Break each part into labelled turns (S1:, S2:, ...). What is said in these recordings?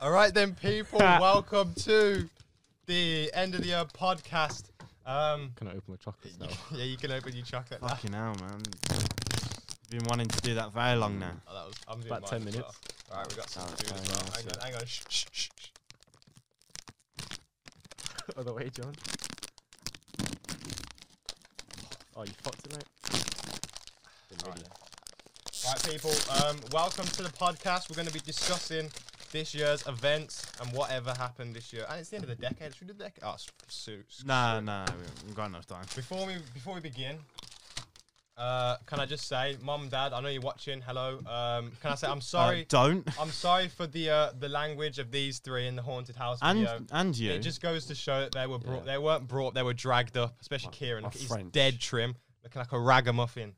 S1: All right, then, people, welcome to the end of the year podcast. Um,
S2: Can I open the chocolates now?
S1: yeah, you can open your chocolate now.
S3: Fucking hell, man. Been wanting to do that very long now.
S1: Oh, that was, I'm doing
S2: About
S1: mine
S2: 10
S1: as well.
S2: minutes.
S1: All right, we got some
S3: Oh,
S1: to do
S3: very
S1: as well.
S3: nice,
S1: Hang on,
S3: yeah.
S1: hang on. Shh, shh, shh, shh.
S2: Other way, John. Oh, you fucked it, mate. Didn't
S1: Alright
S2: really.
S1: Right, people, um, welcome to the podcast. We're going to be discussing this year's events and whatever happened this year. And it's the end of the decade. Should we do the decade? Oh, s- suits.
S3: Nah, nah, we haven't got enough time.
S1: Before we before we begin, uh, can I just say, Mum, Dad, I know you're watching. Hello. Um, can I say I'm
S3: Uh,
S1: sorry?
S3: don't.
S1: I'm sorry for the uh, the language of these three in the haunted house
S3: And
S1: video.
S3: and you.
S1: It just goes to show that they were brought.
S2: Yeah.
S1: They weren't brought. They were dragged up, especially
S2: My-
S1: Kieran.
S2: my
S1: Look, he's
S2: French.
S1: dead trim, looking like a ragamuffin.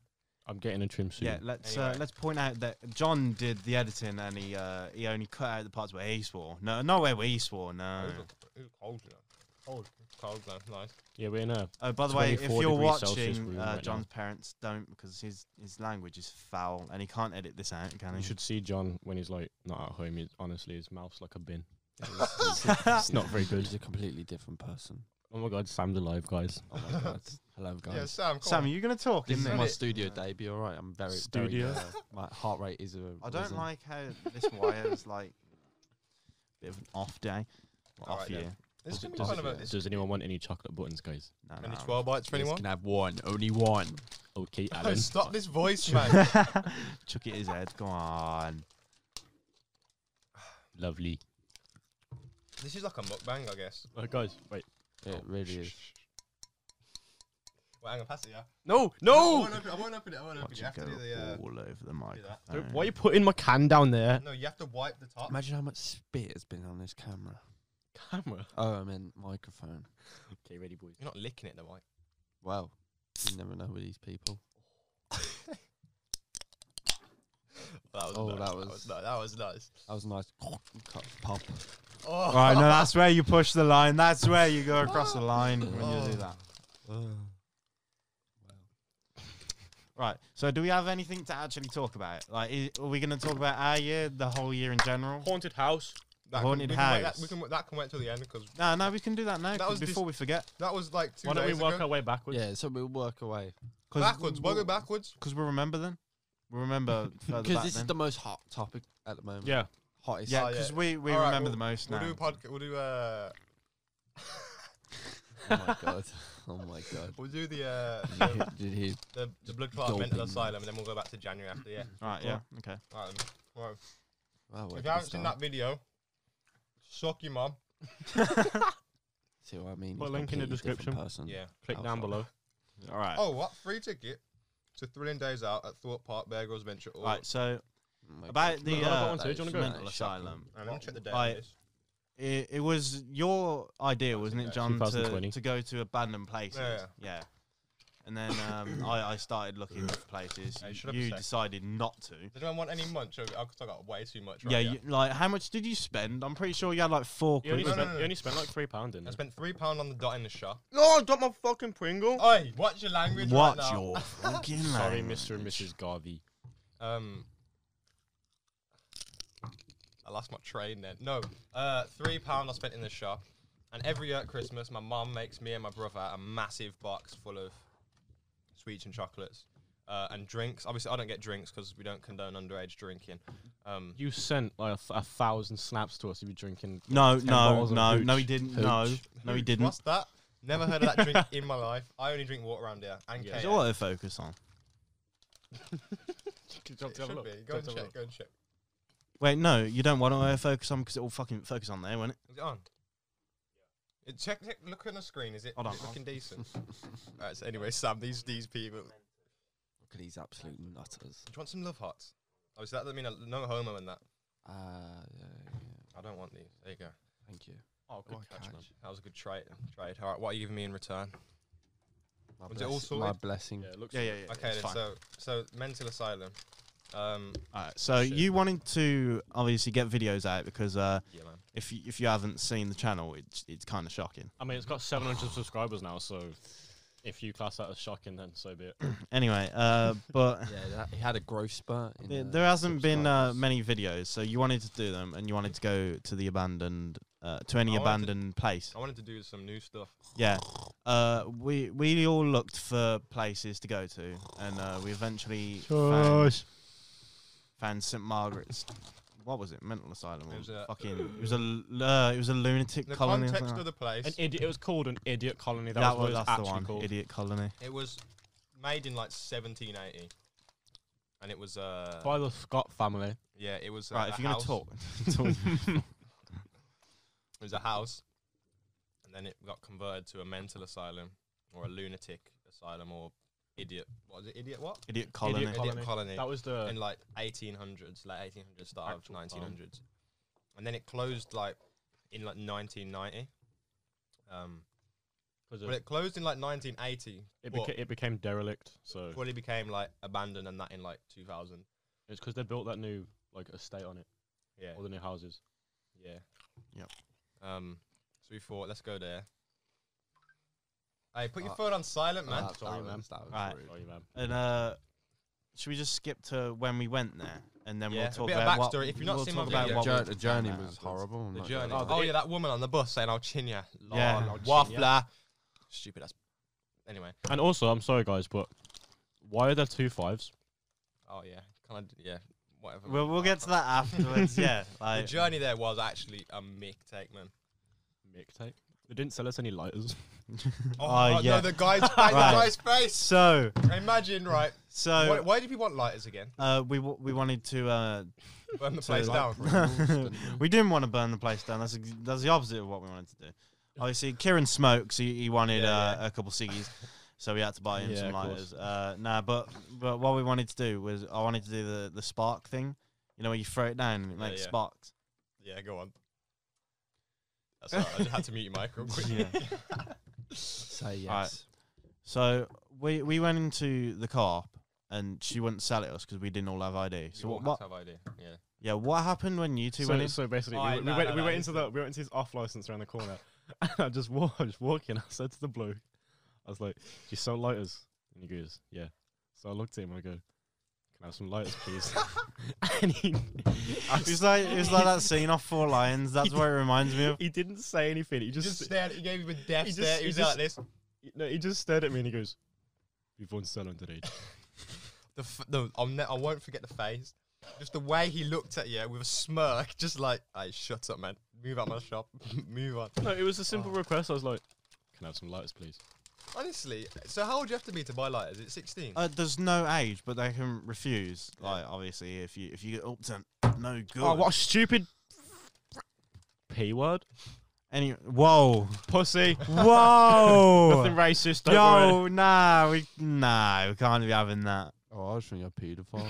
S2: I'm getting a trim soon.
S3: yeah, let's uh,
S1: Anyway.
S3: let's point out that John did the editing and he uh, he only cut out the parts where he swore. No, not where we swore. No.
S1: Ooh, ooh, cold, you know. Cold, cold, no, nice.
S2: Yeah, we're in a.
S3: Oh, by the way, if
S2: 24
S3: you're
S2: degrees Celsius
S3: watching,
S2: room
S3: uh,
S2: right now.
S3: John's parents don't because his his language is foul and he can't edit this out, can
S2: You
S3: he?
S2: should see John when he's like not at home. He's, honestly, his mouth's like a bin. it's not very good.
S4: He's a completely different person.
S2: Oh my god, Sam's alive, guys.
S4: Oh my god. Hello, guys.
S1: Yeah, Sam. Come
S3: Sam,
S1: on.
S3: are you gonna talk?
S4: This
S3: in
S4: is
S3: there?
S4: my
S1: it?
S4: studio day. Be all right. I'm very
S2: Studio?
S4: Very, uh, my heart rate is a.
S3: I don't
S4: risen.
S3: like how this wire is like bit of an off day, Well,
S1: All
S3: off
S1: right,
S3: year.
S1: This is
S2: Does,
S1: gonna
S2: it-
S1: be
S2: does
S1: kind of
S2: it-
S1: a. This
S2: does anyone want any chocolate buttons, guys?
S3: No,
S1: any
S3: no.
S1: twelve bites for
S4: You guys
S1: anyone?
S4: Can have one, only one.
S2: Okay, Alan.
S1: Stop this voice, man.
S3: Chuck it his head. Go on.
S2: Lovely.
S1: this is like a mukbang, I guess.
S2: Uh, guys, wait.
S4: It really is.
S1: Well, hang on, pass it, yeah.
S2: No,
S1: I
S2: no.
S1: won't open it. I won't open it. I won't open it.
S3: Watch
S1: You
S3: it
S1: have to
S3: go
S1: do the.
S3: all over the microphone.
S1: that.
S2: Don't- Why are you putting my can down
S1: Uh,
S2: there?
S1: no, you have to wipe the top.
S4: Imagine how much spit has been on this camera.
S2: Camera.
S4: Oh, I meant microphone.
S2: Okay, ready, boys.
S1: You're not licking it, though, Mike.
S4: Well, you never know with these people.
S1: That was
S4: Oh,
S1: nice.
S4: that
S1: That was
S4: was-
S1: ni- that was nice.
S4: That was a nice. cut pop.
S1: Oh,
S3: Right, no, that's where you push the line. That's where you go across the line when you
S1: Oh.
S3: do that.
S4: Wow.
S3: Right. So, do we have anything to actually talk about? Like, i are we going to talk about our year, the whole year in general?
S2: Haunted house.
S1: that
S3: haunted
S1: can, we can wait-
S3: house.
S1: That, we can, that can wait till the end because
S3: No, no, we can do that now.
S1: That
S3: 'cause
S1: was dis-
S3: before we forget,
S1: that was like two
S2: Why don't we
S1: days
S2: work
S1: ago.
S2: our way backwards?
S4: Yeah, so we'll work away.
S1: backwards. We'll go backwards.
S3: because we'll remember then. We'll remember further
S4: Because
S3: back
S4: this
S3: then.
S4: is the most hot topic at the moment.
S2: Yeah.
S4: Hottest.
S3: yeah,
S1: Oh, yeah.
S3: because we, we
S1: All right,
S3: remember
S1: we'll-
S3: the most
S1: We'll
S3: now.
S1: do podcast. We'll do uh.
S4: Oh my god. Oh my god.
S1: We'll do the uh
S4: Did
S1: the,
S4: you hear- Did he?
S1: the, the blood clot mental
S4: Gulping.
S1: asylum, and then we'll go back to January after. Yeah.
S3: Right, yeah, okay.
S1: Right. then. Right.
S4: Wow, where
S1: If
S4: did
S1: you
S4: we
S1: haven't seen that
S4: start?
S1: video, suck your mum.
S4: See what I mean?
S2: Put
S4: He's
S2: a link in the
S4: completely different
S2: description.
S4: Person.
S1: Yeah.
S2: Click down below.
S3: All right.
S1: Oh, what free ticket to thrilling days out at Thorpe Park Bear Grylls Venture. All
S3: Right, so
S4: Oh my
S3: About
S4: God.
S3: the,
S2: No, I've got uh, one too. Do you wanna go?
S3: mental asylum.
S1: And let me check the date.
S3: Right.
S1: on this.
S3: It, it was your idea, wasn't it,
S1: Okay.
S3: John, to,
S2: 2020.
S3: to go to abandoned places?
S1: Yeah.
S3: And then um, I, I started looking for places.
S1: Hey,
S3: You-
S1: shut up a
S3: you
S1: sec.
S3: decided not to.
S1: Does anyone want any munch? I've I've got way too much.
S3: yeah,
S1: Right
S3: You, like how much did you spend? I'm pretty sure you had like four
S2: You only,
S3: quid.
S1: No, no,
S2: spent,
S1: no, no.
S2: you only spent like three pound
S1: I
S2: in there.
S1: spent Oh, three pound on the dot in the shop.
S2: No, I got my fucking Pringle.
S3: Oh,
S1: Oi, watch your language.
S3: Watch
S1: right now.
S3: your fucking
S2: Sorry,
S3: language.
S2: Mr. and Mrs. Garvey.
S1: Um, I lost my train then. No, uh, three pound I spent in the shop, and every year at Christmas, my mum makes me and my brother a massive box full of sweets and chocolates uh, and drinks. Obviously, I don't get drinks because we don't condone underage drinking. Um,
S2: You sent like a, th- a thousand snaps to us if you're drinking.
S3: No,
S2: Ten
S3: no,
S2: bottles of
S3: no,
S2: hooch.
S3: no, he didn't. No,
S2: Hooch.
S3: no, he didn't.
S1: What's that? Never heard of that drink in my life. I only drink water around here and
S2: Yeah.
S1: yeah.
S3: Is it what to focus on?
S2: Go and
S1: It should be. Go and check. Go and check.
S3: Wait, no, you don't want to focus on because it will fucking focus on there, won't it?
S1: Is it on? It check, check. Look on the screen. Is it,
S3: Hold
S1: is
S3: on,
S1: it
S3: I'll-
S1: looking decent? All right. So anyway, Sam, these these people.
S4: Look at these absolute nutters.
S1: Do you want some love hearts? Oh, so that doesn't mean a, no homo in that.
S4: Ah, yeah, yeah,
S1: I don't want these. There you go.
S4: Thank you.
S2: Oh,
S4: Good catch, man.
S1: That was a good trade. Trade. All right, what are you giving me in return?
S4: My,
S1: Was it all
S4: bless-
S1: sorted?
S4: my blessing.
S2: Yeah, it looks
S3: Mm. Yeah, yeah, yeah.
S1: okay,
S3: it's
S1: then.
S3: fine.
S1: So, so mental asylum. Um,
S3: All right, so
S2: Shit.
S3: you wanted to obviously get videos out because uh,
S1: yeah, man.
S3: if you, if you haven't seen the channel, it's it's kind of shocking.
S2: I mean, it's got 700 subscribers now, so If you class that as shocking, then so be it.
S3: Anyway, uh, but
S4: Yeah, that, he had a growth spurt. In,
S3: There,
S4: uh,
S3: there hasn't been uh,
S4: subscribers.
S3: many videos, so you wanted to do them, and you wanted to go to the abandoned, uh,
S1: I
S3: to any
S1: wanted to- Oh.
S3: abandoned place.
S1: I wanted to do some new stuff.
S3: Yeah, uh, we we all looked for places to go to, and uh, we eventually found, found St Margaret's. What was it? Mental asylum.
S1: It
S3: or
S1: was a-
S3: fucking. It was a l- uh, it was a lunatic
S1: The
S3: colony. or
S1: context
S3: something
S1: of the place,
S2: An idiot. It was called an idiot colony.
S3: like
S2: That,
S3: that,
S2: was, what it was
S3: that's the
S2: actually
S3: one.
S2: called.
S3: Idiot colony.
S1: it was made in like 1780, and it was uh
S2: By the Scott family.
S1: yeah, it was uh,
S3: Right,
S1: a
S3: if you're gonna
S1: house.
S3: talk, talk-
S1: It was a house, and then it got converted to a mental asylum or a lunatic asylum or idiot. What was it? Idiot what?
S3: idiot colony.
S2: Idiot col-
S1: Idiot colony.
S2: That was
S1: in
S2: the.
S1: like 1800s, like 1800s, start of
S2: Actual farm.
S1: 1900s, and then it closed like in like 1990. Um,
S2: Because
S1: well, it closed in like 1980.
S2: it,
S1: but
S2: beca- it became derelict. So
S1: fully became like abandoned, and that in like 2000.
S2: it's because they built that new like estate on it,
S1: Yeah,
S2: all the new houses.
S1: yeah,
S3: Yep.
S1: Um, so we thought, let's go there. Hey, put your
S4: Uh,
S1: phone on silent, man.
S4: that,
S2: Sorry,
S4: that
S2: man.
S4: was- that was
S3: Right.
S4: rude.
S2: Oh, you man.
S3: And uh, should we just skip to when we went there, and then
S1: Yeah,
S3: we'll
S1: a
S3: talk
S1: bit of
S3: about what?
S1: backstory. If you've not
S3: we'll
S1: seen
S3: talk
S1: my
S3: about
S1: video-
S3: what
S4: Jour-
S3: we-
S4: the journey
S3: found
S4: was
S3: afterwards.
S4: horrible. I'm
S1: The
S4: not
S1: journey.
S4: gonna
S1: Oh,
S4: lie.
S1: yeah, that woman on the bus saying, "I'll chin ya, lol,
S3: Yeah.
S1: I'll
S3: I'll
S2: chin
S1: waffler."
S2: ya.
S1: Stupid. That's anyway.
S2: And also, I'm sorry, guys, but why are there two fives?
S1: Oh yeah, kind of yeah, whatever.
S3: We'll, we'll get to that afterwards. yeah,
S1: The
S3: like,
S1: journey there was actually a mick take, man.
S2: Mixtape. They didn't sell us any lighters.
S1: Oh,
S3: Oh,
S1: God,
S3: yeah.
S1: no, the guy's face,
S3: Right.
S1: the guy's face.
S3: so
S1: Imagine, right? why,
S3: so
S1: why do people want lighters again?
S3: uh, we w- we wanted to uh,
S1: Burn the
S3: So,
S1: place
S3: like,
S1: down.
S3: we didn't want to burn the place down. That's ex- that's the opposite of what we wanted to do. Obviously, Kieran smokes. He, he wanted
S1: Yeah,
S3: uh,
S1: yeah.
S3: a couple ciggies, so we had to buy him
S2: Yeah,
S3: some
S2: of course.
S3: lighters. Uh, nah, but but what we wanted to do was I wanted to do the the spark thing. You know, where you throw it down and it
S1: Yeah,
S3: makes
S1: yeah.
S3: sparks.
S1: Yeah, go on. That's all right. I just had to mute your mic real quick.
S3: Yeah.
S4: Say yes.
S3: Alright. So we we went into the co-op and she wouldn't sell it us because we didn't all have ID. So
S1: You all
S3: what,
S1: have
S3: what
S1: to have idea. Yeah.
S3: yeah what happened when you two went
S2: So,
S3: in?
S2: so basically,
S1: Alright,
S2: we, we
S1: no,
S2: went,
S1: no,
S2: we
S1: no,
S2: went
S1: it's
S2: into the we went into his off license around the corner, and I just walk, I was walking. I said to the bloke, I was like, "Do you sell lighters?" And he goes, "Yeah." So I looked at him. I go, "Can I have some lighters, please?" and he, I
S3: It
S2: was-
S3: was like it was like that scene off Four Lions. That's what it reminds me of.
S2: he didn't say anything. He
S1: He
S2: just,
S1: just stared. He gave him a death
S2: He just-
S1: stare. He
S2: he
S1: was like
S2: just-
S1: this.
S2: no, he just stared at me and he goes, "We've won sell underage."
S1: The f- the I'll ne- I won't forget the face. Just the way he looked at you with a smirk, just like, "Hey, shut up, man. Move out my shop. Move on."
S2: no, it was a simple request. I was like, "Can I have some lighters, please?"
S1: Honestly, so how old do you have to be to buy lighters? It's 16.
S3: Uh, there's no age, but they can refuse. Like obviously, if you if you get up to no good.
S2: Oh, what a stupid p word,
S3: Any whoa
S2: pussy. Nothing
S3: whoa
S2: racist. Don't worry.
S3: yo nah we nah we can't be having that.
S4: Oh, I was thinking a paedophile.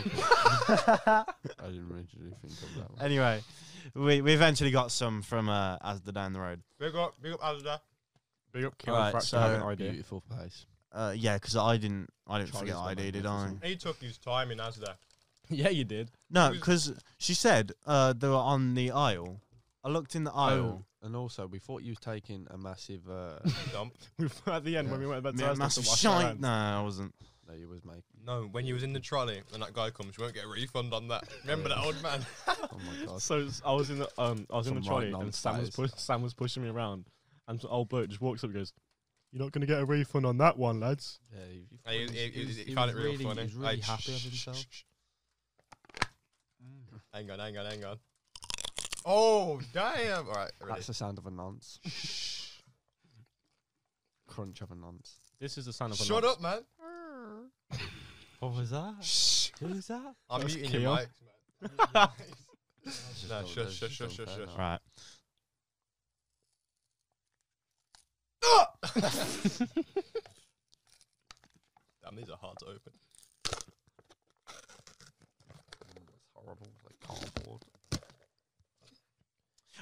S4: but I didn't originally think of that one.
S3: Anyway, we we eventually got some from uh, Asda down the road.
S1: Big up, big up, Asda.
S2: Big up
S3: Alright,
S2: Kieran
S3: so-
S2: Fraction, I have an idea.
S4: Beautiful place.
S3: Uh, yeah, because I didn't I didn't
S4: Charlie's
S3: forget
S4: got
S3: ID, did I?
S4: magnetism.
S1: He took his time in Asda.
S2: yeah, you did.
S3: No,
S1: Who's-
S3: because she said uh, they were on the aisle. I looked
S2: Oh.
S3: in the aisle.
S4: Oh, And also, we thought you was taking a massive. Uh,
S1: Dump.
S2: At the end, when we went back to
S3: Ma-
S2: Asda to
S3: massive
S2: wash our
S3: shite.
S2: hands.
S3: No, I wasn't.
S4: no, you was making.
S1: No, when you was in the trolley and that guy comes, you won't get a refund on that. Remember that old man?
S4: Oh my god.
S2: So s- I was in the um, I was in
S4: Some
S2: the
S4: right
S2: trolley, and Sam was
S4: non-fighters.
S2: push- Sam was pushing me around, and some old bloke just walks up and goes, "You're not gonna get a refund on that one, lads."
S4: Yeah, you- you
S1: He,
S4: thought
S1: he, he,
S4: was-
S1: he
S4: he
S1: found
S4: was
S1: it real
S4: really,
S1: funny.
S4: He was really
S1: Like,
S4: happy
S1: shh,
S4: with
S1: shh,
S4: himself.
S1: shh, shh. Hang on, hang on, hang on. Oh, damn. All right, ready.
S4: That's the sound of a nonce. Crunch of a nonce.
S2: This is the sound of a
S1: Shut
S2: nonce.
S1: up, man.
S4: What was that?
S1: Shh.
S4: Who's that?
S1: I'm
S2: That's
S1: muting your
S2: Keo.
S1: mic. man. No, shush,
S4: that's
S1: shush,
S4: just
S1: shush, shush,
S4: unfair,
S1: shush.
S4: no.
S3: Right.
S1: Damn, these are hard to open.
S4: It's horrible. Like cardboard.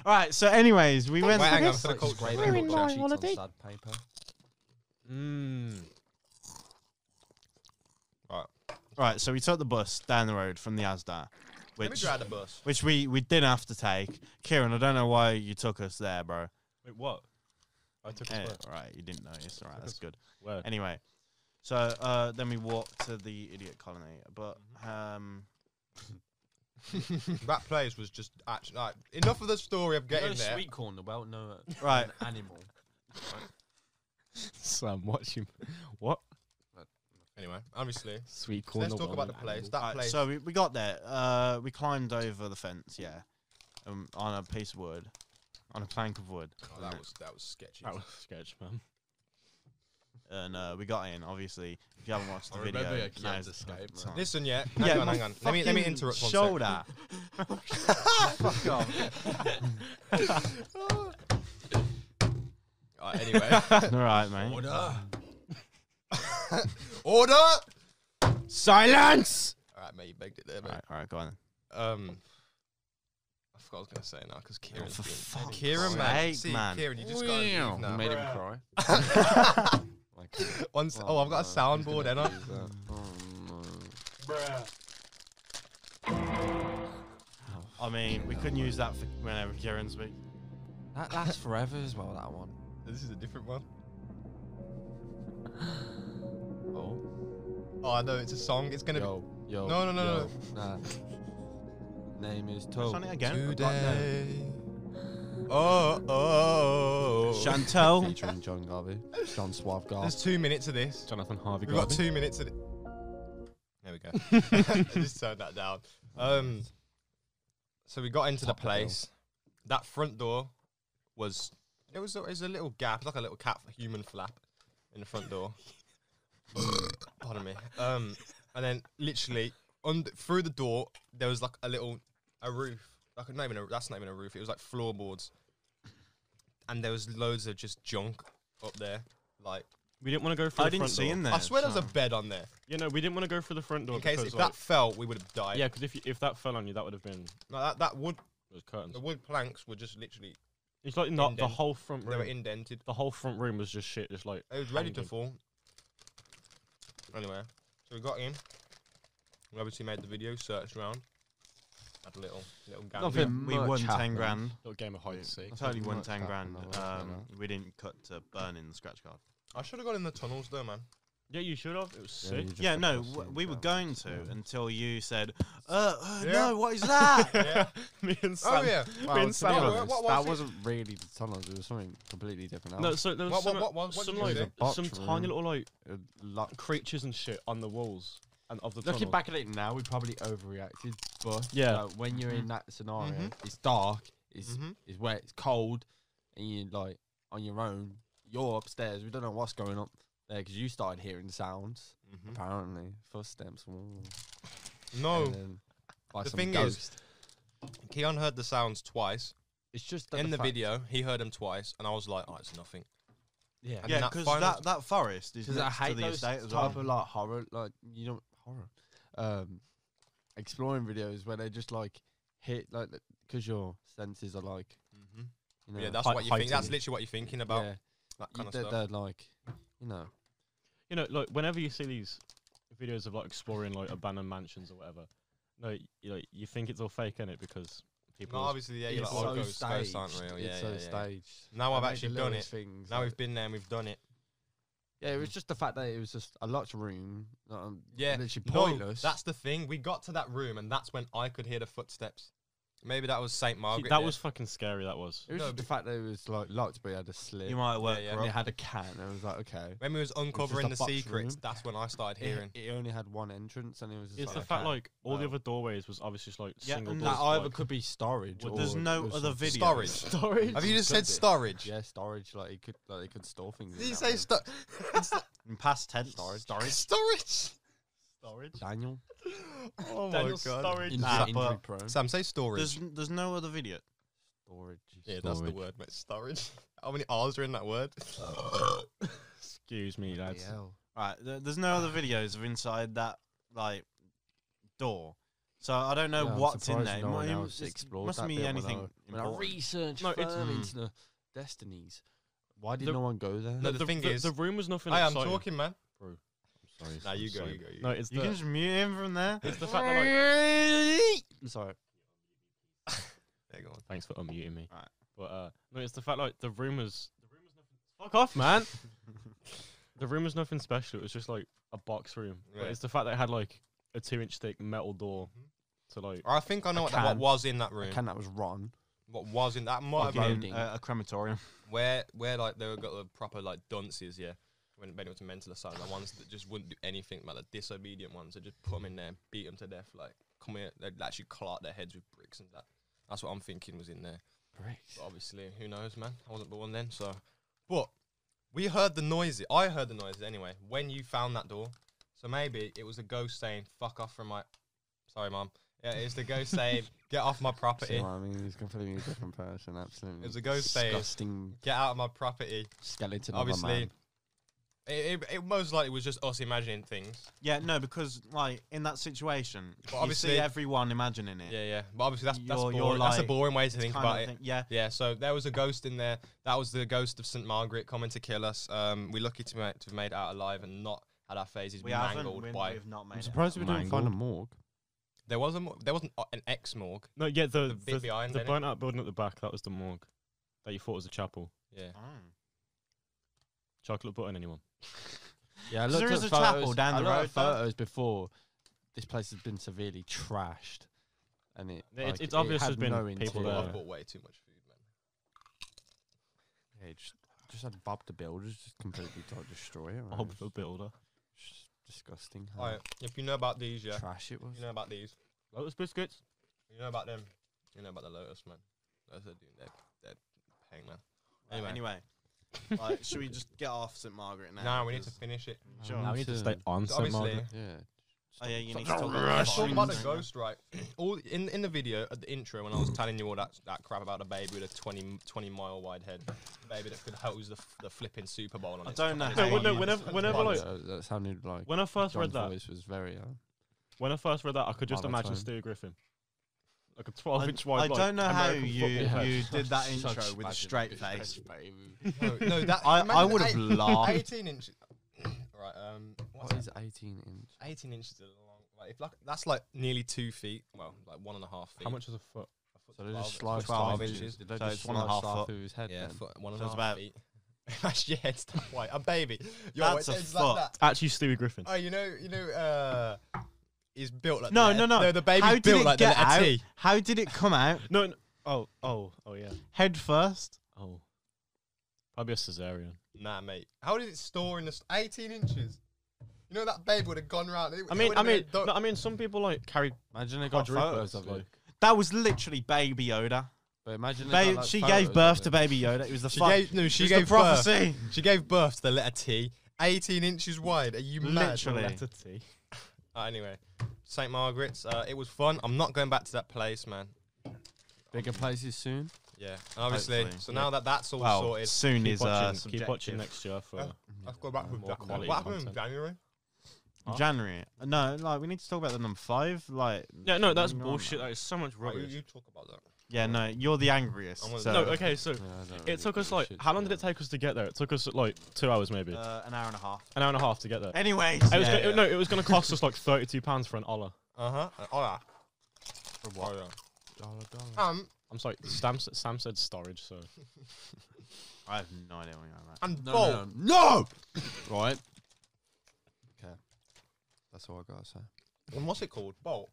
S3: All right. So, anyways, we went.
S1: Wait, hang on,
S4: It's
S1: for the
S4: like
S1: culture.
S4: scraping
S1: for the
S4: up
S1: culture.
S4: sheets on sad paper.
S2: Mm.
S3: Right. So we took the bus down the road from the Asda,
S1: Let me
S3: which
S1: drive the bus.
S3: which we we did have to take. Kieran, I don't know why you took us there, bro.
S2: Wait, what? I took
S3: Eh,
S2: a
S3: all right, you didn't notice. All right, that's good.
S2: Where?
S3: Anyway, So uh, then we walked to the idiot colony, but
S4: Mm-hmm.
S3: um,
S1: that place was just actually like, enough of the story of
S5: Get
S1: getting there.
S5: sweet corn about no uh,
S3: right,
S5: an animal.
S2: Sam, watch him. What?
S1: Anyway, obviously,
S2: Sweet
S1: so
S2: corn.
S1: let's talk about the place. That
S3: right,
S1: place.
S3: so we, we got there. Uh, we climbed over the fence, yeah, um, on a piece of wood, on a plank of wood,
S1: Oh, that was that was sketchy.
S2: That was sketch, man.
S3: and uh, we got in. Obviously, if you haven't watched the
S4: I
S3: video,
S4: remember your
S3: now's
S4: kids
S3: the
S4: escape,
S3: perfect
S4: man.
S3: time.
S1: Listen, yeah. Hang on,
S3: my
S1: hang on. Let me let me
S3: fucking
S1: interrupt. One sec.
S3: Shoulder. Fuck off.
S1: Alright, anyway,
S3: All right, mate.
S5: Order.
S1: order. All
S2: Silence!
S1: right, mate, you begged it there,
S3: All
S1: mate.
S3: right, all right, go on.
S1: Um, I forgot what I was gonna say now because Kieran.
S3: for fuck's
S1: Kieran, man.
S3: sake,
S1: See,
S3: man.
S1: Kieran, you just got to
S4: Wow.
S1: leave now.
S4: Made him cry. like,
S1: One s- oh, I've got a
S4: no, he's
S1: soundboard,
S4: gonna
S1: and I.
S4: use that. Oh, no.
S3: I mean, we couldn't use that for whenever Kieran speaks.
S5: That lasts forever as well. That one.
S1: This is a different one.
S4: Oh,
S1: Oh no, it's a song. It's gonna
S4: yo, yo.
S1: No, no, no,
S4: yo. Nah. Name is Toe.
S3: Sonic
S1: be
S3: again.
S1: today. Oh oh.
S3: Chantel.
S4: Featuring John Garvey. John Suave Garvey.
S1: There's two minutes of this.
S2: Jonathan Harvey.
S1: We've got
S2: Garvey.
S1: two minutes of. thi- There we go. I just turned that down. Um. So we got into the
S4: Taco Bell.
S1: place. That front door was it was a, it was a little gap, like a little cat human flap in the front door. Pardon me. Um, and then literally on through the door there was like a little a roof, like not even a, that's not even a roof. It was like floorboards, and there was loads of just junk up there. Like
S2: We didn't want to go through
S3: I
S2: the
S3: didn't
S2: front
S3: see
S2: door.
S3: in there.
S1: I swear there was a
S3: so-
S1: bed on there.
S2: Yeah, no, we didn't want to go through the front door.
S1: In case
S2: because,
S1: if
S2: like,
S1: that fell, we would have died.
S2: Yeah, because if, you- if that fell on you, that would have been
S1: No, that, that wood,
S2: those curtains.
S1: the wood planks were just literally
S2: It's like not the
S1: indent-
S2: whole front
S1: they were
S2: room.
S1: indented.
S2: the whole front room was just shit. Just like
S1: It was ready to
S2: Hanging.
S1: fall. Anyway, so we got in. We obviously made the video, searched around, had a little little gander.
S4: Nothing
S3: we
S4: much
S3: won ten
S4: happened.
S3: grand.
S2: little game of hide and seek.
S4: Nothing
S3: Totally won
S4: much
S3: ten grand.
S4: happened, I won't say
S3: Um, we didn't cut to burning the scratch card.
S1: I should have gone in the tunnels though, man.
S2: Yeah, you should have. It was
S4: that.
S2: sick.
S4: you just
S3: Yeah,
S4: got
S3: no,
S4: the
S3: w-
S4: same
S3: we were
S4: balance.
S3: going to
S4: Yeah.
S3: until you said, "Uh, uh
S1: Yeah.
S3: no, what is that?"
S1: Yeah.
S2: Me and Sam.
S1: oh yeah.
S4: Well,
S2: Been
S4: to be
S2: Sam.
S1: What-
S4: honest,
S1: what was
S4: that
S1: it?
S4: wasn't really the tunnels. It was something completely different.
S2: No,
S4: else.
S2: so there was
S1: What- what-
S2: some,
S1: what- what- what did
S2: some,
S1: you
S2: like,
S1: do?
S4: There's a
S2: some
S4: botch
S2: tiny
S4: room.
S2: little like
S4: Uh, lo-
S2: creatures and shit on the walls and of the
S4: Looking
S2: tunnel.
S4: back at it now, we probably overreacted. But
S2: Yeah.
S4: like, when you're in that scenario,
S1: Mhm.
S4: it's dark, it's
S1: Mhm.
S4: it's wet, it's cold, and you're like on your own. You're upstairs. We don't know what's going up there because you started hearing sounds.
S1: Mhm.
S4: Apparently, footsteps. woo,
S1: No,
S4: and then by
S1: The
S4: some
S1: thing is-
S4: ghost.
S1: Keon heard the sounds twice
S4: it's just that
S1: in the
S4: fact-
S1: video. He heard them twice, and I was like, "Oh, it's nothing."
S4: Yeah,
S1: And
S3: yeah,
S1: that
S3: because
S1: final-
S3: that, that forest is
S4: because I
S3: next to
S4: hate
S3: the
S4: those
S3: estate
S4: type
S3: as well.
S4: of like horror, like you know, horror, um, exploring videos where they just like hit like because your senses are like
S1: Mm-hmm.
S4: you know,
S1: yeah, that's
S2: hi-
S1: what you think. That's
S4: heightened.
S1: literally what you're thinking about.
S4: yeah,
S1: That
S4: you-
S1: kind of
S4: they're,
S1: stuff.
S4: they're like you know
S2: you know, like whenever you see these videos of like exploring like abandoned mansions or whatever, no, y- you like you think it's all fake, in it? Because people.
S1: No,
S2: always-
S1: obviously, yeah. You're
S4: it's
S1: like,
S4: so
S1: oh, ghosts, ghosts
S4: staged.
S1: aren't real. Yeah,
S4: it's
S1: yeah,
S4: so
S1: yeah.
S4: staged.
S1: Now I've
S4: They make the
S1: actually done
S4: littlest
S1: it.
S4: Things
S1: Now
S4: like-
S1: we've been there and we've done it.
S4: yeah, it was just the fact that it was just a locked room. Um,
S1: Yeah,
S4: literally
S1: No,
S4: pointless.
S1: that's the thing. We got to that room, and that's when I could hear the footsteps. Maybe that was Saint
S2: See,
S1: Margaret.
S2: that
S1: there.
S2: was fucking scary. That was.
S4: it was
S1: no,
S4: just the fact that it was like locked, but it had a slip.
S3: You might work.
S1: yeah.
S4: and it had a can. And I was like, okay.
S1: when we was uncovering
S4: a
S1: the
S4: box
S1: secrets.
S4: room.
S1: That's when I started
S4: It,
S1: hearing.
S4: it only had one entrance, and it was. Just
S2: It's
S4: like
S2: the
S4: a
S2: fact
S4: can.
S2: like all the
S4: Oh.
S2: other doorways was obviously just, like
S3: Yeah,
S2: single
S3: and
S2: doors.
S4: That either
S2: like-
S4: could be storage.
S2: Well,
S4: Or
S3: There's
S4: it
S3: no
S4: was
S3: other
S4: something-
S3: video.
S1: Storage.
S4: Storage.
S1: Have you just
S4: Could
S1: said
S4: be.
S1: storage?
S4: Yeah, storage. Like it could, like they could store things.
S1: Did
S4: in
S1: you
S4: that
S1: say
S4: room.
S1: sto-
S3: In past tense.
S4: Storage.
S3: Storage.
S1: storage?
S2: storage.
S4: Daniel?
S1: Oh my
S2: Daniel's
S1: god.
S2: storage.
S4: Injury-
S3: but
S4: injury prone.
S1: Sam, say storage.
S3: There's n- there's no other video.
S4: Storage.
S1: yeah, that's the word, mate. Storage. How many R's are in that word?
S2: Excuse me, lads.
S3: Right. There, there's no other videos of inside that like door. So I don't know
S4: Yeah, I'm
S3: what's in
S4: surprised
S3: there. It
S4: No one
S3: might- it
S4: else
S3: must-
S4: explored
S3: mustn't
S4: that
S3: be
S4: bit
S3: anything.
S4: When I, when I
S3: important.
S4: research
S2: No,
S4: no,
S2: it's-
S4: further
S1: Mm.
S4: into the destinies. Why did
S2: The-
S4: no one go there?
S1: No, the thing is-
S2: the room was nothing.
S1: I am
S2: exciting.
S1: talking, man.
S4: Sorry.
S1: Nah, you go,
S4: sorry.
S1: you go. You
S2: No,
S1: go.
S2: it's
S3: You
S2: the,
S3: can just mute him from there.
S2: it's the fact that like
S4: I'm sorry.
S1: There you go.
S2: Thanks for unmuting me.
S3: Right.
S2: But uh, no, it's the fact like the rumors. The rumors. Fuck off, man. The room was nothing special. It was just like a box room.
S1: Yeah.
S2: But it's the fact that it had like a two-inch thick metal door to like.
S1: I think I know
S4: A
S1: what, that, what
S4: can.
S1: was in that room.
S4: Can that was rotten.
S1: What was in that might have
S5: Fucking
S1: been
S5: Loading.
S3: uh, a, a crematorium.
S1: where where like they were got the proper like dunces, yeah. When when it was a mental asylum, the ones that just wouldn't do anything, like the disobedient ones, they just put them in there, and beat them to death, like come here, they'd actually clot their heads with bricks and that. That's what I'm thinking was in there.
S4: Bricks.
S1: But obviously, who knows, man? I wasn't born then, so. But we heard the noises. I heard the noises anyway when you found that door. So maybe it was a ghost saying "fuck off" from my. Sorry, mom. Yeah, it's the ghost saying "get off my
S4: See
S1: property."
S4: what I mean? He's completely a different person. Absolutely.
S1: It's a ghost face.
S4: Disgusting
S1: Get out of my property.
S4: skeleton. of a
S1: Obviously,
S4: man.
S1: it, it, it most likely was just us imagining things.
S3: Yeah, no, because like in that situation,
S1: But
S3: you
S1: obviously-
S3: see everyone imagining it.
S1: Yeah, yeah. But obviously, that's that's,
S3: You're-
S1: boring.
S3: you're
S1: that's a
S3: like-
S1: boring way to
S3: It's
S1: think
S3: kind of
S1: about it.
S3: thing- Yeah,
S1: Yeah, so there was a ghost in there. That was the ghost of St. Margaret coming to kill us. Um, we're lucky to, ma- to have made it out alive and not had our faces
S3: we haven't.
S1: mangled
S3: We've,
S1: by.
S3: we've not made.
S4: I'm
S3: it
S4: surprised we
S3: out.
S4: didn't find a
S2: Mangled.
S4: morgue.
S1: There was a mo- there wasn't uh, an, an ex morgue.
S2: No, yeah, the
S1: The
S2: the,
S1: bit behind,
S2: the
S1: innit?
S2: burnt-out building at the back. That was the morgue that you thought was a chapel.
S1: Yeah,
S3: Mm.
S2: Chocolate button, anyone?
S4: Yeah, I
S3: 'Cause
S4: looked
S3: there
S4: at
S3: is a
S4: photos,
S3: chapel down
S4: I
S3: the
S4: looked at
S3: road, though.
S4: photos before. This place has been severely trashed, and it.
S2: It-
S4: like,
S2: it's obvious
S4: it had
S2: there's been
S4: no
S2: people
S4: interior.
S2: there.
S1: I've bought way too much food, man.
S4: Yeah, just, just had Bob the Builder's just completely like destroy it. man.
S2: Bob the builder.
S4: It's just disgusting. How
S1: All right, if you know about these, yeah,
S4: Trash it was.
S1: you know about these,
S2: Lotus biscuits.
S1: you know about them, you know about the lotus, man. Lotus are doing their their paying, man. Anyway,
S3: Anyway, like, should we just get off St Margaret now?
S1: now we need to
S3: 'Cause-
S1: finish it.
S3: Sure.
S2: Now we need to stay on
S1: So
S2: St.
S1: obviously,
S2: Margaret.
S4: Um, Yeah.
S3: Oh yeah, you
S4: Stop
S3: need to talk about
S1: Let's talk
S3: the
S1: about the
S3: signs.
S1: ghost, right? All in in the video at the intro when I was
S3: Mm.
S1: telling you all that, that crap about the baby with a 20, 20 mile wide head, the baby that could hose the, f- the flipping Super Bowl on.
S3: I
S1: its
S3: don't know
S1: fucking
S3: how
S2: No,
S1: tongue.
S2: no,
S3: you-
S2: whenever, whenever,
S4: Wow,
S2: like,
S4: that, uh, that sounded like.
S2: when I first read
S4: John's
S2: that,
S4: voice was very. Uh,
S2: when I first read that, I could just
S4: Wow, that's
S2: imagine
S4: fine.
S2: Stu Griffin, like a
S3: Oh, I-
S2: twelve-inch wide.
S3: I
S2: like,
S3: don't know how
S2: American
S3: you
S2: football
S3: you
S2: player.
S3: did that
S4: Such
S3: intro with a
S4: magic
S3: straight
S4: bitch,
S3: face.
S4: baby.
S1: No, no, that
S3: I- I
S1: imagine
S3: would've
S1: eight-
S3: laughed.
S1: Eighteen inches. right. Um. What's that?
S4: what is 18 inch?
S1: Eighteen inches is a long. Like if like that's like nearly two feet. Well, like one and a half feet.
S2: How much is a foot?
S1: A foot
S4: So they
S1: twelve,
S4: just
S1: it's
S4: slice
S1: like 12
S4: half
S1: inches.
S4: Did they
S3: So
S4: just
S3: it's one and a
S4: slice
S3: half
S4: half
S3: foot.
S4: of his head?
S1: Yeah,
S4: then?
S1: foot, one and
S3: So
S1: a half
S3: it's about-
S1: feet. That's your head's that white. A baby. Yo, it's-
S3: That's a
S1: it's like
S3: foot.
S1: that.
S2: Actually, Stewie Griffin.
S1: Oh, you know, you know, uh, he's built like
S3: No,
S1: the letter-
S3: no, no.
S1: The baby's
S3: How did
S1: built
S3: it
S1: like
S3: get
S1: the letter
S3: out?
S1: T.
S3: How did it come out?
S2: No, no. Oh, oh, oh, yeah.
S3: Head first.
S2: Oh, probably a cesarean.
S1: Nah, mate. How did it store in the s- eighteen inches? You know that baby would have gone round. It-
S2: I
S1: it
S2: mean,
S1: would've
S2: I
S1: been a
S2: mean,
S1: dog-
S2: no, I mean, some people like carry
S4: Imagine they got
S2: quadruplets.
S4: photos of
S2: like-
S4: it.
S3: That was literally Baby Yoda.
S4: But imagine they
S3: Ba-
S4: got, like,
S3: she
S4: photos
S3: gave
S4: of
S3: birth
S4: it.
S3: to Baby Yoda. It was the
S1: She
S3: fuck.
S1: gave no. She
S3: it was the
S1: gave birth.
S3: prophecy.
S1: She gave birth to the letter T, 18 inches wide. Are you mad?
S3: Literally.
S2: letter T.
S1: Uh, anyway, St. Margaret's. Uh, it was fun. I'm not going back to that place, man.
S4: Bigger places soon.
S1: Yeah, obviously.
S3: Hopefully,
S1: so
S3: yeah.
S1: now that that's all
S3: Well,
S1: sorted,
S3: soon
S2: Keep
S3: is uh,
S2: watching, keep watching
S3: subjective.
S2: next year for.
S1: Uh, I've got back
S2: Yeah,
S1: with
S2: more
S1: that.
S2: quality
S1: What happened in
S2: content.
S1: January?
S2: Huh?
S3: January. No, like we need to talk about the number five. Like
S2: yeah, no, that's
S3: moving on,
S2: bullshit.
S3: man.
S2: That is so much
S1: Right, you,
S2: rubbish.
S1: you talk about that.
S3: Yeah, no, you're the angriest.
S1: I'm gonna-
S3: So,
S2: no, okay, so
S4: Yeah, I don't really
S2: it took us
S4: give a
S2: like
S4: shit,
S2: how
S4: to
S2: long
S4: be
S2: did it take us to get there? It took us like two hours, maybe
S3: uh, an hour and a half.
S2: an hour and a half to get there.
S3: Anyways,
S2: It was
S3: yeah,
S2: go-
S3: yeah.
S2: no, it was going to cost us like thirty-two pounds for an Ola.
S1: Uh huh. Oh yeah. For what?
S4: honest. Dollar, dollar.
S1: Um,
S2: I'm sorry, Sam. s- Sam said storage, so
S3: I have no idea what you're on about.
S1: and
S4: No,
S1: Bolt.
S4: no, no, no. right. Okay, that's all I gotta say.
S1: And what's it called? Bolt.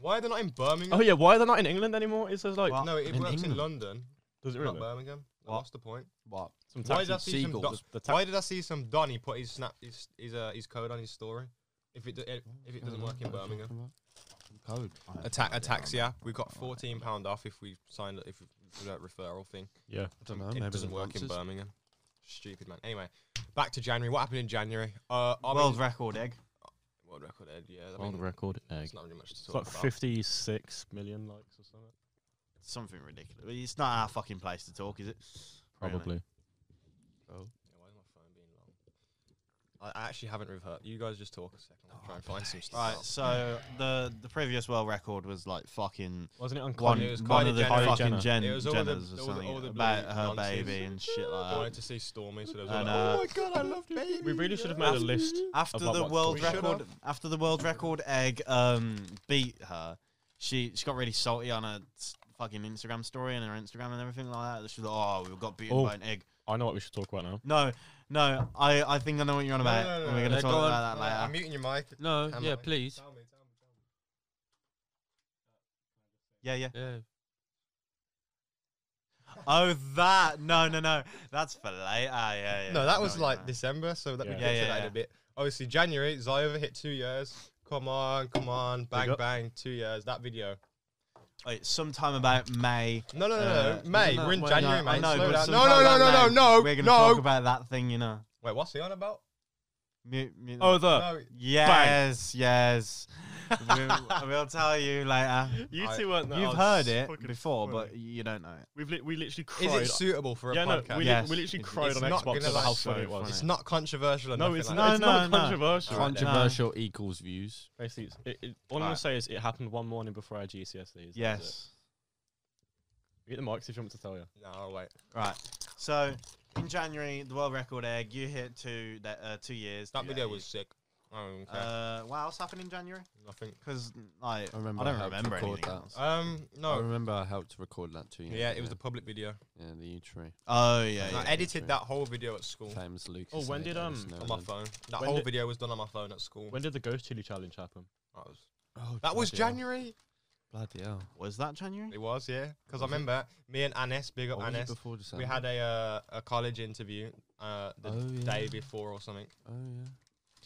S1: Why are they not in Birmingham?
S2: Oh yeah, why are they not in England anymore? It says like
S3: Well,
S1: no, it
S4: in
S1: works in
S4: England.
S1: London,
S2: does it
S1: not
S2: really?
S1: Birmingham. I
S4: What?
S1: lost the point.
S4: What?
S2: Some
S1: Why
S2: taxi-
S1: did I see some?
S4: seagulls.
S1: Do-
S2: the ta-
S1: Why did I see some Donny put his snap his his, uh, his code on his story? If it do- if if it doesn't work in Birmingham,
S4: Code.
S1: a, ta- a taxi app. We got fourteen pound off if we sign if we do that referral thing.
S2: yeah,
S4: I don't know.
S1: it
S4: Maybe
S1: doesn't
S4: the
S1: work in
S4: sponsors.
S1: Birmingham. Stupid man. Anyway, back to January. What happened in January? Uh, I mean-
S3: World record egg.
S1: world record. Ed, yeah, I
S2: world
S1: mean,
S2: record egg.
S1: It's not really much to
S2: It's
S1: talk
S2: like
S1: about.
S2: fifty-six million likes or something.
S3: Something ridiculous. It's not our fucking place to talk, is it? Really.
S2: Probably.
S1: Yeah, why is my phone being long? I I actually haven't rehearsed. You guys just talk a second. I'll try and find some stuff.
S3: Right.
S1: out.
S3: So the the previous world record was like fucking
S2: Wasn't it on
S3: one,
S1: It was
S3: one
S1: Kylie
S3: of the
S1: Jenner.
S3: fucking Jen,
S1: It was all the-
S3: Jenners
S1: all the-
S3: or something
S1: all the
S3: about
S1: bloody
S3: her
S1: nonsense.
S3: baby and shit
S1: I
S3: like
S1: wanted
S3: that.
S1: to see Stormy, so there was all
S3: And,
S1: like,
S3: uh,
S1: "Oh my god, I love baby."
S2: We really should have made a list.
S3: after
S2: About
S3: the
S2: what?
S3: world
S1: We should've.
S3: record after the world record egg um beat her she she got really salty on her s- fucking instagram story and her instagram and everything like that she was like oh we got beaten
S2: Oh.
S3: by an egg
S2: I know what we should talk about now.
S3: no No, I, I think I know what you're on about. and we're gonna
S5: no,
S3: talk
S5: go on.
S3: about that later.
S1: I'm muting your mic.
S5: No,
S1: Am
S5: yeah,
S1: I?
S5: please.
S1: Tell me, tell me, tell me.
S3: yeah, yeah.
S5: Yeah.
S3: Oh, that. No, no, no. That's for later. Yeah, yeah.
S1: No, that
S3: I
S1: was
S3: know what
S1: like
S3: you mean.
S1: December, so that we
S2: Yeah.
S1: can
S3: Yeah,
S1: yeah,
S3: yeah,
S1: that in
S3: yeah.
S1: a bit. Obviously, January, Zyova hit two years. Come on, come on, bang,
S2: got-
S1: bang, two years. That video.
S3: Wait, sometime about May.
S1: No, no, no,
S3: Uh,
S1: no. May,
S5: no,
S1: we're in
S5: well,
S1: January,
S3: I
S1: mate.
S3: know,
S1: Slow
S3: but
S1: down. No,
S3: sometime
S1: no, no,
S3: about
S1: no, no,
S3: May, We're
S1: no,
S3: gonna
S1: no.
S3: talk about that thing, you know.
S1: Wait, what's he on about?
S3: Mute, mute
S2: Oh,
S3: that.
S2: the
S1: No,
S3: yes, yes. we'll, we'll tell you later.
S2: you
S1: I-
S2: two weren't. that-
S3: You've
S2: oh,
S3: heard
S2: it's
S3: it
S2: fucking
S3: before,
S2: funny.
S3: but you don't know it.
S2: we've li- we literally cried.
S1: is it suitable for a
S2: yeah, no,
S1: podcast?
S2: we,
S3: Yes.
S2: li- we literally
S3: It's-
S2: cried
S1: it's
S2: on
S1: not
S2: Xbox
S1: gonna
S2: about how
S1: lie,
S2: funny
S3: so
S2: it was.
S3: funny.
S1: it's not controversial or
S2: No,
S1: nothing
S2: it's
S1: like
S2: not.
S1: that.
S2: it's
S3: No,
S2: not
S3: no, no.
S2: controversial.
S3: Alright, then.
S5: Controversial equals views.
S2: Basically, it's, it, it, all I'm
S3: Alright.
S2: gonna say is it happened one morning before our GCSEs. that's it.
S3: Yes.
S2: You get the mics if you want me to tell you.
S1: No, wait.
S3: Right. So in January, the world record egg. You hit two that uh, two years.
S1: That
S3: two
S1: video
S3: days.
S1: was sick. I don't even care.
S3: Uh, what else happened in January?
S1: Nothing.
S3: Because like,
S4: I remember.
S3: I don't
S4: helped
S3: remember
S4: record
S3: anything
S4: that.
S3: else.
S1: Um,
S4: I
S1: no.
S4: remember I helped record that too.
S1: Yeah, it was the public video.
S4: yeah the U tree.
S3: Oh yeah.
S1: And
S3: yeah.
S1: I edited that whole video at school
S4: Famous Lucas.
S2: Oh, when
S4: and
S2: did,
S4: Nicholas
S2: um,
S1: on
S4: Nolan.
S1: my phone. That
S2: When
S1: whole
S2: did-
S1: video was done on my phone at school.
S2: When did the Ghost Chili Challenge happen?
S1: That was,
S4: Oh,
S1: that was
S4: bloody hell.
S1: January.
S4: Bloody hell.
S3: Was that January?
S1: It was, yeah. Because I
S4: Was it?
S1: remember me and Anes, big up
S4: Or was it
S1: Anes.
S4: before December?
S1: We had a uh, a college interview uh, the
S4: Oh, yeah.
S1: day before or something.
S4: Oh yeah.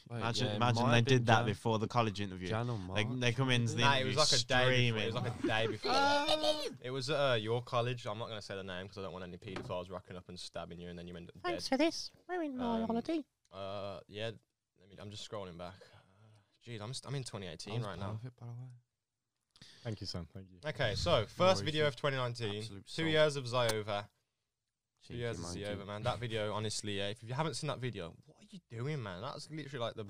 S4: Wait,
S3: Imagine,
S4: yeah, it
S3: imagine
S4: might
S3: they
S4: have been
S3: did that
S4: Jan-
S3: before the college interview.
S4: Jan or
S3: They,
S4: March.
S3: they come in to the
S1: Nah, it
S3: interview
S1: was like a day. Before.
S3: streaming.
S1: It was like a day
S4: Ah,
S1: before. it was uh, your college. I'm not gonna say the name because I don't want any paedophiles rocking up and stabbing you, and then you end up dead.
S6: Thanks for this. We're in my
S1: Um,
S6: holiday.
S1: Uh, yeah. Let me. I'm just scrolling back. Jeez, I'm st- I'm in
S4: I
S1: 2018
S4: was
S1: right
S4: part
S1: now.
S4: of it, by the way.
S2: Thank you, Sam. Thank you.
S1: Okay, so first
S4: worries,
S1: video
S4: you
S1: of 2019.
S4: absolute
S1: Two
S4: soul.
S1: years of Zyova. Two
S4: Cheeky
S1: years of
S4: monkey.
S1: Zyova, man. That video, honestly, yeah, if you haven't seen that video, what are you doing, man? That's literally like the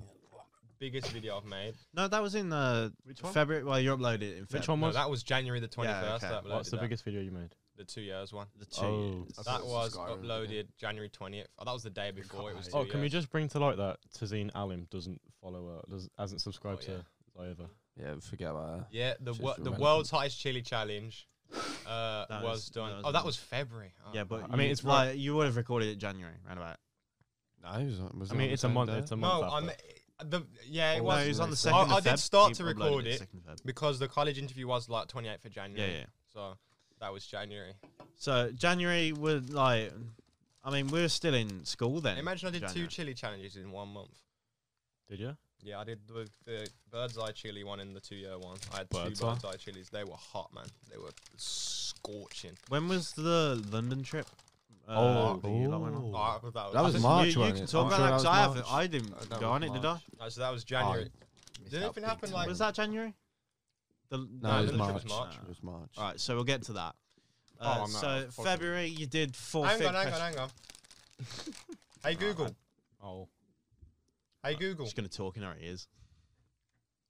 S1: biggest video I've made.
S3: no, that was in uh,
S2: Which one?
S3: February. Well, you uploaded it in
S2: Which
S3: February.
S2: one
S1: No,
S2: was?
S1: that was January the 21st.
S3: okay.
S1: that
S2: What's
S1: uploaded
S2: the
S1: that.
S2: biggest video you made?
S1: The two years one.
S3: The two.
S2: Oh.
S3: years.
S4: That's
S1: That
S4: it's a
S1: was
S4: Skyrim video.
S1: uploaded January 20th. Oh, that was the day before. It was.
S4: can't
S1: Two
S2: Oh, can we
S1: years.
S2: just bring to light that Tazeen Alim doesn't follow, uh, does, hasn't subscribed
S1: yeah.
S2: to Zyova?
S4: Yeah, forget about that.
S1: Yeah, the
S4: Just
S1: wo- the
S4: irrelevant.
S1: world's hottest chili challenge uh,
S3: That
S1: was
S3: is-
S1: done.
S3: that was
S1: oh, that
S3: nice.
S1: was February. Oh,
S3: Yeah, but
S2: I
S3: I
S2: mean,
S3: mean,
S2: it's
S3: it's like you would have recorded it January, round about.
S4: No, it was, on- was
S2: I
S4: it
S2: mean,
S4: on the
S2: it's a
S4: same
S2: month.
S4: day?
S2: It's a month.
S1: no,
S2: after.
S1: I'm the yeah. It
S4: Oh,
S1: was
S4: no, it was on the
S1: I,
S4: second
S1: I did start to
S3: He uploaded
S1: record it
S3: second of Feb.
S1: because the college interview was like 28th of January.
S3: Yeah, yeah.
S1: So that was January.
S3: So January would like, I mean, we were still in school then.
S1: Imagine I did two
S3: January.
S1: chili challenges in one month.
S2: Did you?
S1: Yeah, I did the, the bird's eye chili one and the two year one. I had
S2: Bird's
S1: two
S2: eye?
S1: bird's eye chilies. They were hot, man. They were scorching.
S3: When was the London trip? Uh,
S2: Oh,
S3: that you lot went on?
S1: Oh,
S2: oh.
S1: that was, that
S4: That
S1: was,
S4: was
S3: Listen,
S4: March,
S3: You, you
S4: wasn't
S3: can
S4: it?
S3: talk
S4: I'm
S3: about that
S4: sure that was
S3: because I haven't.
S4: March.
S3: I didn't
S4: Uh, that
S3: go
S4: was
S3: on it, did I?
S4: March.
S1: no, so that was January.
S4: Missed
S1: Did
S4: out
S1: anything
S4: big
S1: happen, like-
S4: time.
S3: Was that January? The,
S4: No, it was
S1: the trip
S4: March.
S1: was March.
S4: It was March.
S3: All right, so we'll get to that.
S1: Oh,
S3: Uh,
S1: I'm not-
S3: so
S1: fuck it.
S3: February, you did four.
S1: hang
S3: fig
S1: on, hang on,
S3: questions.
S1: hang on. hey Google.
S2: Oh,
S1: Hey Google.
S3: She's gonna talk in our ears.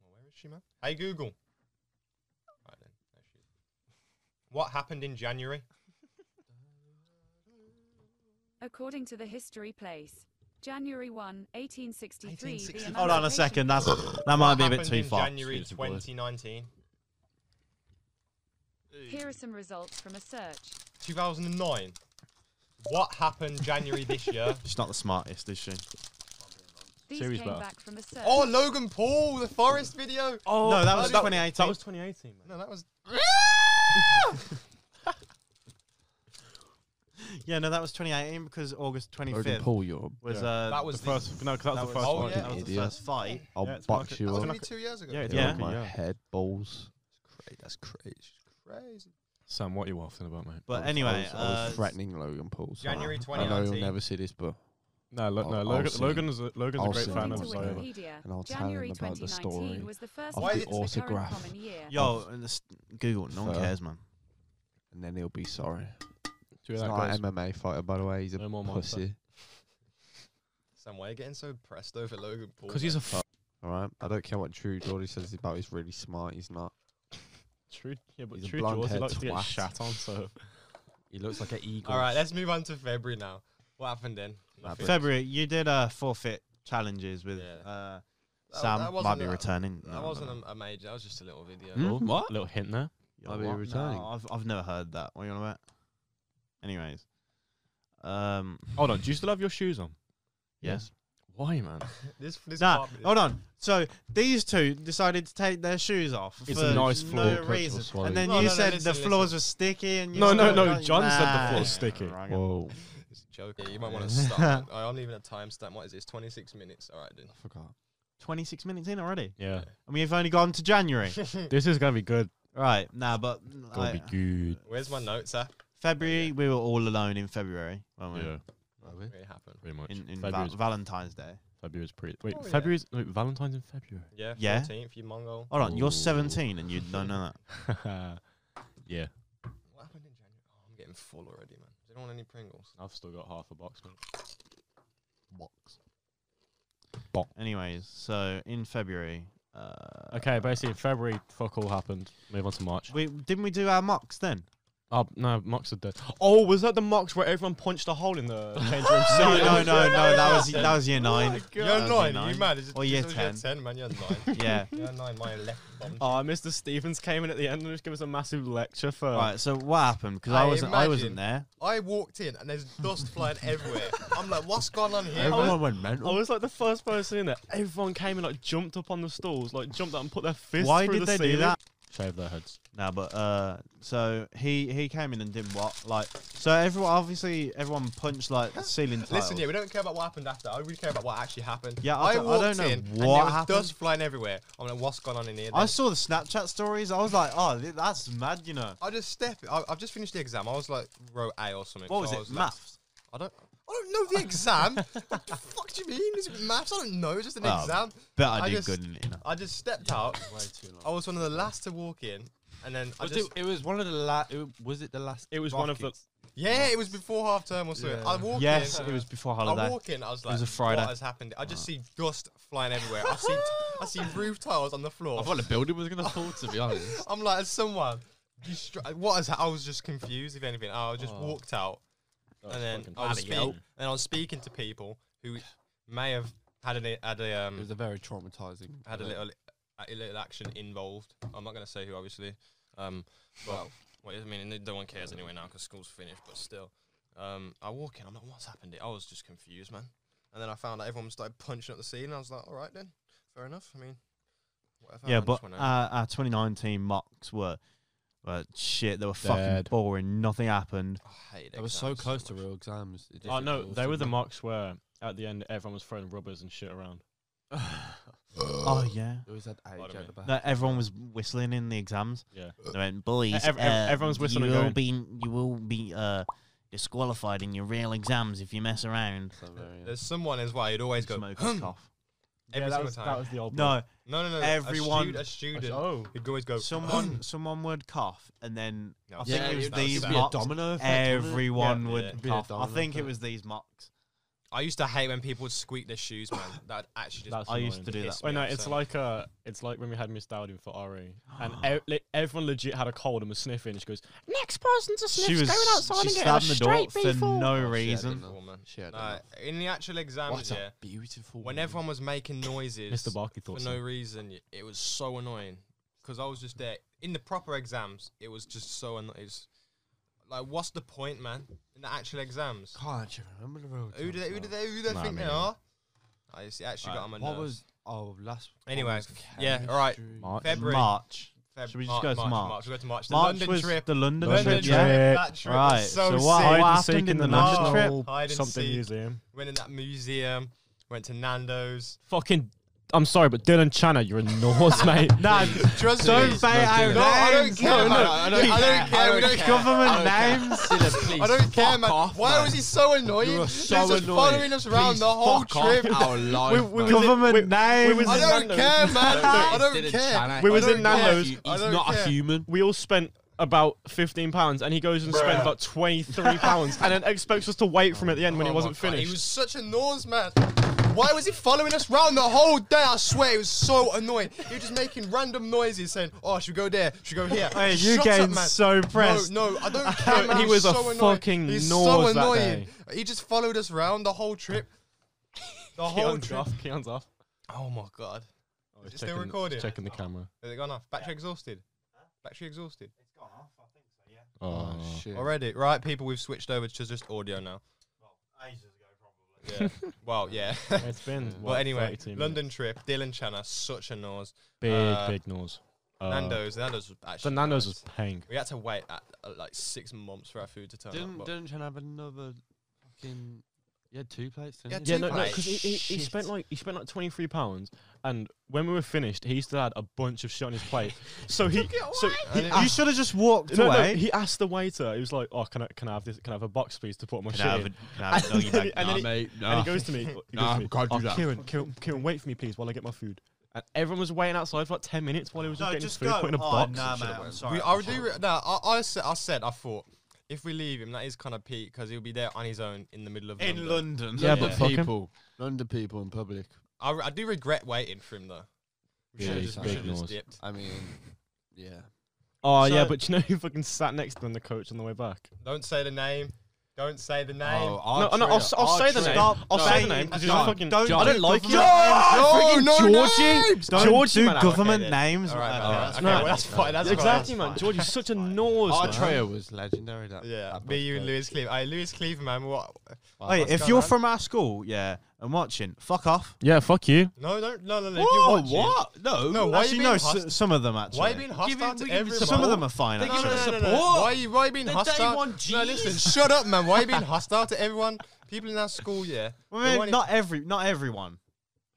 S1: Well, Where is she, man? Hey Google. Right then. There she is. What happened in January?
S7: According to the History Place, January 1, 1863.
S1: 1863.
S7: the
S3: Hold on a
S7: Emancipation
S3: second. That's that
S1: What
S3: might be a bit
S1: happened
S3: too
S1: in
S3: far.
S1: January
S4: Excuse me, boy.
S1: 2019.
S7: Here are some results from a search.
S1: 2009. What happened January this year?
S3: She's not the smartest, is she?
S7: These
S2: Series
S7: came
S2: better.
S7: back from a search.
S1: Oh, Logan Paul, the forest video.
S2: oh
S3: no, that was
S1: that-
S3: 2018.
S2: that was 2018, man.
S1: No, that was
S3: yeah, no, that was 2018 because August 25th
S4: Logan Paul, you're a-
S3: was
S2: Yeah.
S3: uh,
S1: that was
S2: the first. No, 'cause that was
S3: that
S2: the
S3: was-
S2: first
S1: oh,
S2: one.
S1: yeah.
S3: that was the
S4: Idiot.
S3: first fight.
S4: I'll
S2: Yeah, it's
S4: box
S2: market-
S4: you
S1: that was
S4: up.
S1: only two years ago.
S2: Yeah, it's
S4: You're
S3: Yeah.
S4: on my
S2: yeah.
S4: head balls.
S1: Great, that's crazy. Crazy.
S2: Sam, what are you waffling about, mate?
S3: But
S4: I was-
S3: anyway,
S4: I was, I was
S3: uh,
S4: threatening Logan Paul. so
S1: January
S4: I know he'll
S1: 2019.
S4: never see this, but
S2: No, look,
S4: I'll-
S2: no.
S4: I'll
S2: Logan,
S4: see.
S2: Logan's a, Logan's a
S4: I'll
S2: great fan
S4: see.
S7: According
S2: of
S7: to
S4: was over.
S7: Wikipedia,
S4: And I'll tell
S7: January
S4: him about the
S7: 2019
S4: story
S7: was the first
S1: of
S7: month
S1: the
S7: of the current
S4: autograph.
S7: common year.
S3: Yo, and this, Google, no one
S4: Fair.
S3: cares, man.
S4: and then he'll be sorry.
S2: Do you
S4: He's
S2: hear that,
S4: not
S2: guys?
S4: an MMA fighter, by the way. He's a
S2: No more monster.
S4: pussy.
S1: Sam, why are you getting so pressed over Logan Paul?
S2: Because he's a
S1: man?
S2: f-
S4: All right. I don't care what True Geordie says about. He's really smart. He's not.
S2: true. Yeah, but
S4: He's a
S2: true
S4: blonde
S2: Jaws, he
S4: head
S2: likes to get
S4: twat.
S2: shat on. So
S4: He looks like an eagle.
S1: All right, let's move on to February now. What happened then?
S4: Maverick.
S3: February, you did uh, forfeit challenges with
S1: Yeah.
S3: uh,
S1: That-
S3: Sam.
S1: that
S3: might
S1: wasn't
S3: be
S1: a-
S3: returning. No,
S1: That
S3: no,
S1: wasn't
S3: no.
S1: a, a major. That was just a little video.
S4: Hmm?
S2: what? little hint there.
S3: Yo,
S4: Might be
S3: what?
S4: returning.
S3: No, I've I've never heard that. What are you on about? Anyways, um,
S2: Hold on. Do you still have your shoes on?
S3: Yes.
S2: Why, man?
S1: This, this
S3: Nah,
S1: apartment is-
S3: hold on. So these two decided to take their shoes off
S2: It's
S3: for
S2: a nice floor,
S3: no
S2: Kurt will
S3: reason,
S2: swallow.
S3: and then
S1: No,
S3: you
S1: no, no,
S3: said
S1: listen,
S3: the floors were sticky, and you
S2: No, no,
S3: started
S2: no.
S3: going,
S2: John said
S3: nah.
S2: the floor's sticky.
S3: Right.
S2: Whoa.
S1: It's a joke. Yeah, you might want to stop. man. I don't even have timestamp. What is this? 26 minutes. All right, then.
S4: I forgot.
S3: 26 minutes in already,
S2: Yeah.
S3: and we've only gone to January.
S2: This is gonna be good.
S3: right. Nah, but
S2: Gonna
S3: like,
S2: be good.
S1: Where's my notes app?
S3: February, we were all alone in February, weren't we?
S2: Yeah,
S4: Are we?
S1: It happened.
S2: pretty much.
S3: In, in Val-
S2: February's,
S3: Valentine's Day.
S2: February's pretty. Wait,
S1: Oh, yeah.
S2: February's wait, Valentine's in
S1: Yeah,
S3: Yeah.
S1: 14th, you mongol.
S3: Hold on, you're
S2: Ooh.
S3: 17 and you don't know that.
S2: February. yeah.
S1: What happened in January? Oh, I'm getting full already, man. Does anyone want any Pringles?
S2: I've still got half a box. Mate.
S4: Box.
S3: Anyways, so in February. Uh,
S2: Okay, basically February, fuck all happened. Move on to March.
S3: We, didn't we do our mocks then?
S2: Oh no, mocks are dead. Oh, was that the mocks where everyone punched a hole in the change room?
S3: No, no, no, no. That was that was year nine.
S1: Oh You're
S3: That was
S1: nine,
S3: year
S1: you mad? It's
S3: Or year
S1: it's
S3: 10.
S1: man. You're nine.
S3: Yeah.
S1: you're nine. My left bum.
S2: Oh, Mr. Stevens came in at the end and just gave us a massive lecture for.
S3: Right. So what happened? Because I,
S1: I
S3: wasn't. I wasn't there.
S1: I walked in and there's dust flying everywhere. I'm like, what's going on here?
S4: Everyone went mental.
S1: oh,
S2: I was like the first person in there. Everyone came and like jumped up on the stools, like jumped up and put their fists.
S3: Why
S2: through
S3: did
S2: the
S3: they do
S2: ceiling.
S3: that?
S2: Shave their heads.
S3: No, but uh, so he he came in and did what? Like, so everyone obviously everyone punched like ceiling tiles.
S1: Listen, yeah, we don't care about what happened after. I really care about what actually happened.
S3: Yeah, I
S1: I,
S3: don't- I
S1: walked
S3: don't know
S1: in and there
S3: what
S1: was
S3: happened.
S1: dust flying everywhere. I'm like, what's going on in here?
S3: I
S1: then?
S3: saw the Snapchat stories. I was like, oh, th- that's mad. You know.
S1: I just step. I, I've just finished the exam. I was like, row A or something.
S3: What
S1: so
S3: was
S1: I
S3: it?
S1: like-
S3: Maths.
S1: I don't. I don't know the exam. what the fuck do you mean? Is it maths? I don't know. It's just an
S3: Well,
S1: exam.
S3: Oh, Bet I,
S1: I
S3: did
S1: just-
S3: good in it. You know.
S1: I just stepped out.
S5: Way too long.
S1: I was one of the last to walk in, and then I
S5: was
S1: just
S5: it, it was one of the last. Was it the last?
S2: It was one of the.
S5: Rockets.
S1: yeah, it was before half term or something.
S5: Yeah.
S1: I walked
S3: Yes,
S1: in.
S3: it was before
S1: I
S3: holiday.
S1: walk in. I was like,
S3: was a Friday. Oh.
S1: what has happened? I just see dust flying everywhere. I see I see roof tiles on the floor.
S5: I thought the building was gonna fall. To be honest,
S1: I'm like, as someone, distri- what has? I was just confused. If anything, I just
S2: Oh.
S1: walked out. and then I was
S5: bloody hell.
S1: speaking, and I was speaking to people who may have had an had a
S4: it
S1: um
S4: was a very traumatizing.
S1: had a little a little action involved. I'm not going to say who, obviously. Um, but well, I mean, no one cares anyway now because school's finished. But still, um, I walk in. I'm like, what's happened? here?" I was just confused, man. And then I found out everyone started punching up the scene. And I was like, all right then, fair enough. I mean, whatever.
S3: Yeah,
S1: I just
S3: but
S1: went
S3: uh,
S1: home.
S3: our 2019 mocks were, were shit. They were fucking
S2: Dead.
S3: boring. Nothing happened.
S1: I hate it.
S4: It was so close to real exams. It just
S2: Oh no, they were the
S4: exhausted
S2: mocks where at the end everyone was throwing rubbers and shit around.
S4: me.
S3: Oh yeah.
S4: It was that age
S1: Pardon
S4: at
S1: me.
S4: the back.
S3: That everyone was whistling in the exams.
S2: Yeah.
S3: They went, boys. uh,
S2: ev- ev- everyone's whistling
S3: You
S2: and
S3: will
S2: going."
S3: be, you will be uh, disqualified in your real exams if you mess around.
S4: So very, uh,
S1: There's someone as well. He'd always go.
S3: Smoke
S1: "Hmm,"
S3: and cough.
S1: Every
S2: that
S1: single
S2: was,
S1: time.
S2: that was the old.
S3: No,
S1: No, no, no.
S3: Everyone-
S1: a, stu- a
S2: bloke.
S1: student.
S2: Oh.
S1: He'd always go.
S3: someone, someone would cough, and then
S1: No,
S3: I
S1: I
S3: think
S1: yeah,
S3: it was
S1: that was
S3: these
S1: bad.
S4: be a
S3: mocks.
S4: domino effect, wouldn't it?
S3: Everyone
S1: Yeah.
S3: would
S1: Yeah.
S4: It'd be a
S3: cough. I
S4: domino
S3: think it
S4: effect.
S3: was these mocks.
S1: I used to hate when people would squeak their shoes, man. That actually just.
S2: That's
S3: I used to
S2: annoying.
S3: do that.
S1: pissed
S2: Wait,
S1: me
S2: no,
S1: off
S2: it's
S1: so
S2: like uh, it's like when we had Miss Dowding for RE, and e- li- everyone legit had a cold and was sniffing. She goes, "Next person to sniff,
S3: She was,
S2: going outside and
S3: she
S2: getting a
S3: stabbed the door
S2: straight
S3: for
S2: before."
S3: no
S4: Oh, shit, I
S3: reason.
S4: didn't know.
S1: awful, man.
S4: Shit, I don't
S1: No,
S4: know.
S1: in the actual exams,
S4: What
S1: yeah,
S4: a beautiful.
S1: when
S4: woman.
S1: everyone was making noises
S2: Mr. Barkey
S1: for
S2: thought
S1: no
S2: so.
S1: reason, y- it was so annoying because I was just there in the proper exams. It was just so annoying. Like, what's the point, man? In the actual exams,
S4: Can't you remember the real
S1: who do they, who
S4: exams,
S1: do
S4: man?
S1: they, who do they
S3: Nah,
S1: think
S3: me
S1: they
S3: neither.
S1: are? I just, it actually got on my
S4: What
S1: nerves.
S4: was oh last? one
S1: Anyway,
S4: was
S1: f- yeah, all right.
S4: chemistry.
S2: March.
S1: February.
S3: March.
S1: Feb-
S3: Should we just go to
S1: March,
S3: March?
S1: We'll go to March. The
S3: March
S1: London
S3: was
S1: trip.
S3: the London,
S1: London
S3: trip.
S1: trip.
S3: Yeah.
S1: That trip
S3: Right,
S1: was so,
S3: so what-
S1: sick.
S3: what
S2: Hide and
S3: happened
S2: seek
S3: in
S2: in
S3: the
S2: the
S3: National
S2: national
S1: Hide and
S2: something
S1: seek.
S2: museum.
S1: Went in that museum. Went to Nando's.
S2: Fucking, I'm sorry, but Dylan Channer, you're a Norse, mate.
S3: No,
S1: Trust
S3: don't
S1: me.
S3: say our
S1: No, I don't
S3: names.
S1: care, man. I don't, I don't care. We don't
S3: Government names.
S1: I don't care, man. Why was he so annoying?
S4: You were
S1: He
S4: so
S1: was just
S4: annoying.
S1: following us around the whole
S4: Fuck off
S1: trip.
S4: our life.
S2: we-
S4: man.
S2: we-
S3: Government
S2: Wait,
S3: names.
S2: was
S1: I
S2: in
S1: don't
S2: Nando's.
S1: care, man. I
S5: Guys
S1: don't
S5: didn't
S1: care.
S5: challenge-
S2: We was
S1: I don't
S2: in
S1: care.
S2: Nando's.
S1: I
S4: He's
S1: don't
S4: not a
S1: care.
S4: human.
S2: we all spent about 15 pounds and he goes and spends about 23 pounds and then expects us to wait for him at the end when
S1: Oh
S2: he
S1: my
S2: wasn't
S1: God,
S2: finished
S1: He was such a nose man. Why was he following us round the whole day? I swear, it was so annoying. He was just making random noises, saying, "Oh, should we go there? Should we go here?"
S3: Hey, you
S1: Shut
S3: getting
S1: up, man.
S3: so pressed.
S1: No, no, I don't care. Man.
S2: He
S1: He's
S2: was a
S1: so annoying.
S2: fucking
S1: He's
S2: nose
S1: so
S2: that
S1: annoying. He just followed us round the whole trip. The whole
S2: Keon's
S1: trip.
S2: off Keon's off
S1: Oh my god.
S2: oh, he's
S1: it still
S2: checking-
S1: recording?
S2: he's checking the camera
S1: Has it gone off? Battery exhausted. Battery exhausted.
S2: oh,
S4: Oh shit.
S1: Already, right, people, we've switched over to just audio now. Yeah. well, yeah.
S2: It's been.
S1: but
S2: what,
S1: anyway,
S2: 32 minutes?
S1: London trip, Dylan Channer, such a nose.
S2: Big
S1: uh,
S2: big nose. Uh,
S1: Nando's, Nando's was actually.
S2: But Nando's
S1: nice.
S2: was paying.
S1: We had to wait at, uh, like six months for our food to turn
S5: Didn't-
S1: up. but-
S5: didn't Chen have another fucking? You had two plates. Didn't
S1: Yeah,
S5: you?
S1: two
S2: Yeah, no, no,
S1: Like,
S2: because he, he, he
S1: shit.
S2: spent like he spent like twenty three pounds, and when we were finished, he still had a bunch of shit on his plate. So he, so he,
S3: You should have just walked
S2: no, no,
S3: away.
S2: he asked the waiter. He was like, "Oh, can I can I have this? Can I have a box, please, to put my shit in?" and, then he- and then he,
S5: mate.
S2: and he goes to me. He goes
S5: Nah,
S2: to me,
S5: can't do
S2: "Oh,
S5: that."
S2: Kieran, Kieran, Kieran, wait for me, please, while I get my food. And everyone was waiting outside for like ten minutes while he was just
S6: No,
S2: getting
S6: just
S2: his food,
S6: go.
S2: put in a
S6: oh,
S2: box.
S6: nah,
S2: and shit
S6: mate,
S2: away.
S6: I'm sorry.
S1: We, I would do. Re- no, I, I, said, I said, I thought if we leave him, that is kind of peak because he'll be there on his own in the middle of
S6: in London.
S2: Yeah, but
S1: Yeah.
S2: fuck him.
S4: people, London people in public.
S1: I, re- I do regret waiting for him though. We
S2: Yeah,
S1: should have
S2: he's
S1: just, we
S2: big
S1: should've just
S2: nose.
S1: dipped.
S4: I mean, yeah.
S2: Oh yeah,
S1: So-
S2: but you know who fucking sat next to him, the coach, on the way back.
S1: Don't say the name. Don't say
S3: Oh,
S1: the
S4: Oh,
S1: name.
S2: No, no, I'll, s-
S1: Oh,
S2: I'll say the name.
S6: Stop
S2: I'll say
S6: saying-
S2: the name because
S6: John,
S2: fucking.
S6: don't
S2: I
S6: do
S2: don't like you.
S6: government
S1: No, no
S3: Georgie,
S1: names!
S3: don't
S2: Georgie
S3: do
S2: man, okay,
S3: government
S2: then.
S3: names.
S1: All right, man,
S3: All
S1: yeah,
S3: right.
S1: that's okay,
S2: No,
S1: well, that's fine. That's Oh,
S2: Exactly,
S1: fine.
S2: man. George is such a nose.
S4: Our
S2: man.
S4: trio was legendary. That
S1: Yeah,
S4: that
S1: me, you, and
S4: podcast.
S1: Lewis Cleaver. Hey, Lewis Cleaver, man. What?
S3: Wait,
S1: What's
S3: if
S1: going
S3: you're
S1: on?
S3: from our school, yeah, and watching, fuck off.
S2: Yeah, fuck you.
S1: No, don't. No, no, no.
S3: Whoa,
S1: if you're watching,
S3: what? No,
S1: No, why are you
S3: actually,
S1: being
S3: no. s-
S1: hostile?
S3: some of them actually.
S1: Why are you being
S5: Give him-
S1: hostile
S5: we
S1: to
S5: give him
S1: everyone?
S3: some of them are fine.
S1: No,
S3: actually.
S1: no, no, no, no.
S5: support.
S1: Why are you, why are you being
S5: They're day
S1: hostile?
S5: one
S1: no,
S5: Gs.
S1: listen, shut up, man. Why are you being hostile to everyone? People in our school, yeah.
S3: Well,
S1: They
S3: maybe
S1: want it-
S3: not every, not everyone.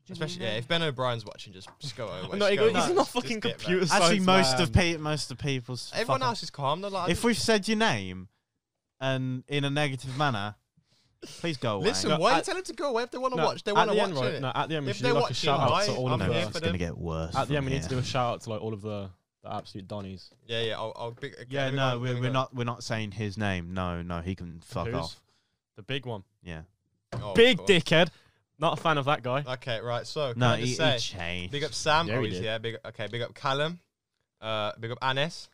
S1: especially, yeah, if Ben O'Brien's watching, just, just go away.
S2: No,
S1: just
S2: he
S1: go
S2: goes,
S1: away.
S2: he's not
S1: Just
S2: fucking
S1: dip, man.
S2: computer science.
S3: Actually, most
S2: man.
S3: of pe- most of people's.
S1: Everyone
S3: fucking-
S1: else is calm. They're like,
S3: If we've said your name, and in a negative manner, please go away.
S1: listen,
S2: No,
S1: why are you
S2: at-
S1: telling them to go away if they want to
S2: No,
S1: watch? They
S2: at
S1: want to
S2: the
S1: watch
S2: end, right,
S1: it.
S2: No, at the end, we
S1: If
S2: should
S1: they
S2: do like a
S1: watch it,
S2: shout out
S1: I-
S2: to all of
S1: I'm
S3: no,
S1: here
S2: them.
S1: for
S3: it's gonna
S1: them.
S3: get worse.
S2: At the end,
S3: from
S2: we need to
S3: here.
S2: do a shout out to like all of the, the absolute donnies.
S1: Yeah, yeah. I'll, I'll be, okay,
S3: Yeah,
S1: let me
S3: no,
S1: go, let
S3: we're,
S1: me
S3: we're
S1: go.
S3: not we're not saying his name. No, no, he can fuck
S2: Who's?
S3: off.
S2: The big one.
S3: Yeah.
S1: Oh,
S2: big
S1: cool.
S2: dickhead. Not a fan of that guy.
S1: Okay, right. So, can
S3: No,
S1: I
S3: he,
S1: just
S3: he
S1: say,
S3: changed.
S1: big up Sam.
S2: Yeah,
S1: oh,
S2: he
S1: he's
S2: did.
S1: here. Big, okay, big up Callum. Uh, big up Anes.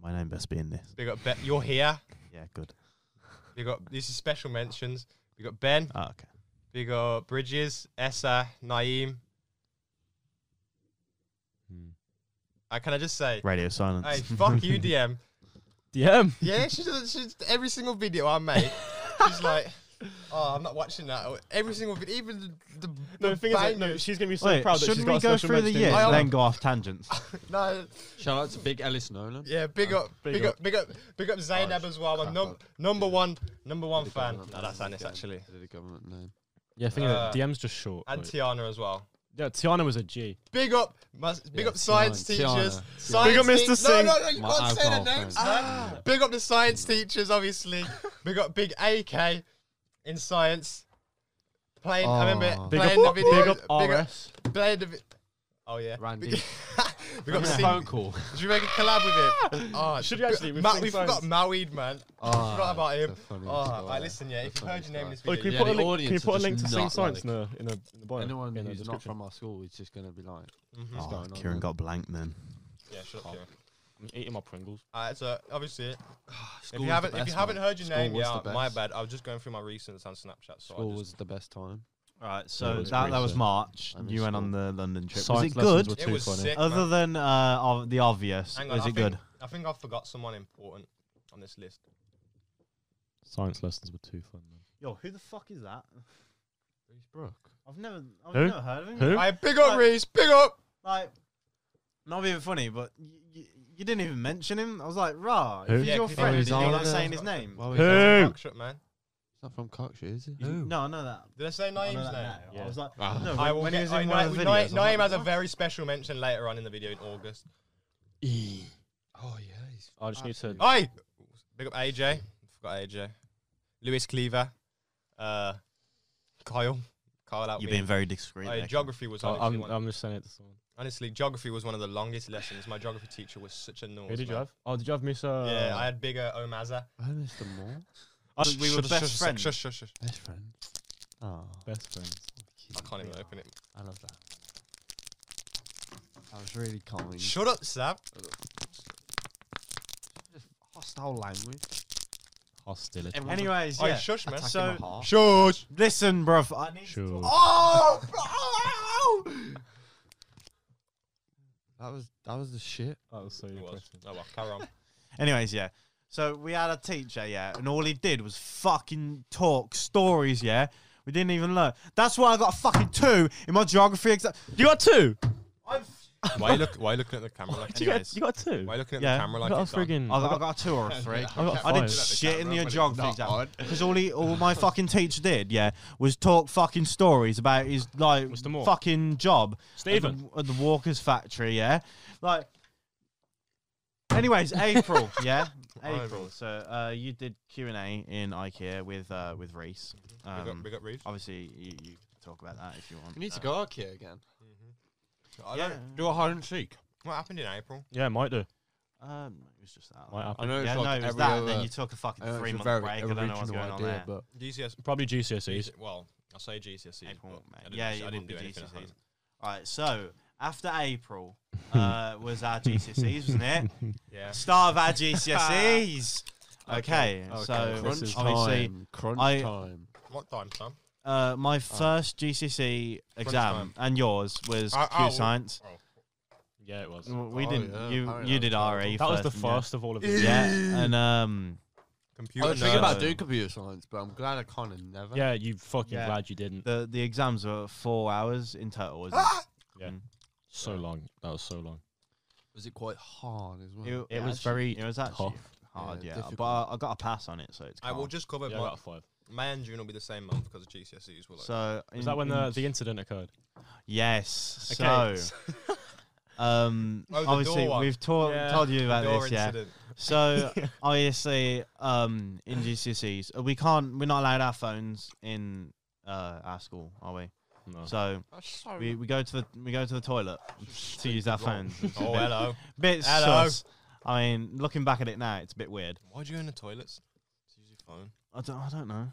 S3: My name best be in this.
S1: Big up. Be- You're here.
S3: Yeah, good.
S1: Big up. This is special mentions. Big up Ben.
S3: Oh, okay.
S1: Big up Bridges. Essa. Naeem. Uh, can I just say,
S3: Radio silence.
S1: hey, fuck you, DM.
S2: DM.
S1: Yeah, she does. She's, every single video I make, she's like, oh, I'm not watching that. Or Every single video, even the, the,
S2: No, the
S1: the
S2: thing is, like, no,
S1: bangers.
S2: she's gonna be so
S3: Wait,
S2: proud that she's
S3: shouldn't
S2: got
S3: we
S2: a
S3: go
S2: special
S3: through the
S2: mention.
S3: years,
S1: I am.
S3: then go off tangents?
S1: no,
S5: Shout out to Big Ellis Nolan.
S1: yeah, big up, big,
S2: Uh, Big
S1: up, big up, big up Zainab as well. My num- number one, number one fan. No, that's Anis actually,
S4: The government name.
S2: Yeah, thing
S1: Uh,
S2: is, DM's just short.
S1: and
S2: but-
S1: Tiana as well.
S2: Yeah, Tiana was a G.
S1: Big up, my, big
S5: Yeah,
S1: up science
S5: Tiana,
S1: teachers.
S5: Tiana.
S1: Science
S2: Big up Mr.
S1: teach-
S2: Singh.
S1: No,
S2: Ah.
S1: no, no, you
S5: My
S1: can't say their
S5: alcohol
S1: names.
S5: friend.
S1: man. Big up the science teachers, obviously. big up Big AK in science. Playing, I remember
S5: Ah.
S4: Oh.
S2: Big
S1: playing
S2: up,
S1: the video.
S2: big up RS.
S1: Played the vi- oh yeah.
S5: Randy.
S1: We we got
S5: Remember that
S1: Sing-
S5: phone call.
S1: Should we make a collab with him? Oh,
S2: Should we actually? We've
S1: Ma-
S2: seen
S1: we
S2: signs.
S1: forgot Mawid, man.
S5: Ah,
S4: Oh,
S1: forgot about him.
S4: the funniest
S1: Oh,
S4: guy.
S1: right, listen, yeah. If you've
S4: The
S1: heard
S4: funniest
S1: your name in
S4: guy.
S1: this
S2: Oh,
S1: video,
S2: can you
S5: Yeah,
S2: put
S5: the
S2: a link? Can you
S5: audience
S2: put
S5: are
S2: a link to
S5: just
S2: Sing
S5: not like-
S2: Science in the in the, in the bio?
S4: Anyone
S2: in the
S4: who's not
S2: description.
S4: from our school is just going to be like,
S1: Mhm.
S5: Mm-hmm.
S4: What's
S3: oh,
S4: going on
S3: Kieran
S4: then?
S3: got blank then.
S1: yeah, shut up.
S2: Oh.
S1: Kieran.
S2: I'm eating my Pringles.
S1: Alright, so obviously, if
S5: School
S1: you
S5: was
S1: haven't
S5: the
S1: if you
S5: best,
S1: haven't
S5: man.
S1: heard your
S4: School
S1: name,
S4: was
S1: yeah,
S4: the
S1: my
S4: best.
S1: bad. I was just going through my recents on Snapchat, so
S4: school
S1: I
S4: was
S1: just,
S4: the best time.
S3: All right, so
S2: it was
S3: that,
S2: pretty
S3: that was
S2: sick.
S3: March.
S4: I miss
S3: You went on
S4: school.
S3: the London trip.
S2: Science
S3: was it
S2: lessons
S3: good?
S2: were
S1: it
S2: too
S1: was
S2: funny.
S1: sick.
S3: Other
S1: man.
S3: than uh, of the obvious,
S1: Hang on,
S3: was
S1: I
S3: it
S1: think,
S3: good?
S1: I think I forgot someone important on this list.
S2: Science lessons were too fun. Man.
S3: Yo, who the fuck is that?
S4: Reece Brooke.
S3: I've never, I've
S2: Who?
S3: never heard of him.
S2: Who?
S1: Alright, big up
S3: Right.
S1: Reese, big up.
S3: Like, not being funny, but y- y- you didn't even mention him. I was like, rah,
S2: Who?
S3: if he's
S1: Yeah,
S3: your
S1: 'cause he
S3: friend,
S4: was
S3: you're
S4: all
S3: not
S4: over-
S3: saying his name.
S4: Well,
S2: Who?
S4: It's
S2: Hey.
S1: Shut, man.
S4: not from Cockshire, is it?
S3: No, I know that.
S1: Did I say
S3: I know
S1: Naeem's
S3: that
S1: name?
S3: now.
S2: Yeah.
S3: I was like,
S5: Ah.
S3: no,
S1: I
S3: when,
S1: will
S3: when
S1: get,
S3: he was
S1: I,
S3: in one of
S1: Naeem-
S3: the videos.
S1: Naeem
S3: I'm like,
S1: has a very special mention later on in the video in August.
S4: Oh, yeah. He's
S2: I just need to.
S1: Oi! Big up AJ. Forgot AJ. Lewis Cleaver. Uh, Kyle. Kyle out.
S3: You've been very discreet. there, Kieran.
S1: geography was
S2: Oh,
S1: honestly,
S2: I'm,
S1: one,
S2: I'm just sending it to someone.
S1: honestly geography was one of the longest lessons. My geography teacher was such a nose.
S2: Who did you
S1: man.
S2: have? Oh, did you have Miss? Uh,
S1: yeah, I had bigger Omaza.
S4: I missed them all.
S2: I
S3: Oh, we were
S2: should've-
S3: best
S2: should've-
S3: friends.
S2: Shush, shush, shush.
S4: Best friend. Oh,
S2: Best friends.
S1: I can't even open it.
S4: I love that. That was really calming.
S1: Shut up, Sab.
S4: Hostile language.
S2: Hostility.
S3: Anyways,
S1: Oi,
S3: yeah. Oh.
S1: shush, man.
S3: So,
S1: Shush.
S3: listen, bruv. I need
S2: Sure.
S1: Oh, bro. oh, ow.
S4: That was that was the shit.
S2: That was so
S1: It was.
S2: impressive.
S1: Oh well, carry on.
S3: Anyways, yeah. So we had a teacher, yeah, and all he did was fucking talk stories, yeah. We didn't even learn. That's why I got a fucking two in my geography exam.
S2: You got two.
S1: Why are you look? Why are you looking at the camera like?
S2: You got,
S3: Anyways.
S2: you got two.
S1: Why are you looking at
S3: Yeah,
S1: the camera
S2: I
S1: like?
S2: got a
S1: it's on?
S2: friggin'.
S3: I Oh, got, I got a two or a three.
S2: I got
S3: I did
S2: five.
S3: shit in the
S1: camera, but
S3: geography
S1: it's
S3: exam
S1: not
S3: because all he, all my fucking teacher did, yeah, was talk fucking stories about his like
S2: Mr. Moore.
S3: fucking job, at the-
S2: Stephen.
S3: at the, Walker's factory, yeah, like. Anyways, April, yeah,
S1: Ivan.
S3: April. So uh, you did Q and A in IKEA with uh, with Reese.
S1: We
S3: Um,
S1: got, we got Reed.
S3: obviously, you, you can talk about that if you want.
S4: You need to
S3: Uh,
S4: go out here again.
S1: I
S3: yeah.
S1: don't.
S4: Do a hide and seek.
S1: What happened in April?
S2: Yeah, might do.
S3: Um, it was just that.
S2: Might happen.
S4: I know it's
S3: yeah,
S4: like
S3: no, it was
S4: every
S3: that, and
S4: other,
S3: then you took a
S1: uh,
S3: fucking
S4: I know it's
S3: three
S4: a
S3: month
S4: very
S3: break. I don't know
S4: original
S3: what's going on
S4: idea,
S3: there.
S4: but
S1: GCS.
S2: Probably GCSEs.
S1: Well, I say GCSEs.
S3: April,
S1: E, but
S3: May.
S1: I didn't,
S3: Yeah,
S1: actually-
S3: it
S1: I
S3: would
S1: didn't
S3: be
S1: do anything. at
S3: GCSEs.
S1: home.
S3: E. All right, so after April uh, was our GCSEs, wasn't it?
S1: Yeah.
S3: Start of our GCSEs. okay, so
S2: This is
S3: obviously,
S4: time. crunch
S3: I-
S4: time.
S1: What time, Sam?
S3: uh, my first GCSE exam
S1: time.
S3: and yours was
S1: Uh,
S3: Q
S1: oh.
S3: science.
S2: Yeah, it was.
S3: W- We
S4: Oh,
S3: didn't.
S4: yeah,
S3: You
S4: apparently
S3: you
S4: that
S3: did
S4: was
S3: RE.
S2: That was the
S3: first, and
S2: first of all of
S3: yeah.
S2: you.
S3: Yeah, and um,
S1: Computer.
S4: I was thinking
S1: nerd.
S4: about
S3: nerd.
S4: doing computer science, but I'm glad I kind of never.
S2: Yeah, you fucking
S3: Yeah.
S2: glad you didn't.
S3: the the exams were four hours in total. Wasn't it? Mm.
S2: So long. That was so long.
S4: Was it quite hard as well?
S3: It,
S2: It
S3: was
S2: was very
S3: It was actually hard,
S4: Yeah,
S3: yeah.
S4: difficult.
S3: But I, I got a pass on it, so it's.
S1: I will
S3: calm.
S1: just cover
S2: Yeah, I
S1: my-
S2: got a five.
S1: May and June will be the same month because the GCSEs were like.
S3: So
S2: Is that when
S3: in-
S2: the, the incident occurred?
S3: Yes.
S1: Okay.
S3: So, um,
S1: Oh, the
S3: obviously
S1: door one.
S3: we've told
S2: Yeah.
S3: told you
S1: The
S3: about
S1: door
S3: this, yeah.
S1: incident.
S3: So obviously, um, in GCSEs, uh, we can't, we're not allowed our phones in uh our school, are we?
S1: Oh.
S2: No.
S3: So
S4: That's so
S3: we, we go to the we go to the toilet to use our phones.
S1: Oh hello.
S3: Bit
S1: Hello.
S3: sus. I mean, looking back at it now, it's a bit weird.
S1: Why'd you go in the toilets? Just use your phone.
S3: I don't, I don't know.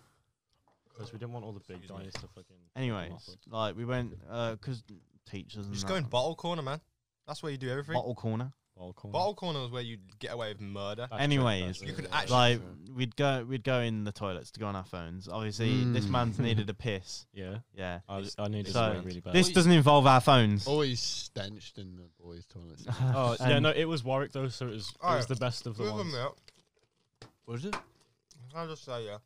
S2: Because we didn't want all the big
S1: Excuse me.
S2: guys to fucking.
S3: Anyways, like we went because teachers and
S1: Just
S3: that-
S1: go in bottle corner, man. That's where you do everything.
S3: Mm, bottle corner.
S2: Well, cool.
S1: Bottle corner is where you get away with murder.
S2: That's
S3: Anyways,
S2: true,
S1: You
S2: that's
S1: could
S2: true.
S1: actually.
S3: like we'd go we'd go in the toilets to go on our phones. Obviously, this
S4: Mm.
S3: man's needed a piss.
S2: Yeah,
S3: Yeah.
S2: I, I need to
S3: So,
S2: so, really bad.
S3: This
S4: Oi.
S3: doesn't involve our phones.
S4: Always stenched in the boys' toilets.
S2: Oh yeah,
S3: And-
S2: no, it was Warwick though, so it was it was
S1: Alright.
S2: the best of the
S1: With a
S2: ones.
S1: milk,
S4: Was it?
S1: I'll just say yeah.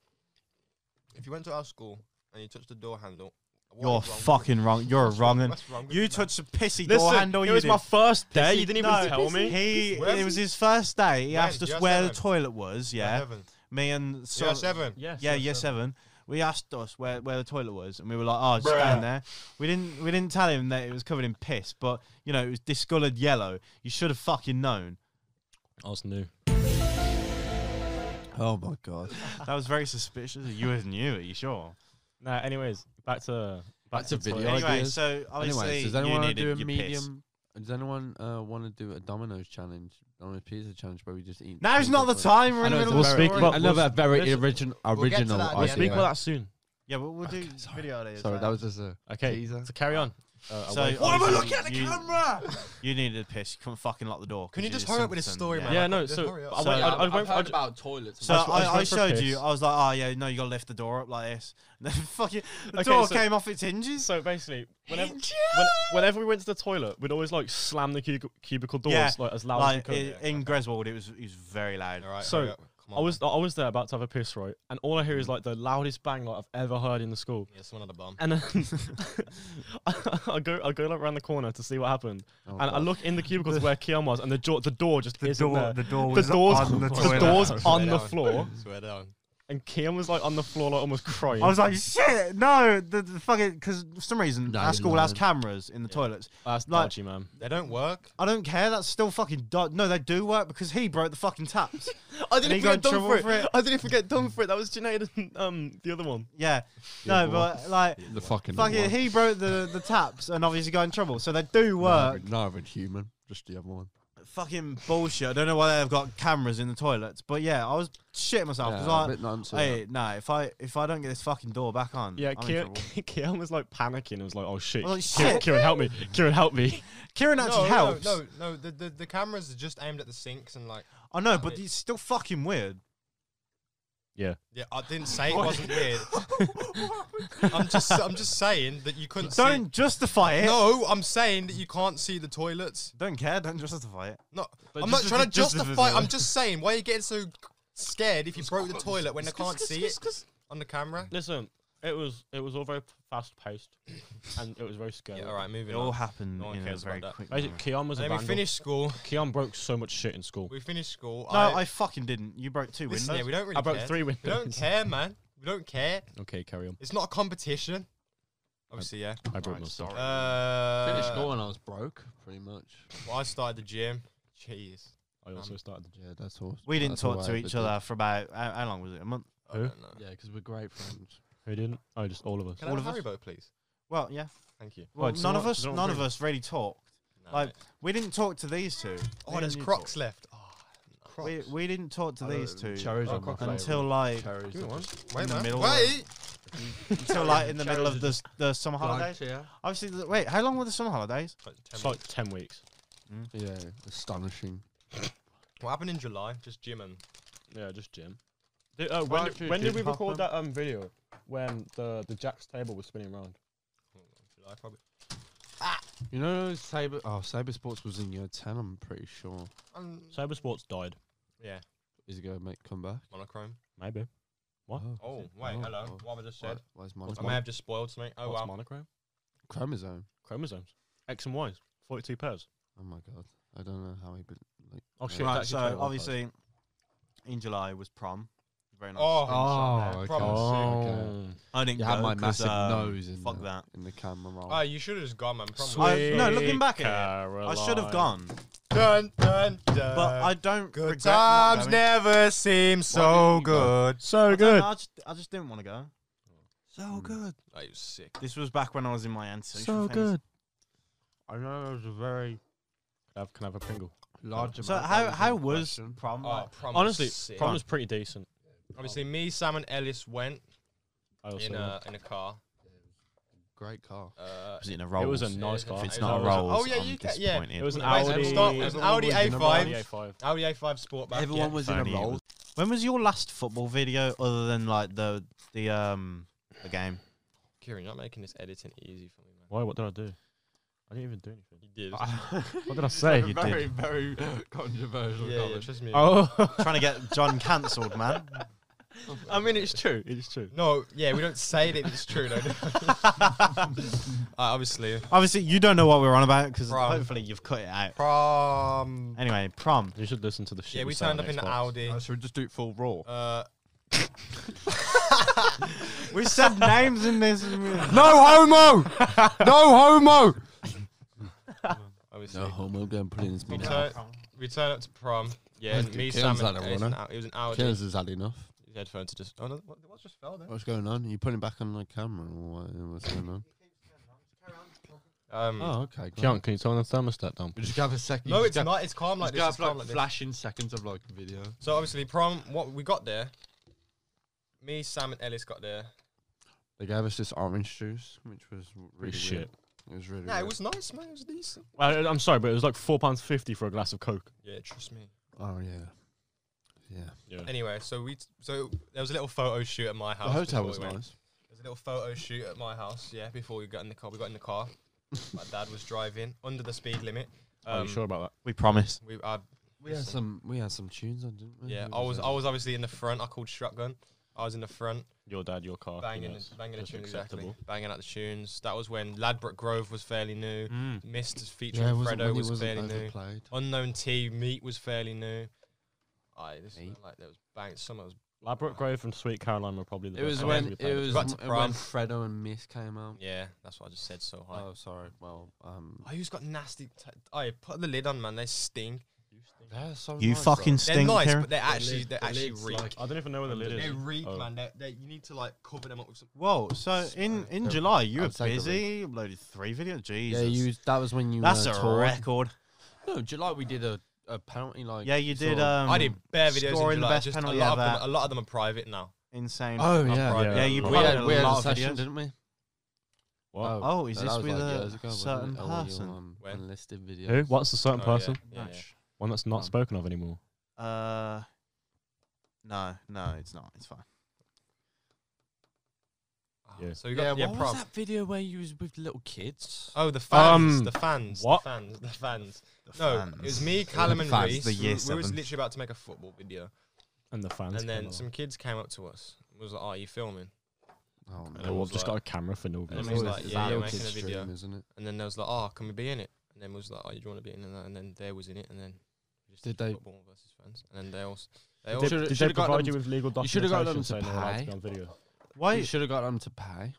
S1: If you went to our school and you touched the door handle, what
S3: You're
S1: is wrong with
S3: fucking wrong. You're a
S1: What's wrong-
S3: wrong un.
S1: what's wrong with
S3: You
S1: man?
S3: touched a pissy
S2: Listen,
S3: door handle.
S2: it
S3: you
S2: was
S3: did.
S2: my first day.
S3: Pissy-
S2: You didn't even
S3: no,
S2: tell me.
S3: He,
S1: Where-
S3: it was his first day. He
S1: When?
S3: asked us
S1: Year
S3: where the
S1: seven?
S3: toilet was.
S1: Yeah,
S3: Yeah,
S1: seven.
S3: me and so,
S1: Yeah, seven.
S2: Yes.
S3: yeah,
S2: yes,
S3: year
S2: sir.
S3: seven. We asked us where, where the toilet was, and we were like, "Oh, just down there." We didn't we didn't tell him that it was covered in piss, but you know it was discoloured yellow. You should have fucking known.
S2: I was new.
S4: Oh my god.
S3: That was very suspicious. You was new, are you sure?
S2: Nah. Anyways, back to back
S4: That's
S2: to
S4: a video
S2: toilet.
S4: idea.
S3: Anyway,
S4: ideas.
S3: so obviously
S4: Anyways, does
S3: you
S4: anyone want
S3: needed
S4: to do a
S3: your Piss.
S4: medium? Does anyone uh, want to do a Domino's challenge, Domino's pizza challenge, where we just eat?
S3: Now's not the time. We're in the middle
S2: We'll
S3: of
S2: speak about-
S4: I love that very
S2: listen,
S4: origin-
S1: we'll get to
S4: original.
S1: that at the
S2: We'll
S1: end.
S2: speak
S1: Anyway.
S2: about that soon.
S3: Yeah, but we'll do video ideas.
S4: Sorry,
S3: later.
S4: that was just a.
S2: Okay.
S4: Teaser.
S2: So carry on. Uh,
S3: So
S2: away from-
S3: Why am I
S1: Obviously,
S3: looking at the
S1: you-
S3: camera? You needed a piss. You couldn't fucking lock the door.
S1: Can you
S3: 'cause
S1: just
S3: you're
S1: hurry up with this
S3: Simpson,
S1: story,
S3: yeah.
S1: man?
S2: yeah, no.
S1: Just
S2: So
S1: hurry up.
S2: I
S3: So,
S2: went. I,
S3: yeah,
S2: I went. I, ju-
S5: about toilets.
S3: So
S2: I was- I was
S3: I, I
S2: going for a
S3: showed
S2: piss.
S3: you. I was like, oh yeah, no, you gotta lift the door up like this. And then fucking the
S2: Okay,
S3: door
S2: so-
S3: came off its hinges.
S2: so basically, whenever when, whenever we went to the toilet, we'd always like slam the cubic- cubicle doors
S3: Yeah,
S2: like as loud as we
S3: like
S2: could.
S3: i- in Greswold, it was it was very loud.
S1: All right.
S2: So,
S1: hurry up. Come
S2: I was I was there about to have a piss right, and all I hear
S3: Mm.
S2: is like the loudest bang like I've ever heard in the school.
S1: man. Yeah, someone had a bomb.
S2: And then I, go I go like around the corner to see what happened,
S4: Oh,
S2: and I
S4: God.
S2: look in the cubicles where Keon was, and the door the door just
S3: The
S2: isn't
S3: door,
S2: there.
S3: the door
S2: The
S3: was
S2: doors,
S3: on the,
S2: the,
S3: toilet.
S2: doors on
S1: Swear
S2: the
S1: down.
S2: floor,
S1: Swear down.
S2: and Keon was like on the floor, like almost crying.
S3: I was like, shit, no, the, the fucking because for some reason
S4: No,
S3: our school
S4: no.
S3: has cameras in the toilets.
S2: that's
S3: like-
S2: dodgy, man.
S1: They don't work.
S3: I don't care. That's still fucking do- no. They do work because he broke the fucking taps.
S2: I
S3: didn't And he even got in get done trouble for it. for it.
S2: I didn't forget done for it. That was Junaid and um the other one.
S3: yeah,
S4: Yeah,
S3: no, but like
S4: The fucking.
S3: fucking he broke the the taps and obviously got in trouble. So they do work.
S4: Not even human. Just the other one.
S3: fucking bullshit. I don't know why they've got cameras in the toilets, but yeah, I was shitting myself
S4: Yeah, a
S1: Uh,
S3: because
S4: bit nonsense.
S3: I, hey, nah, if I if I don't get this fucking door back on,
S2: Yeah,
S3: I'm in
S2: Keon,
S3: trouble.
S2: Keon was like panicking. and was like, oh shit.
S3: I was like,
S2: Kieran,
S3: shit.
S2: Kieran, help me. Kieran, help me.
S3: Kieran
S1: No,
S3: actually
S1: no,
S3: helps.
S1: No, no, no. The, the the cameras are just aimed at the sinks and like.
S3: I know, but it's still fucking weird.
S1: Yeah, I didn't say it wasn't weird. I'm just I'm just saying that you couldn't.
S3: Don't justify
S1: See,
S3: it.
S1: no, I'm saying that you can't see the toilets.
S3: Don't care. Don't justify it.
S1: No,
S2: But
S1: I'm not
S2: just-
S1: trying to
S2: just-
S1: justify. I'm just saying why are you getting so scared if you broke the toilet when they can't see it on the camera.
S2: Listen,
S8: It was it was all very fast paced, and it was very scary.
S1: Yeah, all right,
S3: It
S1: moving
S3: all
S1: on.
S3: happened
S1: No one
S3: in a
S1: cares about
S3: very
S1: that.
S3: quick.
S8: Basically,
S3: manner.
S8: Keon was
S1: And
S8: a
S1: then we
S8: vandal.
S1: finished school.
S8: Keon broke so much shit in school.
S1: We finished school.
S3: No, I, fucking didn't. You broke two
S1: listen,
S3: windows.
S1: yeah, we don't really
S8: I broke
S1: care.
S8: three windows.
S1: We don't care, man. We don't care.
S2: Okay, carry on.
S1: It's not a competition. Obviously, yeah.
S2: I broke
S3: Right,
S2: my
S3: sorry.
S1: Uh,
S4: Finished school and I was broke, pretty much.
S1: Well, I started the gym. Jeez.
S2: I also started.
S4: Yeah, that's all.
S3: we didn't
S4: that's
S3: talk
S4: all
S3: to
S4: I
S3: each
S4: ever did.
S3: other for about how, how long was it? A month.
S1: I
S2: Who?
S1: don't know.
S4: Yeah, because we're great friends.
S2: Who didn't? Oh, just all of us.
S1: Can
S3: All
S1: I
S3: of
S1: have a
S3: us?
S1: Harry boat, please?
S3: Well, yeah.
S1: Thank you.
S3: Well,
S2: Right, so
S3: none of
S2: what-
S3: us,
S2: so what
S3: none
S2: we-
S3: of us really talked.
S1: Nah,
S3: Like,
S1: mate.
S3: We didn't talk to these two.
S1: oh, there's Crocs left. Oh, no.
S3: We, we didn't talk to
S4: I
S3: these
S4: don't-
S3: two
S4: cherries
S2: Oh,
S4: are my
S2: cocktail.
S4: favourite.
S3: until like
S4: cherries.
S2: Give me
S4: are
S2: one.
S4: just-
S1: Wait,
S3: in the
S1: man.
S3: middle of-
S1: Wait.
S3: until like in the middle of the s- the summer holidays.
S4: Like, yeah.
S3: Obviously, the, wait, how long were the summer holidays?
S8: It's like ten weeks.
S4: yeah, astonishing.
S1: What happened in July? Just gym and
S8: Yeah, just Jim. uh, when
S4: actually,
S8: did, when did
S4: Jim
S8: we record
S4: Hoffman.
S8: that um video when the the Jack's table was spinning around?
S1: July probably.
S4: You know, Saber. Oh, Saber Sports was in year ten. I'm pretty sure.
S1: Um,
S8: Cyber Sports died.
S1: yeah,
S4: Is it gonna make come back?
S1: monochrome.
S2: Maybe. What?
S1: Oh, wait,
S4: Oh,
S1: hello.
S4: oh.
S1: What have I just
S4: Why,
S1: said?
S4: why is
S2: What's
S1: I
S4: monochrome?
S1: may have just spoiled something. Oh,
S2: What's
S1: wow.
S2: monochrome?
S4: chromosome.
S2: Chromosomes. X and Y's. Forty-two pairs.
S4: Oh my god, I don't know how he. But like,
S8: Oh
S4: Yeah.
S8: shit!
S3: Right,
S8: that's actually
S3: so
S8: twenty-one.
S3: obviously, in July was prom. Very nice.
S1: Oh.
S3: screenshot there.
S1: okay.
S4: Oh.
S2: Oh,
S3: I didn't
S4: You
S3: go
S4: had my
S3: 'cause,
S4: massive
S3: um,
S4: nose in
S3: Fuck
S4: the-
S3: that.
S4: in the camera roll.
S1: Oh, you should have just gone, man. Probably.
S3: I- no, looking back at it, I should have gone,
S1: Dun, dun, dun.
S3: but I don't.
S1: Uh, Good
S3: regret not
S1: times
S3: going.
S1: never seem so good.
S2: So
S3: I don't know,
S2: good.
S3: I just, I just didn't want to go. So good.
S1: Oh, you sick.
S3: This was back when I was in my antisocial
S2: So
S3: phase.
S2: good.
S4: I know it was a very
S2: Can I have, can I have a Pringle?
S4: large amount.
S3: So
S4: that
S3: how
S4: was
S3: how was
S4: in question.
S3: prom?
S1: Oh,
S3: like?
S1: prom
S8: Honestly,
S1: was sick.
S8: prom was pretty decent.
S1: Obviously, me, Sam, and Ellis went
S2: I also
S1: in a in a car.
S4: great car?
S1: Uh,
S3: was it in a
S2: it was a
S1: Rolls.
S2: nice
S1: If
S2: car.
S3: If it's
S1: I-
S3: not a
S1: I was-
S3: Rolls,
S1: oh, yeah,
S3: I'm
S1: you ca- yeah.
S3: disappointed.
S2: It was an
S1: Wait,
S2: Audi.
S1: stop. It was an Audi
S2: Audi
S1: A5.
S2: A5.
S1: Audi A5 Sportback.
S4: Everyone
S1: yeah.
S4: was in a
S3: Funny.
S4: roll.
S3: When was your last football video other than like the the um the game?
S1: Kieran, you're not making this editing easy for me, man.
S2: Why? What did I do? I didn't even do anything.
S1: You did.
S2: What did I say?
S4: you very, very controversial
S1: yeah, yeah,
S4: comment.
S1: trust me.
S2: Oh,
S3: Trying to get John cancelled, man.
S2: I mean, it's true. It's true.
S1: No, yeah, we don't say that it's true, though. obviously.
S3: Obviously, you don't know what we're on about because
S1: Prom.
S3: hopefully you've cut it out.
S1: Prom.
S3: Anyway, prom.
S2: You should listen to the shit.
S1: Yeah, we
S2: said on
S1: turned up in the
S2: Xbox.
S1: Audi.
S4: Oh, should we just do it full raw?
S1: Uh,
S3: We said names in this.
S4: No homo! no homo!
S1: obviously.
S4: No homo going put in this
S1: We,
S4: meeting.
S1: turn, we turn up to prom. Yeah,
S4: Where's
S1: and me,
S4: Kieran's
S1: Sam,
S4: had
S1: and
S4: a
S1: it was an,
S4: runner.
S1: Au- it was an Audi.
S4: Kieran's has had enough.
S1: His headphones are just. Oh no, what, what just fell there?
S4: What's going on? Are you putting it back on the camera or what- what's going on?
S1: Um,
S4: Oh, okay. go on.
S2: Keon, can you turn the thermostat down?
S4: We just have a second.
S1: No, it's not. It's calm like
S4: Like
S1: this. It's calm like this.
S4: flashing seconds of like video.
S1: So obviously, prom. What we got there? Me, Sam, and Ellis got there.
S4: They gave us this orange juice, which was r- really
S2: Pretty
S4: weird. It was really.
S1: Nah, it
S4: weird.
S1: was nice, man. It was decent.
S2: I, I'm sorry, but it was like four pounds fifty for a glass of Coke.
S1: Yeah, trust me.
S4: Oh yeah, yeah.
S2: Yeah.
S1: Anyway, so we t- so there was a little photo shoot at my house.
S4: The hotel
S1: before
S4: was
S1: we went.
S4: nice.
S1: There was a little photo shoot at my house. Yeah, before we got in the car, we got in the car. my dad was driving under the speed limit. Um,
S2: Are you sure about
S3: We promise.
S1: We, I
S4: We had
S1: Listen.
S4: some. We had some tunes on, didn't we?
S1: Yeah,
S4: It
S1: I was
S4: uh,
S1: I was obviously in the front. I called shotgun. I was in the front,
S2: that? Your dad, your car.
S1: banging
S2: you know, it's
S1: banging the
S2: just
S1: tunes exactly,
S2: acceptable.
S1: banging out the tunes. That was when Ladbroke Grove was fairly new. Mist featuring
S4: Mm. Yeah, it wasn't,
S1: Fredo
S4: when
S1: was
S4: it wasn't
S1: fairly new.
S4: overplayed.
S1: Unknown T Meat was fairly new. I this
S4: Meat?
S1: was like there was bang summer was
S2: Ladbroke Grove and Sweet Caroline were probably the.
S4: It
S2: best
S4: was
S2: songs we
S4: when
S2: played.
S4: it was
S1: Got to
S4: m-
S1: prom.
S4: when Fredo and Miss came out.
S1: yeah. That's what I just said so high.
S4: Oh, sorry. Well, um,
S1: Oh, who's got nasty? T- I put the lid on, man. They sting.
S4: they're so
S3: You
S4: Oh, nice,
S3: fucking
S4: though.
S1: They're
S3: stink.
S1: nice,
S3: Kieran.
S1: but they actually
S4: lid-
S1: they
S4: the
S1: actually
S4: lid's
S1: reek.
S4: like-
S2: I don't even know where the lid
S1: they
S2: is.
S1: reek,
S2: Oh.
S1: man. They, they, you need to like cover them up with some.
S3: Whoa! So in in
S4: Yeah.
S3: July you were
S4: I'd take a
S3: busy. You uploaded three videos. Jesus.
S4: Yeah, you. That was when you.
S3: That's
S4: uh,
S3: a
S4: toured.
S3: record.
S4: No, July we did a, a penalty like.
S3: Yeah, you
S4: sort
S3: did.
S4: of-
S3: Um,
S1: I did bare videos.
S3: scoring
S1: in
S3: the
S1: July,
S3: best
S1: just
S3: penalty
S1: a lot Of
S3: ever.
S1: them, a lot of them are private now.
S3: Insane.
S4: Oh
S1: I'm
S4: yeah.
S1: proud.
S2: Yeah,
S3: yeah, you
S2: we
S4: We
S3: probably
S4: had, we had
S3: a lot
S4: a
S3: of
S4: session,
S3: videos.
S4: didn't we?
S2: What?
S3: Oh, is
S4: that
S3: this
S4: was,
S3: with
S4: like,
S3: a
S4: years ago, wasn't
S3: certain
S4: it? All your,
S3: person?
S4: um,
S1: When?
S4: Unlisted video.
S2: Who? What's the certain
S1: Oh, yeah,
S2: person?
S1: yeah, yeah.
S2: One that's not
S4: Um,
S2: spoken of anymore.
S3: Uh, no, no, it's not. It's fine.
S1: Oh,
S2: Yeah.
S1: So we got yeah,
S4: what
S1: prom.
S4: was that video where you was with little kids?
S1: Oh, the fans,
S2: Um,
S1: the fans,
S2: what?
S1: the fans, the fans.
S3: The
S1: no,
S3: fans.
S1: it was me, Callum, and
S3: fans,
S1: Reese.
S3: the
S1: we,
S3: year
S1: we was
S3: seven.
S1: literally about to make a football video,
S2: And the fans.
S1: and
S2: came
S1: then
S2: along.
S1: some kids came up to us and was like, "Oh, "Are you filming?"
S5: Oh,
S2: And
S5: no.
S2: they all just got a camera for no
S1: And it
S2: reason.
S1: was
S5: always
S1: like,
S5: the
S1: yeah, you're
S5: Valorant
S1: making a
S5: kids'
S1: video.
S5: dream, isn't it?
S1: And then there was like, oh, can we be in it? And then was like, oh, do you want to be in it? And then there was in it. And then we just
S5: Did
S1: did
S5: they-
S1: football versus friends. And then they also they
S2: Did,
S1: all
S2: did they
S5: should've got
S2: provide
S5: them-
S2: you with legal
S5: you should've got them
S2: documentation
S5: to
S2: saying they're allowed to
S5: pay.
S2: be on video?
S5: You
S3: Why?
S5: should have got them to pay.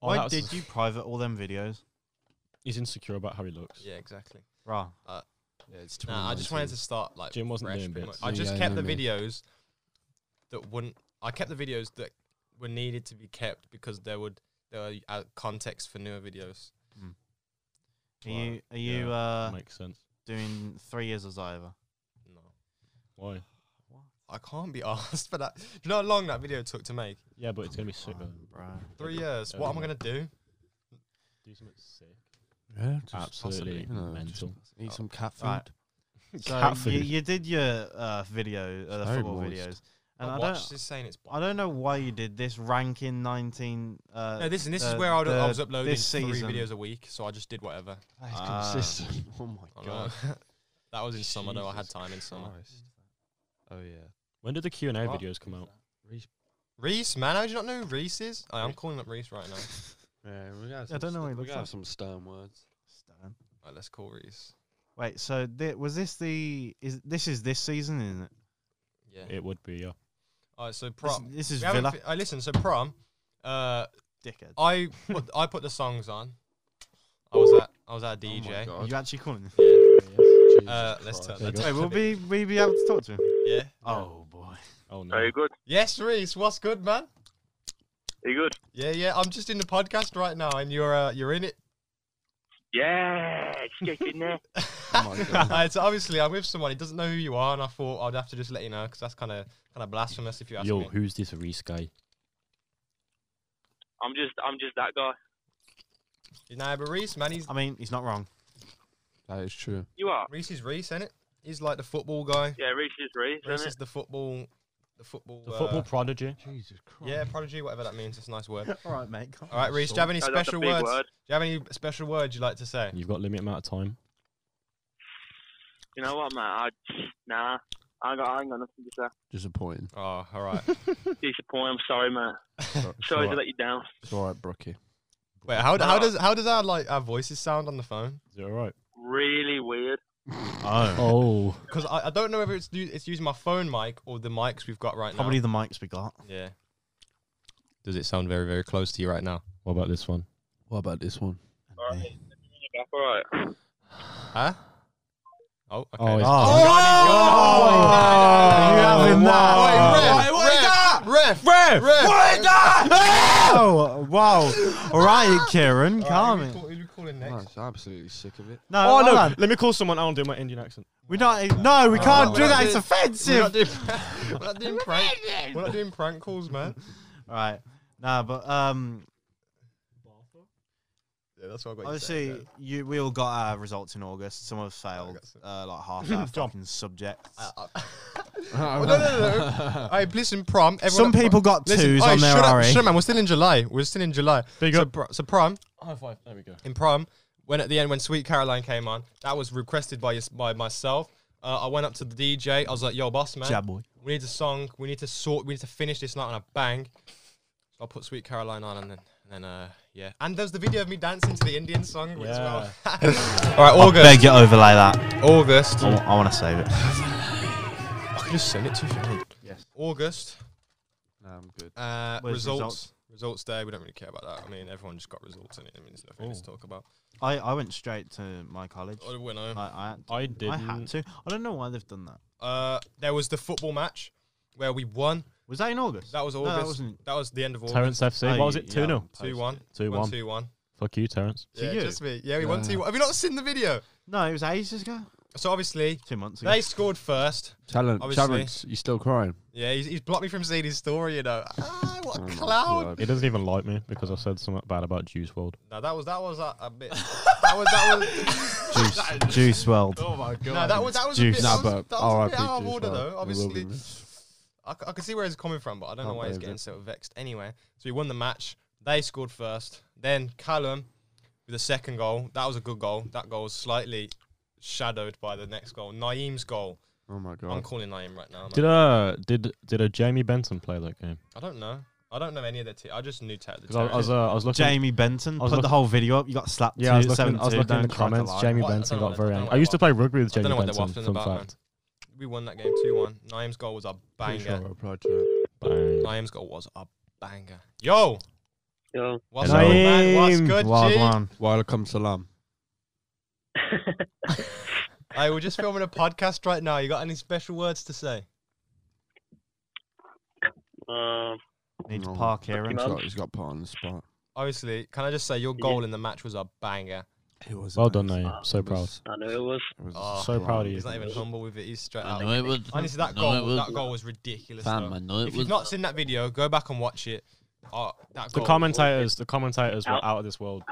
S2: Oh,
S3: Why
S2: that was-
S3: did you private all them videos?
S2: He's insecure about how he looks.
S1: yeah, exactly.
S3: Rah.
S5: Yeah, it's
S1: Nah, I just wanted to start like
S2: Jim wasn't
S1: fresh,
S2: doing
S1: pretty
S2: bits.
S1: much. I just
S5: Yeah,
S1: kept
S5: no,
S1: the
S5: me.
S1: videos that wouldn't. I kept the videos that were needed to be kept because there would there were uh, context for newer videos.
S3: Are you are
S2: yeah,
S3: you uh,
S2: Makes sense.
S3: doing three years as either?
S1: No,
S2: Why?
S1: I can't be asked for that. Do you know how long that video took to make?
S2: Yeah, but it's gonna be sick though.
S3: Bruh.
S1: Three years. What am I gonna do?
S2: Do something sick.
S5: Yeah, possibly,
S2: Absolutely
S5: you know, just
S2: mental.
S1: Oh.
S5: eat some cat food.
S3: Right. So
S2: Cat
S3: You,
S2: food.
S3: you did your uh, video, uh, the
S5: very
S3: football
S5: moist.
S3: videos, and I
S1: But watch
S3: don't,
S1: is saying it's.
S3: I don't know why you did this ranking nineteen. Uh,
S1: No, this and this is
S3: the-
S1: where I, would, I
S3: the-
S1: was uploading
S3: this
S1: three
S3: season.
S1: videos a week, so I just did whatever.
S5: That is
S3: Ah.
S5: consistent. Oh my
S1: I don't
S5: god.
S1: know. that was in summer though. I had
S5: Jesus
S1: time in summer.
S5: Christ. Oh yeah.
S2: When did the Q and A
S5: What?
S2: videos come out?
S1: Reese, man, I do you not know who Reese is? I am calling up Reese right now.
S5: Yeah, we got.
S3: don't know what he
S5: We
S3: looks
S5: got
S3: like.
S5: some stern words.
S3: Stan.
S1: Right, let's call Reese.
S3: Wait, so thi- was this the? Is this is this season? Isn't it?
S1: Yeah.
S2: It would be yeah.
S1: All right, so prom.
S3: This, this is
S1: We haven't
S3: Villa.
S1: fi- I listen. So prom, uh,
S3: Dickhead.
S1: I put, I put the songs on. I was at I was at a DJ.
S2: Oh,
S3: Are you actually calling him?
S1: uh, let's turn
S2: There you
S1: that.
S2: go.
S1: down
S3: Wait,
S1: a
S3: will
S1: bit.
S3: we we be able to talk to him?
S1: Yeah.
S3: Oh boy.
S2: Oh no.
S9: good?
S1: Yes, Reese. What's good, man?
S9: Are you good?
S1: Yeah, yeah. I'm just in the podcast right now, and you're uh, you're in it.
S9: Yeah, just get in there.
S1: Alright, so obviously, I'm with someone who doesn't know who you are, and I thought I'd have to just let you know because that's kind of kind of blasphemous if you ask
S2: Yo,
S1: me.
S2: who's this Reese guy?
S9: I'm just, I'm just that guy.
S1: Nah, but Reese, man, he's
S3: I mean, he's not wrong.
S5: That is true.
S9: You are?
S1: Reese is Reese, is it? He's like the football guy.
S9: Yeah, Reese is Reese,
S1: Reese
S9: isn't
S1: is
S9: it?
S1: the football, the football,
S2: The
S1: uh,
S2: football prodigy.
S5: Jesus Christ.
S1: Yeah, prodigy, whatever that means. It's a nice word.
S3: All right, mate.
S1: All right, Reese, do you have any
S9: Oh, that's a
S1: special
S9: big
S1: words?
S9: word.
S1: Do you have any special words you'd like to say?
S2: You've got limited amount of time.
S9: You know what, mate? I, nah, I ain't got, I ain't got nothing to
S5: Disappointing.
S1: Oh, all right.
S9: say. Disappointed. I'm sorry, mate. Sorry to let you down.
S5: It's all right, Brookie.
S1: Wait, how,
S9: Nah.
S1: how does how does our like our voices sound on the phone?
S2: Is it alright?
S9: Really weird.
S3: Oh,
S2: Oh.
S1: Because I, I don't know whether it's u- it's using my phone mic or the mics we've got right
S3: probably the mics we got.
S1: now. Yeah. Does it sound very very close to you right now?
S2: What about this one?
S5: What about this one?
S9: All right. You're back, all right.
S1: Huh? Oh. Okay.
S2: Oh,
S1: Oh,
S2: it's-
S3: Are Oh! you having that?
S1: Wait, ref, ref, ref, ref.
S3: Oh, wow. All right, Kieran, calm
S1: Who
S3: it.
S1: we call- who we calling
S5: Oh,
S1: next?
S5: it's absolutely sick of it.
S3: No,
S2: Oh,
S3: hold
S2: no.
S3: on.
S2: Let me call someone. I don't do my Indian accent.
S3: We're not. No, we can't
S1: Oh, we're
S3: do
S1: not
S3: that.
S1: doing-
S3: It's
S1: We're not
S3: offensive.
S1: doing, we're not doing prank. We're not doing prank calls, man.
S3: All right. Nah, but um,
S1: Yeah, that's what I got. you saying,
S3: obviously, you we all got our results in August. Some have failed, uh, like half our fucking subjects.
S1: yeah. Uh, uh, Oh, no, no, no, no. I listen, prom.
S3: Some
S1: Everyone at
S3: people got
S1: Listen,
S3: twos
S1: oi,
S3: on their
S1: shut up,
S3: RE.
S1: shut up, man. We're still in July. We're still in July.
S2: Big
S1: so,
S2: up.
S1: pro- so prom
S2: High five. There we go.
S1: in prom when at the end when Sweet Caroline came on, that was requested by yous- by myself. Uh, I went up to the DJ. I was like, "Yo, boss man,
S3: Jab boy.
S1: we need a song. We need to sort. We need to finish this night on a bang." So I put Sweet Caroline on, and then and then uh, yeah. And there's the video of me dancing to the Indian song as well. All right, August.
S3: Beg you overlay that.
S1: August.
S3: I, want to save it.
S1: Oh, I can just send it to you. if you want.
S5: Yes.
S1: August.
S5: No, I'm good.
S1: Uh,
S3: Where's
S1: results.
S3: results?
S1: results. day. We don't really care about that. I mean, everyone just got results in it. I mean, there's nothing to talk about.
S3: I, I went straight to my college.
S1: Oh, we know.
S3: I, I, had to-
S2: I
S3: I
S2: didn't.
S3: had to. I don't know why they've done that.
S1: Uh, there was the football match where we won.
S3: Was that in August?
S1: That was
S3: that
S1: August.
S3: wasn't-
S1: that was the end of August.
S2: Terence FC. what was it? 2 0.
S1: Two one.
S2: Two
S1: One,
S2: one.
S1: two one.
S2: Fuck you, Terence.
S3: To
S1: yeah,
S3: you?
S1: just me. Yeah, we won
S5: Yeah.
S1: two one. Have you not seen the video?
S3: No, it was ages ago.
S1: So obviously
S3: Two months ago.
S1: they scored first.
S5: Talent,
S1: Obviously.
S5: Terrence, you still crying?
S1: Yeah, he's, he's blocked me from seeing his story. You know, ah, what a
S5: Oh
S4: Mm,
S5: my
S1: clown.
S5: God.
S2: He doesn't even like me because I said something bad about Juice World.
S1: No, that was that was a, a bit. that was that was.
S3: Juice, Juice World.
S5: Oh my god.
S1: No, that was that was a
S3: Juice.
S1: bit,
S5: Nah,
S1: that was,
S5: but
S1: that was a bit
S5: RIP
S1: out of
S5: Juice WRLD.
S1: order
S5: It
S1: though.
S5: will be
S1: Obviously,
S5: missed.
S1: I, c- I can see where he's coming from, but I don't know
S5: Can't
S1: why he's
S5: believe
S1: getting
S5: it.
S1: so vexed. Anyway, so we won the match. They scored first. Then Callum with the second goal. That was a good goal. That goal was slightly shadowed by the next goal. Naeem's goal.
S5: Oh my
S1: I'm
S5: god.
S1: calling Naeem right now. man.
S2: Did uh did did a Jamie Benson play that game?
S1: I don't know. I don't know any of their te- I just knew Ted the
S2: Because I, I was, uh, I was looking.
S3: Jamie Benton
S2: I was
S3: put the
S2: look-
S3: whole video up. You got slapped.
S2: yeah, I was
S3: two,
S2: looking, I was
S3: 7-2,
S2: looking in the
S3: don't try to
S2: comments.
S3: lie.
S2: Jamie
S1: What- I don't
S2: Benson
S1: know what-
S2: got
S1: I don't
S2: very
S1: know
S2: angry.
S1: what
S2: I used to
S1: they
S2: play rugby
S1: I
S2: with
S1: don't
S2: Jamie
S1: know what they're
S2: Benson.
S1: waffling
S2: Fun
S1: about,
S2: fact.
S1: We won that game 2 1. Naeem's goal was a banger.
S4: replied to it.
S2: Bang.
S1: Naeem's goal was a banger. Yo!
S9: Yo.
S1: What's
S2: Hello.
S1: up, man? What's
S2: Naeem,
S1: good,
S3: Wild
S1: G?
S3: one.
S4: Walaikum salam.
S1: Hey, we're just filming a podcast right now. You got any special words to say?
S9: um,
S3: Need to
S1: Oh,
S4: No.
S3: park here.
S9: Fucking
S3: and-
S9: hell.
S4: Got- He's got put on the spot.
S1: Obviously, can I just say your goal in the match was a banger?
S4: He was
S2: Well done, Naeem. So proud.
S9: I know it was.
S1: Oh,
S2: So proud of you.
S1: He's not even humble with it. He's straight
S10: I
S1: out.
S10: know it was.
S1: Honestly, that
S10: No, it
S1: goal,
S10: was-
S1: that goal was ridiculous.
S10: Fam,
S1: though.
S10: I know it
S1: If you've
S10: was.
S1: not seen that video, go back and watch it. Oh, that
S2: The
S1: goal-
S2: commentators, the commentators were
S9: Out.
S2: out of this world.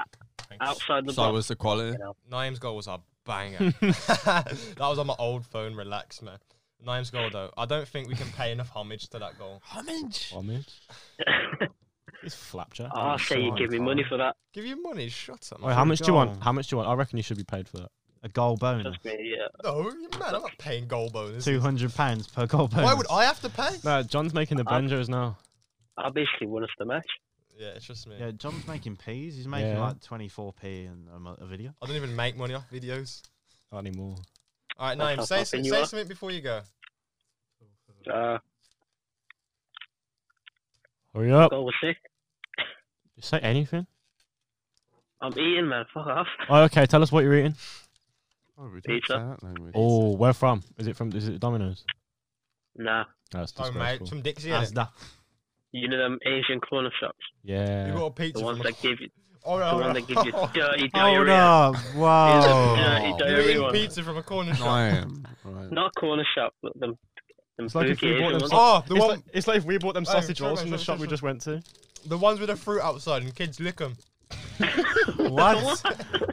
S9: Outside the
S4: So
S9: box.
S4: was the quality.
S1: Naeem's goal was a banger. that was on my old phone. Relax, man. Naeem's goal, though, I don't think we can pay enough homage to that goal.
S2: Homage. It's flapjack.
S9: I say Oh, you give me money for that.
S1: Give you money, shut up.
S2: Wait,
S1: man.
S2: how much do you want? How much do you want? I reckon you should be paid for that.
S3: A goal bonus.
S9: Trust me, yeah.
S1: No, man, I'm not paying goal bonus.
S3: Two hundred pounds per goal bonus.
S1: Why would I have to pay?
S2: No, John's making the
S9: Uh,
S2: banjos now.
S9: I basically won us the match.
S1: Yeah, it's just me.
S3: Yeah, John's making peas. He's making
S2: Yeah.
S3: like twenty four p in a, mo- a video.
S1: I don't even make money off videos.
S2: Not anymore.
S1: All right,
S9: That's
S1: Naeem,
S9: how
S1: say,
S9: fucking
S1: some,
S9: you
S1: say
S9: are.
S1: something before you go.
S9: Uh,
S2: Hurry up.
S9: goal was sick.
S2: Just say anything.
S9: I'm eating, man. Fuck off.
S2: Oh, okay. Tell us what you're eating.
S4: Oh, we don't
S9: Pizza.
S4: say that language.
S2: Oh, where from? Is it from? Is it Domino's?
S9: Nah.
S2: No, it's
S1: Oh, mate,
S2: disgraceful.
S1: some Dixie in it.
S3: Asda.
S9: You know them Asian corner shops?
S1: You
S2: Yeah.
S1: got a pizza
S9: The ones
S1: from a-
S9: that give you,
S1: Oh, no,
S9: the
S1: no,
S9: one
S1: no.
S9: that give you dirty
S3: Hold
S9: diarrhea.
S3: up!
S2: Oh.
S3: Wow.
S9: Dirty
S1: You're
S9: diarrhea.
S1: eating
S9: ones.
S1: pizza from a corner shop.
S4: I am. Right.
S9: Not corner shop, but them. them
S2: It's like if
S9: booty
S2: we
S9: Asian
S2: bought them
S9: ones.
S2: so-
S1: Oh, the
S2: it's,
S1: one,
S2: like, it's like if we bought them
S1: Oh,
S2: sausage
S1: sorry,
S2: rolls from the
S1: sorry,
S2: shop we
S1: sorry.
S2: just went to.
S1: the ones with the fruit outside, and kids lick them.
S3: What?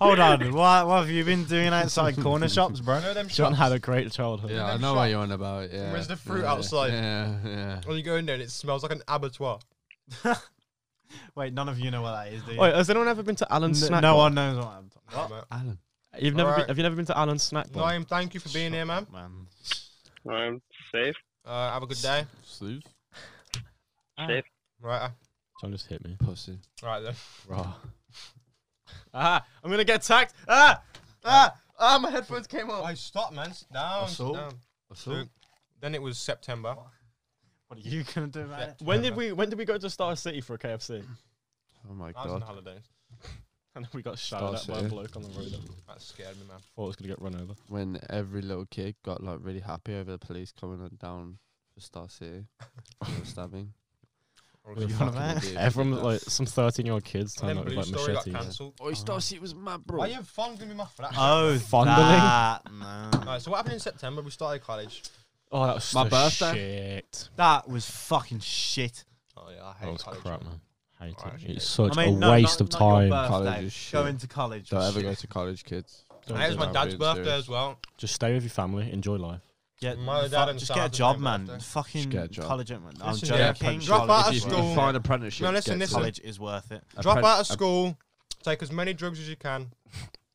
S3: Hold on. What, what have you been doing outside corner shops, bro?
S1: I know them
S2: John
S1: shops.
S2: had a great childhood.
S4: Yeah,
S1: them
S4: I know
S1: shop.
S4: what you're on about. Yeah.
S1: Where's the fruit
S4: yeah,
S1: outside?
S4: Yeah, yeah.
S1: When you go in there, and it smells like an abattoir.
S3: Wait, none of you know what that is, do you?
S2: Wait, has anyone ever been to Alan's
S3: N-
S2: Snack?
S3: no
S2: Bar?
S3: one knows what I'm talking
S1: Right, mate.
S4: Alan.
S2: You've never
S1: Alright.
S2: been, have you never been to Alan's Snack? Bar?
S1: Naeem, thank you for being here, man.
S3: about, man.
S9: Um, safe.
S1: Uh, have a good day.
S4: Sleuth.
S1: Right, uh,
S2: John just hit me.
S4: Pussy.
S1: right then.
S2: Raw. ah, I'm gonna get attacked. Ah, ah, ah! My headphones came off.
S1: I stop, man. Sit Down, sit
S4: Assault.
S1: down. So, then it was September.
S3: What are you gonna do about it?
S2: When did we when did we go to Star City for a KFC?
S4: Oh my
S1: I was on
S4: god.
S1: holidays.
S2: And we got shouted at
S4: Star
S2: by a
S4: City.
S2: bloke on the road. that
S1: That scared me, man.
S2: Thought it was gonna get run over.
S4: When every little kid got like really happy over the police coming on down for Star City, for stabbing.
S3: What are you on about?
S2: Everyone was like some thirteen year old kids
S1: And then
S2: turned up with
S1: Blue
S2: like
S1: Story got
S2: machetes.
S1: cancelled. Uh,
S4: Oh, Star City was mad, bro.
S1: Why you fondling me, off for that?
S3: Oh,
S2: Fondling?
S3: that. No.
S1: Alright, so what happened in September? We started college.
S2: Oh, that was
S4: My
S2: so
S4: birthday.
S2: Shit.
S3: That was fucking shit.
S1: Oh yeah, I hate
S2: That was
S1: college.
S2: crap, man. Hate
S1: Alright,
S2: it.
S1: okay.
S2: It's such
S3: I mean,
S2: a
S3: no,
S2: waste
S3: not,
S2: of
S3: not
S2: time.
S3: your birthday,
S4: College is shit.
S3: Going to college.
S4: Don't
S3: was
S4: ever
S3: shit.
S4: go to college, kids.
S2: Don't
S1: That
S2: do
S1: was my
S4: that,
S1: dad's
S4: being
S1: birthday
S4: serious.
S1: as well.
S2: Just stay with your family, enjoy life.
S3: Get,
S1: My
S3: fuck,
S1: dad and
S3: just
S1: Sam
S3: get a
S1: had the
S3: job,
S1: same
S3: man.
S1: birthday.
S3: Fucking
S4: get a job.
S3: college, man. I'm
S1: Listen, yeah,
S3: joking.
S1: drop out of
S3: College is
S1: school.
S3: worth it.
S4: Find apprenticeship.
S1: No, listen,
S4: get to
S1: listen.
S4: it.
S3: College is worth it.
S1: Drop
S4: Appren-
S1: out of
S4: app-
S1: school, take as many drugs as you can,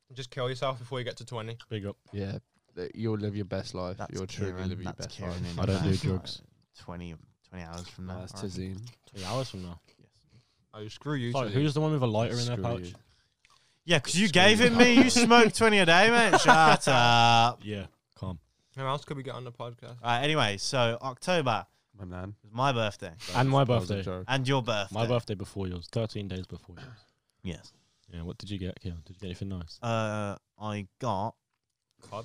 S1: and just kill yourself before you get to twenty.
S2: Big up.
S4: Yeah, that you'll live your best life.
S3: That's
S4: you'll truly
S3: Kieran,
S4: live your
S3: that's
S4: best
S3: Kieran
S4: life.
S3: in
S2: I don't do
S3: fact,
S2: drugs.
S3: like 20, 20 hours from now.
S4: That's
S3: I reckon.
S4: Tazine.
S2: Three hours from now.
S1: Oh, screw you.
S2: Fuck, who's the one with a lighter in their
S4: Screw
S2: pouch?
S4: you.
S3: Yeah, because you gave it me. You smoked 20 a day, mate. Shut up.
S2: Yeah, calm.
S1: Who else could we get on the podcast?
S3: Right, anyway, so October
S4: My man.
S3: was my birthday
S2: and my
S4: That was a
S2: birthday.
S4: joke.
S3: and your birthday.
S2: My birthday before yours. Thirteen days before yours.
S3: Yes.
S2: Yeah. What did you get, Keon? Did you get anything nice?
S3: Uh, I got
S1: Cod.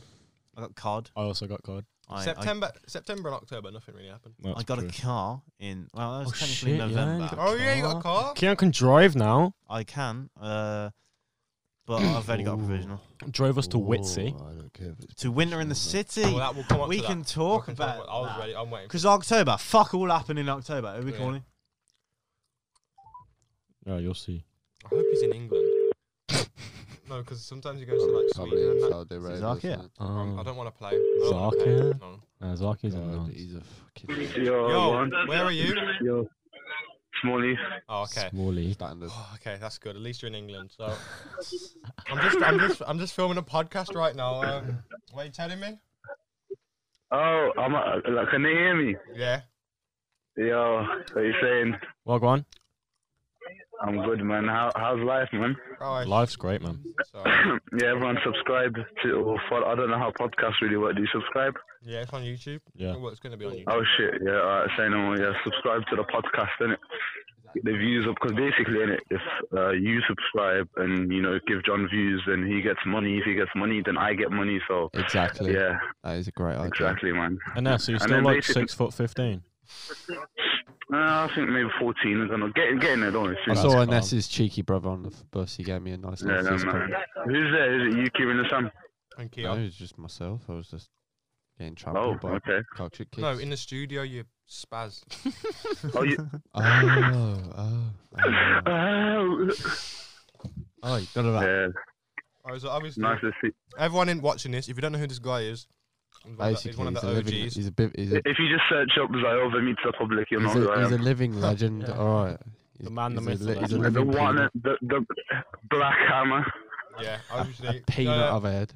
S3: I got cod.
S2: I also got card.
S3: I, I-
S1: September, September and October, nothing really happened.
S3: I, got a car in well, that was
S2: Oh,
S3: technically
S2: shit, yeah, you
S3: November.
S2: got-
S1: Oh yeah, you got a
S2: car.
S1: car.
S2: Keon can drive now.
S3: I can, uh, but I've already got a provisional
S2: Drove us to Whitsey.
S4: Oh, I don't care if it's
S3: to winter in the city.
S1: Oh, Well, that will come up
S3: we
S1: to
S3: can
S1: that.
S3: talk
S1: We can
S3: about.
S1: I was ready. I'm waiting.
S3: Because October, fuck all happened in October. Who are we
S1: Yeah.
S3: calling?
S2: Oh, you'll see.
S1: I hope he's in England. no, because sometimes he goes to like
S4: probably
S1: Sweden. And that.
S4: Saudi Arabia.
S3: Zark, yeah.
S4: isn't it?
S1: Um,
S2: Oh,
S1: I don't want to play. I don't wanna play.
S2: Zarka.
S1: No.
S2: uh, Zaki's in
S4: God,
S2: now.
S4: he's a fucking
S1: Yo, where are you?
S9: Yo. Smalley.
S1: Oh, okay.
S2: Smally.
S4: standard.
S1: Oh, okay, that's good. At least you're in England. So I'm just, I'm just, I'm just filming a podcast right now. Um, what are you telling me?
S9: Oh, I'm uh, like, can they hear me?
S1: Yeah.
S10: Yo, what are you saying?
S2: Well, go on.
S10: I'm good, man. How, how's life, man?
S1: Alright.
S2: Life's great, man.
S1: Sorry.
S10: yeah, everyone subscribe to or follow. I don't know how podcasts really work. Do you subscribe?
S1: Yeah, it's on YouTube.
S2: Yeah.
S1: Well, it's going to be on YouTube.
S10: Oh shit, yeah. Alright, say no more. Yeah, subscribe to the podcast, innit? Get the views up, because basically, innit, if uh, you subscribe and you know give John views, then he gets money. If he gets money, then I get money. So
S4: Exactly.
S10: yeah,
S4: That is a great idea.
S10: exactly, man.
S2: And now, so you're
S10: And
S2: still
S10: then
S2: like
S10: basically-
S2: six foot fifteen.
S10: Uh, I think maybe 14. I don't know. Get getting there, don't it?
S4: I
S10: Soon.
S2: That's
S4: saw
S2: calm.
S4: Anessa's cheeky brother on the f- bus. He gave me a nice
S10: Yeah,
S4: little
S10: no,
S4: fist
S10: man.
S4: bump.
S10: Who's there? Is it you, Kieran, or Sam?
S1: Thank you.
S4: No, it was just myself. I was just getting
S10: Oh,
S4: trampled by
S10: okay.
S4: cockshit kids.
S1: No, in the studio, you spaz.
S10: Oh, you.
S4: oh, oh, oh,
S10: Oh,
S4: oh, you don't know that.
S10: yeah.
S1: Alright, so obviously,
S10: Nice to see.
S1: everyone in watching this, if you don't know who this guy is, he's one of the-
S4: Basically,
S1: he's one of
S4: he's
S1: the
S4: a living.
S1: OGs.
S4: He's a bit. He's a,
S10: If you just search up Zyova meets the public, you'll know
S4: he's
S10: who
S4: a,
S10: I
S4: he's a
S10: am.
S4: living legend. All right. He's,
S2: man, the
S4: he's a
S2: myth, the
S4: li- he's a
S2: legend.
S10: The
S4: living
S10: one,
S4: peanut,
S10: the, the Black Hammer.
S1: Yeah,
S4: a
S1: obviously.
S4: peanut
S1: uh,
S4: of a head.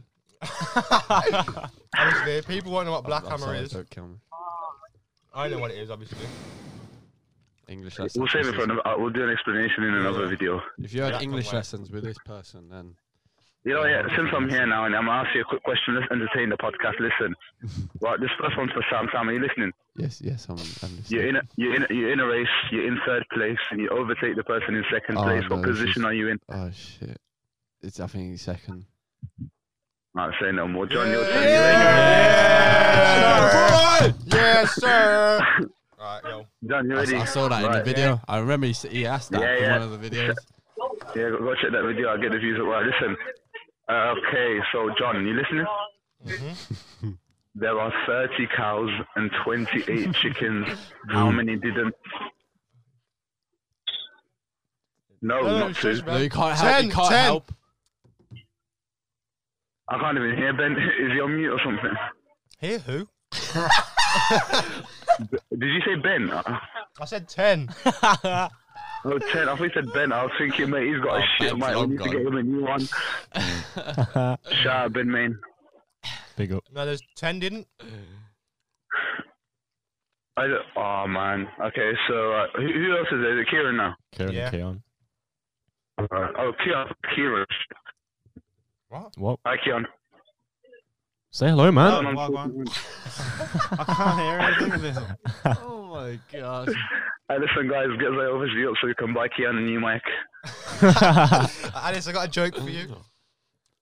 S1: obviously, people want to know what Black
S4: I'm
S1: Hammer
S4: sorry,
S1: is.
S4: Don't kill me.
S1: I know what it is, obviously.
S4: English lessons.
S10: We'll save
S4: this
S10: it for
S4: is-
S10: another. uh, We'll do an explanation in another video.
S4: If you had
S1: Black and
S4: English
S1: white.
S4: lessons with this person, then
S10: You know, yeah. Since I'm here now, and I'm gonna ask you a quick question. Let's entertain the podcast. Listen, right. This first one's for Sam. Sam, are you listening?
S4: yes, yes, I'm. I'm
S10: You're in a you're in a, you're in a race. You're in third place, and you overtake the person in second
S4: Oh,
S10: place.
S4: no,
S10: what
S4: this
S10: position
S4: is-
S10: are you in?
S4: Oh shit! It's I think it's second.
S10: Right, say no more, John. Your turn.
S1: Yeah! Yes, sir! Alright, yo.
S10: You ready? John, you
S4: I, s-
S10: ready?
S4: I saw that in the
S10: Right,
S4: video. I remember he, s- he asked that
S10: Yeah,
S4: in
S10: yeah.
S4: one of the videos.
S10: Yeah, go, go check that video. I'll get the views. Right, listen. Uh, okay, so John, you listening?
S4: Mm-hmm.
S10: there are 30 cows and 28 chickens.
S4: Mm.
S10: How many didn't? No,
S1: Oh,
S10: not two.
S4: No, you can't help.
S1: Ten,
S4: you can't
S1: ten.
S4: help.
S10: I can't even hear Ben. Is he on mute or something?
S1: Here, who?
S10: Did you say Ben? Uh,
S1: I said 10.
S10: Oh, 10. I thought you said Ben. I was thinking, mate, he's got a shit,
S4: Ben's
S10: mate. We
S4: long
S10: need to
S4: gone.
S10: get him a new one. Shout out, Ben, mate.
S2: Big up.
S1: No, there's 10 didn't.
S10: I don't- oh, man. Okay, so uh, who, who else is there? Is it Kieran now?
S2: Kieran
S1: Yeah.
S2: and Keon.
S10: Uh, oh, Keon. Kieran.
S2: What?
S10: Hi, Keon.
S2: Say hello, man.
S10: Keon, I'm
S1: Wagwan.
S10: talking-
S6: I can't hear anything of this.
S4: Oh my god!
S10: Hey, listen, guys, get that over to you so you can buy Keon a new mic.
S1: Alice, I got a joke for you.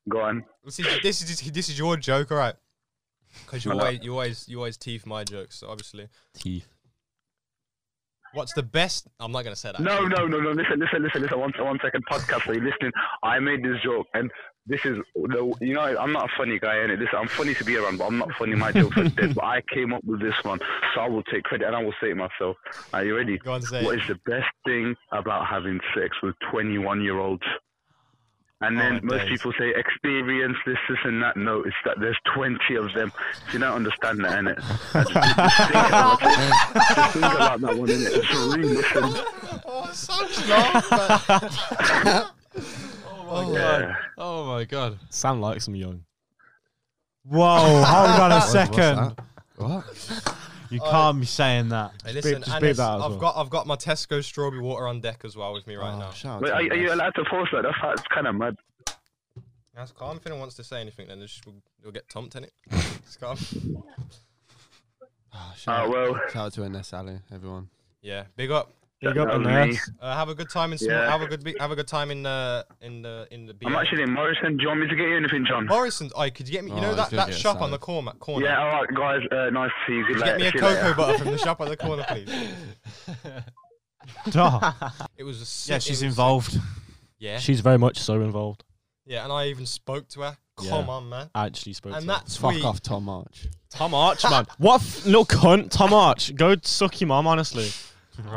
S10: Go on.
S1: This is, this is, this is your joke, alright? Because you
S10: Hello.
S1: always, you, always, you always teeth my jokes, so obviously.
S2: Teeth.
S1: What's the best? I'm not going to say that.
S10: No,
S1: actually.
S10: no, no, no. Listen, listen, listen, listen. One, one second, podcast. Are you listening? I made this joke, and this is the. You know, I'm not a funny guy, and this I'm funny to be around, but I'm not funny. My jokes are dead. But I came up with this one, so I will take credit and I will say it myself. Are you ready?
S1: Go on, say
S10: What
S1: it.
S10: is the best thing about having sex with 21 year olds? And then
S1: Oh,
S10: most people say experience this, this, and that. No, it's that there's 20 of them. So you don't understand that, innit? Just think about that one, innit? Just really listen.
S1: Oh, it's such long, but
S4: Oh my god!
S10: Yeah.
S4: Oh my god!
S2: Sam likes him young.
S6: Whoa, hold on a second.
S4: What's that? What?
S3: You can't be saying that.
S1: Hey, listen,
S2: just beep
S1: Anis,
S2: that out as
S1: I've
S2: well.
S1: got I've got my Tesco strawberry water on deck as well with me right
S4: Oh,
S1: now.
S4: shout out
S10: Wait,
S4: to
S10: are, are you
S4: Anessa.
S10: allowed to pause that? That's, that's kind of mad.
S1: That's calm. If anyone wants to say anything, then just we'll, we'll get tumped in it. It's calm.
S4: Oh, shout,
S10: Uh,
S4: out-
S10: well,
S4: shout out to Anessa Ali, everyone.
S1: Yeah, big up.
S2: Big
S10: that
S2: up,
S10: was
S2: and
S10: me.
S1: Uh, have a good time in. Sm-
S10: Yeah.
S1: Have a good. Be- have a good time in the in the in the. BA.
S10: I'm actually in Morrison. Do you want me to get you anything, John?
S1: Morrison's. Oh, could you get me? You
S4: Oh,
S1: know
S4: he's
S1: that,
S4: gonna
S1: that
S4: get a
S1: shop on the
S4: salad.
S1: corner. corner?
S10: Yeah, all right, guys. Uh, nice to see you. Good
S1: Could you get
S10: luck.
S1: me a
S10: See you
S1: cocoa
S10: later.
S1: butter from the shop on the corner, please.
S6: Duh.
S1: It was. A sick-
S3: Yeah,
S1: it was
S3: she's
S1: a-
S3: involved.
S1: Yeah,
S2: She's very much so involved.
S1: yeah, and I even spoke to her. Come
S2: Yeah.
S1: on, man.
S2: I actually spoke to
S1: And
S2: her.
S1: that tweet.
S4: Fuck off, Tom Arch.
S2: Tom Arch, man. What a f- little cunt, Tom Arch. Go suck your mum, honestly.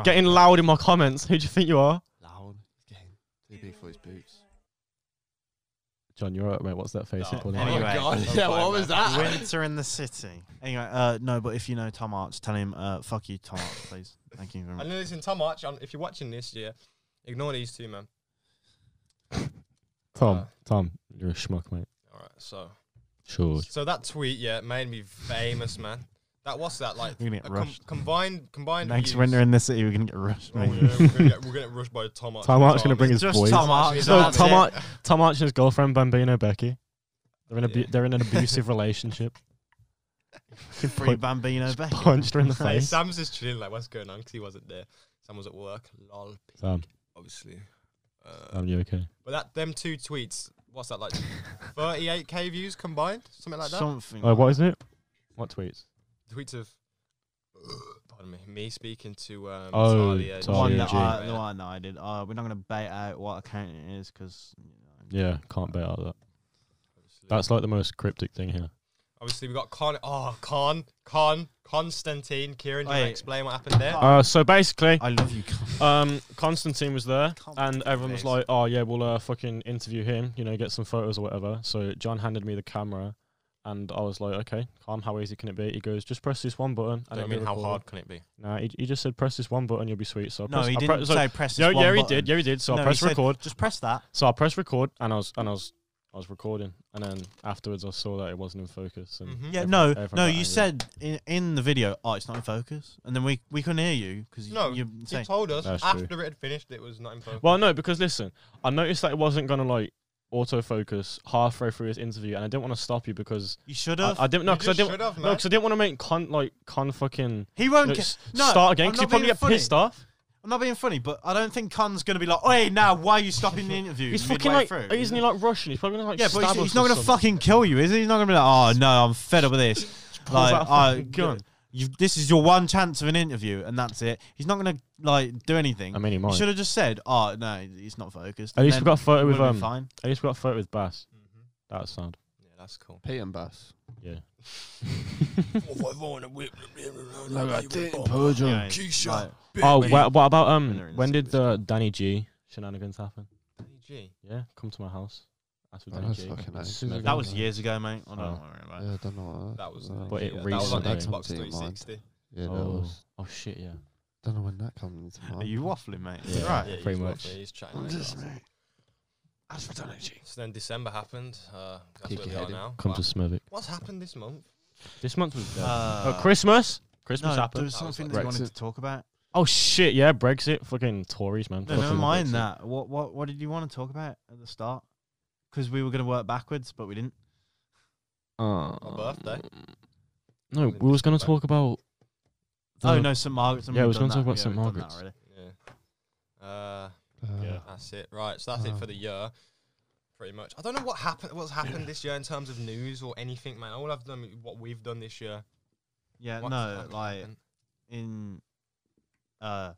S2: Getting loud in my comments. Who do you think you are?
S4: Loud. He's getting too big for his boots.
S2: John, you're right, mate. What's that face you put
S3: Oh,
S2: on?
S3: anyway.
S4: God,
S1: I'm
S4: yeah,
S1: fine,
S4: what was that?
S3: Winter in the city. Ah. Anyway, uh, no, but if you know Tom Arch, tell him, uh, fuck you, Tom Arch, please. Thank you very
S1: I
S3: much.
S1: know this in Tom Arch. um, If you're watching this, yeah, ignore these two, man. Uh,
S2: Tom, Tom, you're a schmuck, mate.
S1: All right, so
S2: Sure.
S1: so that tweet, yeah, made me famous, man. That what's that like?
S2: We're gonna get
S1: a
S2: rushed.
S1: combined combined.
S2: Next
S1: views.
S2: winter in this city, we're gonna get rushed,
S1: Oh, yeah,
S2: mate.
S1: we're, gonna get, we're gonna get rushed by Tom. Arch
S2: Tom
S1: and
S2: Arch gonna
S1: Thomas.
S2: bring his
S3: Just
S2: boys.
S3: Tom Arch.
S1: It's
S2: No,
S1: That's
S2: Tom
S1: it.
S2: Arch, Tom Arch and his girlfriend Bambino Becky. They're in a bu-
S1: Yeah.
S2: they're in an abusive relationship. Fucking
S3: Free
S2: punch-
S3: Bambino back.
S2: punched her in the
S1: Hey,
S2: face.
S1: Sam's just chilling. Like, what's going on? Because he wasn't there. Sam was at work. Lol.
S2: Sam,
S1: Obviously. Uh,
S2: Sam, you okay?
S1: but that them two tweets. What's that like? Thirty-eight k views combined, something like that.
S3: Something.
S2: Oh, what is it? What tweets?
S1: tweets of pardon me, me speaking to um,
S2: Oh,
S1: Talia.
S3: The
S2: Talia
S3: one,
S2: G.
S3: that I, the
S1: Yeah.
S3: one that I did. Uh, we're not going to bait out what account it is because.
S2: Yeah, can't bet out of that.
S1: Obviously.
S2: That's like the most cryptic thing here.
S1: Obviously, we got Con. Oh, Con, Con, Constantine, Kieran. Do you want
S3: Wait.
S1: to explain what happened there?
S2: Uh, so basically,
S3: I love you.
S2: um, Constantine was there, and everyone was
S1: amazing.
S2: like, "Oh yeah, we'll uh, fucking interview him, you know, get some photos or whatever." So John handed me the camera, and I was like, "Okay, calm. How easy can it be?" He goes, "Just press this one button."
S1: I
S2: And
S1: don't
S2: it'll be
S1: mean how
S2: recorded."
S1: hard can it be?
S2: Nah, he, he just said, "Press this one button, you'll be sweet." So I
S3: No,
S2: pressed,
S3: he
S2: I pre-
S3: didn't
S2: so-
S3: say press this
S2: yeah,
S3: one
S2: yeah, he
S3: button.
S2: did. Yeah, he did. So I
S3: No, he
S2: pressed
S3: said,
S2: record.
S3: Just press that.
S2: So I pressed record, and I was and I was I was recording, and then afterwards I saw that it wasn't in focus. And
S1: Mhm.
S3: Yeah,
S2: Everyone-
S3: no,
S2: everyone
S3: no.
S2: got
S3: You
S2: angry.
S3: said in, in the video, oh, it's not in focus, and then we we couldn't hear you because
S1: No,
S3: you,
S1: He
S3: saying,
S1: told us
S2: That's true.
S1: after it had finished it was not in focus.
S2: Well, no, because listen, I noticed that it wasn't gonna like autofocus halfway through his interview, and I didn't want to stop you because
S3: you should
S2: I,
S3: have.
S2: I didn't
S1: You
S2: know because I
S1: just
S2: didn't
S1: should have,
S2: no
S1: man.
S2: because I didn't want to make con like con fucking
S3: He
S2: no,
S3: won't. ca-
S2: s-
S3: no,
S2: start again
S3: I'm
S2: because you
S3: not
S2: probably
S3: being
S2: get
S3: funny.
S2: pissed off.
S3: I'm not being funny, but I don't think Khan's gonna be like, "Hey, now why are you stopping the interview?"
S2: He's
S3: midway
S2: fucking like,
S3: through?"
S2: isn't he like Russian? He's probably gonna like
S3: yeah,
S2: stab
S3: but he's,
S2: us
S3: he's not
S2: or
S3: gonna
S2: something.
S3: fucking kill you, is he? He's not gonna be like, "Oh no, I'm fed up with this." like,
S2: out a
S3: "Oh,
S2: fucking gun."
S3: You, this is your one chance of an interview, and that's it. He's not gonna like do anything.
S2: I mean, he might.
S3: He should have just said, "Oh no, it's not focused."
S2: At
S3: and
S2: least we
S3: then
S2: got a photo
S3: it
S2: with
S3: would've been
S2: um.
S3: Fine.
S2: At least we got a photo with Bass.
S3: Mm-hmm.
S1: Mhm.
S2: That was sound.
S1: Yeah, that's cool.
S5: Pete and Bass.
S2: Yeah.
S5: Oh,
S3: Anyway, like,
S2: oh,
S3: Maybe-
S2: wha- what about
S3: when
S2: um?
S3: they're in
S2: When
S3: the
S2: did the Danny G shenanigans happen?
S1: G.
S2: Yeah, come to my house. That's what
S5: Oh, That
S2: Danny
S5: was
S2: G.
S5: fucking nice.
S2: Smack
S3: that
S2: him.
S3: was years ago, mate. I don't
S2: Oh.
S3: worry about it.
S5: Yeah, I don't know. What
S1: That was.
S5: uh,
S2: But it
S1: yeah, that was on
S2: recently-
S1: Xbox 360.
S5: yeah, that
S2: Oh.
S5: was.
S2: oh shit, yeah.
S5: Don't know when that comes into mind.
S3: Are you waffling, mate?
S2: Yeah.
S3: Right.
S1: Yeah, he's
S2: pretty
S1: not
S2: much.
S1: there, He's chatting.
S5: I'm
S1: like
S5: just
S1: that.
S5: mate. As for Donny G.
S1: So then December happened. Uh, that's
S5: Kick
S1: where we
S5: your
S1: are
S5: head in.
S1: now.
S2: Come
S1: Wow.
S2: to Smurvik.
S1: What's happened this month?
S2: This month was dead.
S3: Uh,
S2: oh, Christmas.
S3: no,
S2: Christmas
S3: there
S2: happened.
S3: was
S1: That was
S3: something
S1: like
S3: that you wanted
S5: Brexit.
S3: to talk about.
S2: oh shit, yeah, Brexit. Fucking Tories, man.
S3: No,
S2: Fucking
S3: never
S5: Brexit.
S3: mind that. What what what did you want to talk about at the start? Because we were going to work backwards, but we didn't.
S2: Uh,
S5: Um,
S1: My birthday.
S2: No,
S1: Then
S2: we was gonna
S1: December.
S2: talk about.
S3: oh
S2: the-
S3: no, St Margaret's. and
S2: Yeah, I
S3: we've
S2: was
S3: done
S2: gonna talk
S3: that.
S2: about St.
S3: Yeah, we've done that
S2: Margaret's.
S3: already.
S1: Yeah. Uh,
S2: Yeah.
S1: That's it. Right. So that's
S3: Uh.
S1: it for the year. Pretty much. I don't know what happened. What's happened this year in terms of news or anything, man. All I've done, is what we've done this year.
S3: Yeah,
S1: What's
S3: no,
S1: actually
S3: like
S1: happened.
S3: in uh,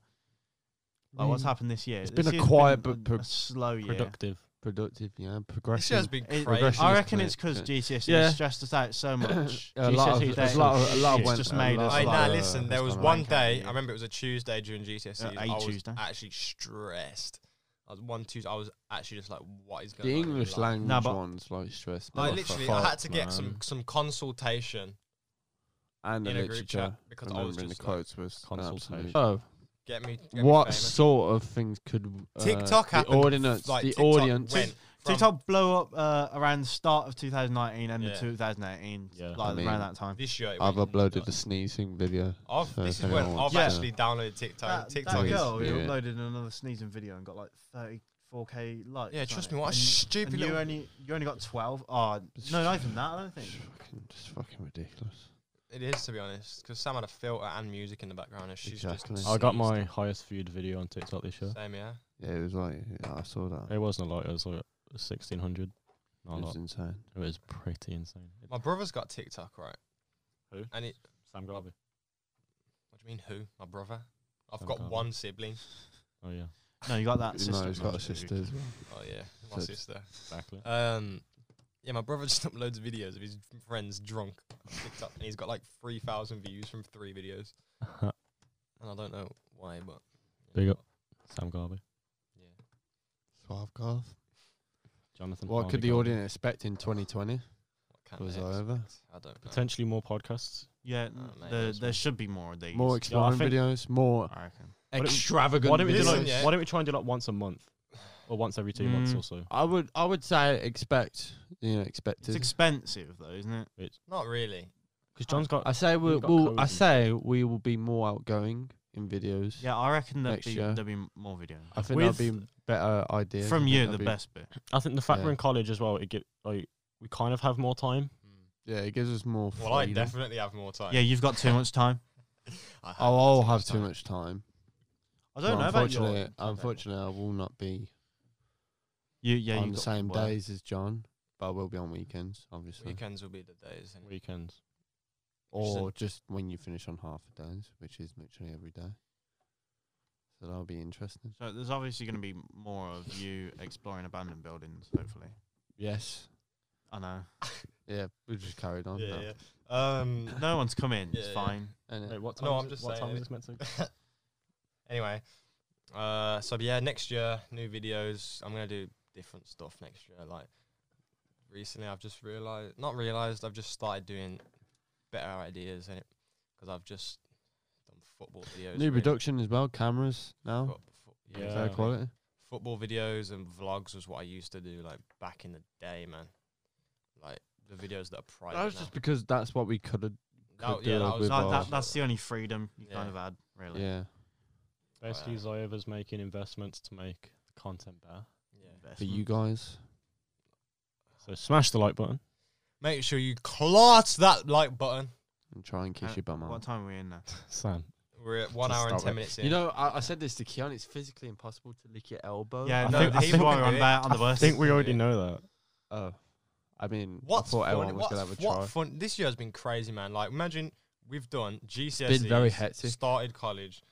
S3: like what's happened this year?
S5: It's
S3: This
S5: been a
S3: year's
S5: quiet
S3: been
S5: but
S3: a slow year.
S2: Productive.
S5: Productive, yeah,
S1: this year's
S5: progressive.
S1: been
S3: It-
S1: crazy.
S5: progression.
S3: I
S5: is
S3: reckon
S5: great.
S3: it's because GCSE
S2: Yeah.
S3: E stressed us out so much.
S5: a lot of,
S2: GCSEs
S5: there's
S2: were
S5: a lot of, a lot
S3: shit.
S5: of went,
S3: E Just
S5: a
S3: made
S5: lot
S3: us
S5: of,
S1: Hey,
S3: like,
S1: nah,
S5: uh,
S1: listen. There
S5: has
S1: was
S5: gone
S1: one
S5: on.
S1: day.
S3: yeah.
S1: I remember it was a Tuesday during GCSE.
S3: Uh,
S1: E, I
S3: a
S1: was
S3: Tuesday.
S1: actually stressed. I was one Tuesday. I was actually just like, what is going
S5: The
S1: on? in
S5: English
S1: life?
S5: language
S3: but-
S5: ones like stress.
S1: I
S5: me the
S1: literally,
S5: fuck
S1: I
S5: up,
S1: had to get some
S5: man.
S1: some consultation
S5: and the
S1: in a
S5: literature.
S1: group chat because I was
S5: remembering the
S1: just like,
S5: quotes was an
S2: consultation.
S5: absolute.
S4: Oh,
S1: get me. Get
S5: What
S1: Me famous.
S5: sort of things could uh,
S1: TikTok
S5: the
S1: happened.
S5: audience,
S1: Like,
S5: the
S1: TikTok
S5: audience,
S1: went from-
S3: TikTok blew up uh, around the start of 2019 and
S1: Yeah.
S3: 2018,
S2: Yeah.
S3: like
S5: I mean,
S3: around that time.
S1: this year. it
S5: I've
S1: went
S5: uploaded
S1: nuts.
S5: a sneezing video.
S1: I've,
S5: so
S1: this
S5: if
S1: is when
S5: anyone wants
S1: I've
S5: to-
S1: actually downloaded TikTok.
S3: That,
S1: TikTok
S3: that
S1: is
S3: girl who
S5: Yeah.
S3: uploaded another sneezing video and got like 34k likes.
S1: yeah.
S3: on
S1: Trust
S3: it.
S1: me, what a
S3: And-
S1: stupid
S3: and you
S1: little
S3: only you only got 12. Oh, no, not even that. I don't think.
S5: It's fucking, just fucking ridiculous.
S1: It is to be honest, because Sam had a filter and music in the background, and she's
S5: Exactly.
S1: just.
S2: I got my
S1: sneezed.
S2: highest viewed video on TikTok this year.
S1: Same yeah.
S5: Yeah, it was like yeah, I saw that.
S2: It wasn't a lot. It was like sixteen hundred.
S5: it
S2: Not a
S5: was
S2: lot.
S5: insane.
S2: It was pretty insane.
S1: My brother's got TikTok, right?
S2: Who?
S1: And it.
S2: Sam Garvey.
S1: What do you mean who? My brother. I've
S2: Sam
S1: got
S2: Garvey.
S1: one sibling.
S2: Oh yeah,
S3: No, you got that
S5: no,
S3: sister.
S5: he's got a sister as well.
S1: Oh yeah, my
S5: So-
S1: sister.
S2: backlit.
S3: Uh,
S1: Um, yeah, my brother just uploads videos of his friends drunk on TikTok, and he's got like three thousand views from three videos, and I don't know why, but.
S2: Big up. Sam Garvey.
S1: Yeah.
S5: Twelve calf.
S2: Jonathan.
S5: What
S2: Harvey
S5: could the
S2: Garvey.
S5: audience expect in 2020?
S1: What can
S5: Was
S1: they
S5: I
S1: expect?
S5: ever?
S1: I don't know.
S2: Potentially more podcasts.
S3: Yeah,
S1: Oh, mate,
S3: there,
S1: that's
S3: there
S1: one.
S3: should be more of these.
S5: More exploring
S2: think-
S5: videos, more
S3: I reckon.
S2: don't we-
S5: extravagant.
S2: Why don't we do
S5: videos.
S1: Listen,
S2: like?
S1: yeah.
S2: Why don't we try and do like once a month, or once every two months
S3: Mm.
S2: or so?
S5: I would, I would say expect, you know,
S3: It's
S5: expected.
S3: expensive though, isn't it?
S1: Not really.
S2: Because John's got.
S5: I say we
S2: You've got
S5: will.
S2: codes
S5: I
S2: and
S5: say we will be more outgoing in videos.
S3: Yeah, I reckon there'll
S5: Next
S3: be,
S5: year. Oh,
S3: there'll be more video.
S5: I think that'd be
S2: With-
S5: better idea
S3: From you, the best bit.
S2: I think the fact we're
S5: Yeah.
S2: in college as well, it get like we kind of have more time.
S1: Hmm.
S5: Yeah, it gives us more.
S1: Well, I
S5: freedom.
S1: definitely have more time.
S3: Yeah, you've got too much time.
S1: I have
S5: Oh, I'll
S1: too
S5: have
S1: much
S5: too
S1: time.
S5: much time.
S3: I don't
S5: But
S3: know about your.
S5: unfortunately,
S3: timetable.
S5: unfortunately, I will not be
S3: you yeah,
S5: on
S3: you've
S5: the
S3: got
S5: same
S3: to work.
S5: days as John, but I will be on weekends, obviously,
S1: Weekends will be the days. and
S2: Weekends.
S5: or just when you finish on half a days, which is literally every day. So that'll be interesting.
S3: So there's obviously going to be more of you exploring abandoned buildings. Hopefully,
S5: Yes.
S3: I know
S5: Yeah, we just carried on.
S1: Yeah, yeah. Um,
S3: no one's come in.
S1: Yeah,
S3: it's
S1: yeah.
S3: fine.
S5: And
S2: Wait, what time?
S1: No,
S2: is
S1: I'm
S2: it-
S1: just
S2: what
S1: saying
S2: time
S1: it.
S2: is this meant to?
S1: Um, anyway, uh, so yeah, next year, new videos. I'm gonna do different stuff next year. Like recently, I've just realized, not realized, I've just started doing better ideas in it because I've just done football videos.
S5: New
S1: really.
S5: production as well, cameras now,
S1: Fo- fo-
S2: Yeah.
S5: fair quality.
S1: football videos and vlogs was what I used to do like back in the day, man. Like the videos that are private.
S4: That was
S1: now.
S4: just because that's what we could have.
S1: That-
S4: could
S1: yeah,
S4: do
S1: that
S4: it
S1: was-
S4: with
S3: That,
S4: our-
S3: that, that's the only freedom you
S1: Yeah.
S3: kind of had, really.
S5: Yeah,
S2: Basically, Zoeva's making investments to make the content better.
S1: Yeah.
S5: for
S3: Investment.
S5: you guys.
S2: So smash the like button.
S1: Make sure you clutch that like button.
S5: And try and kiss
S3: Uh,
S5: your bum
S3: What
S5: out.
S3: time are we in now?
S2: Sam.
S1: We're at one
S2: Just
S1: hour and
S2: stop
S1: ten
S2: it.
S1: minutes in.
S4: You know, I, I said this to Keon. It's physically impossible to lick your elbow.
S3: Yeah,
S2: I
S3: no,
S2: think- I
S3: this is
S2: think-
S3: why we're on, that, on the
S2: I
S3: worst.
S2: think we already know that.
S5: Oh, I mean, I
S1: What's
S5: thought
S1: fun?
S5: everyone was
S1: What's,
S5: gonna have a try.
S1: what fun? This year has been crazy, man. Like, imagine we've done GCSE,
S4: very hectic.
S1: E, started college,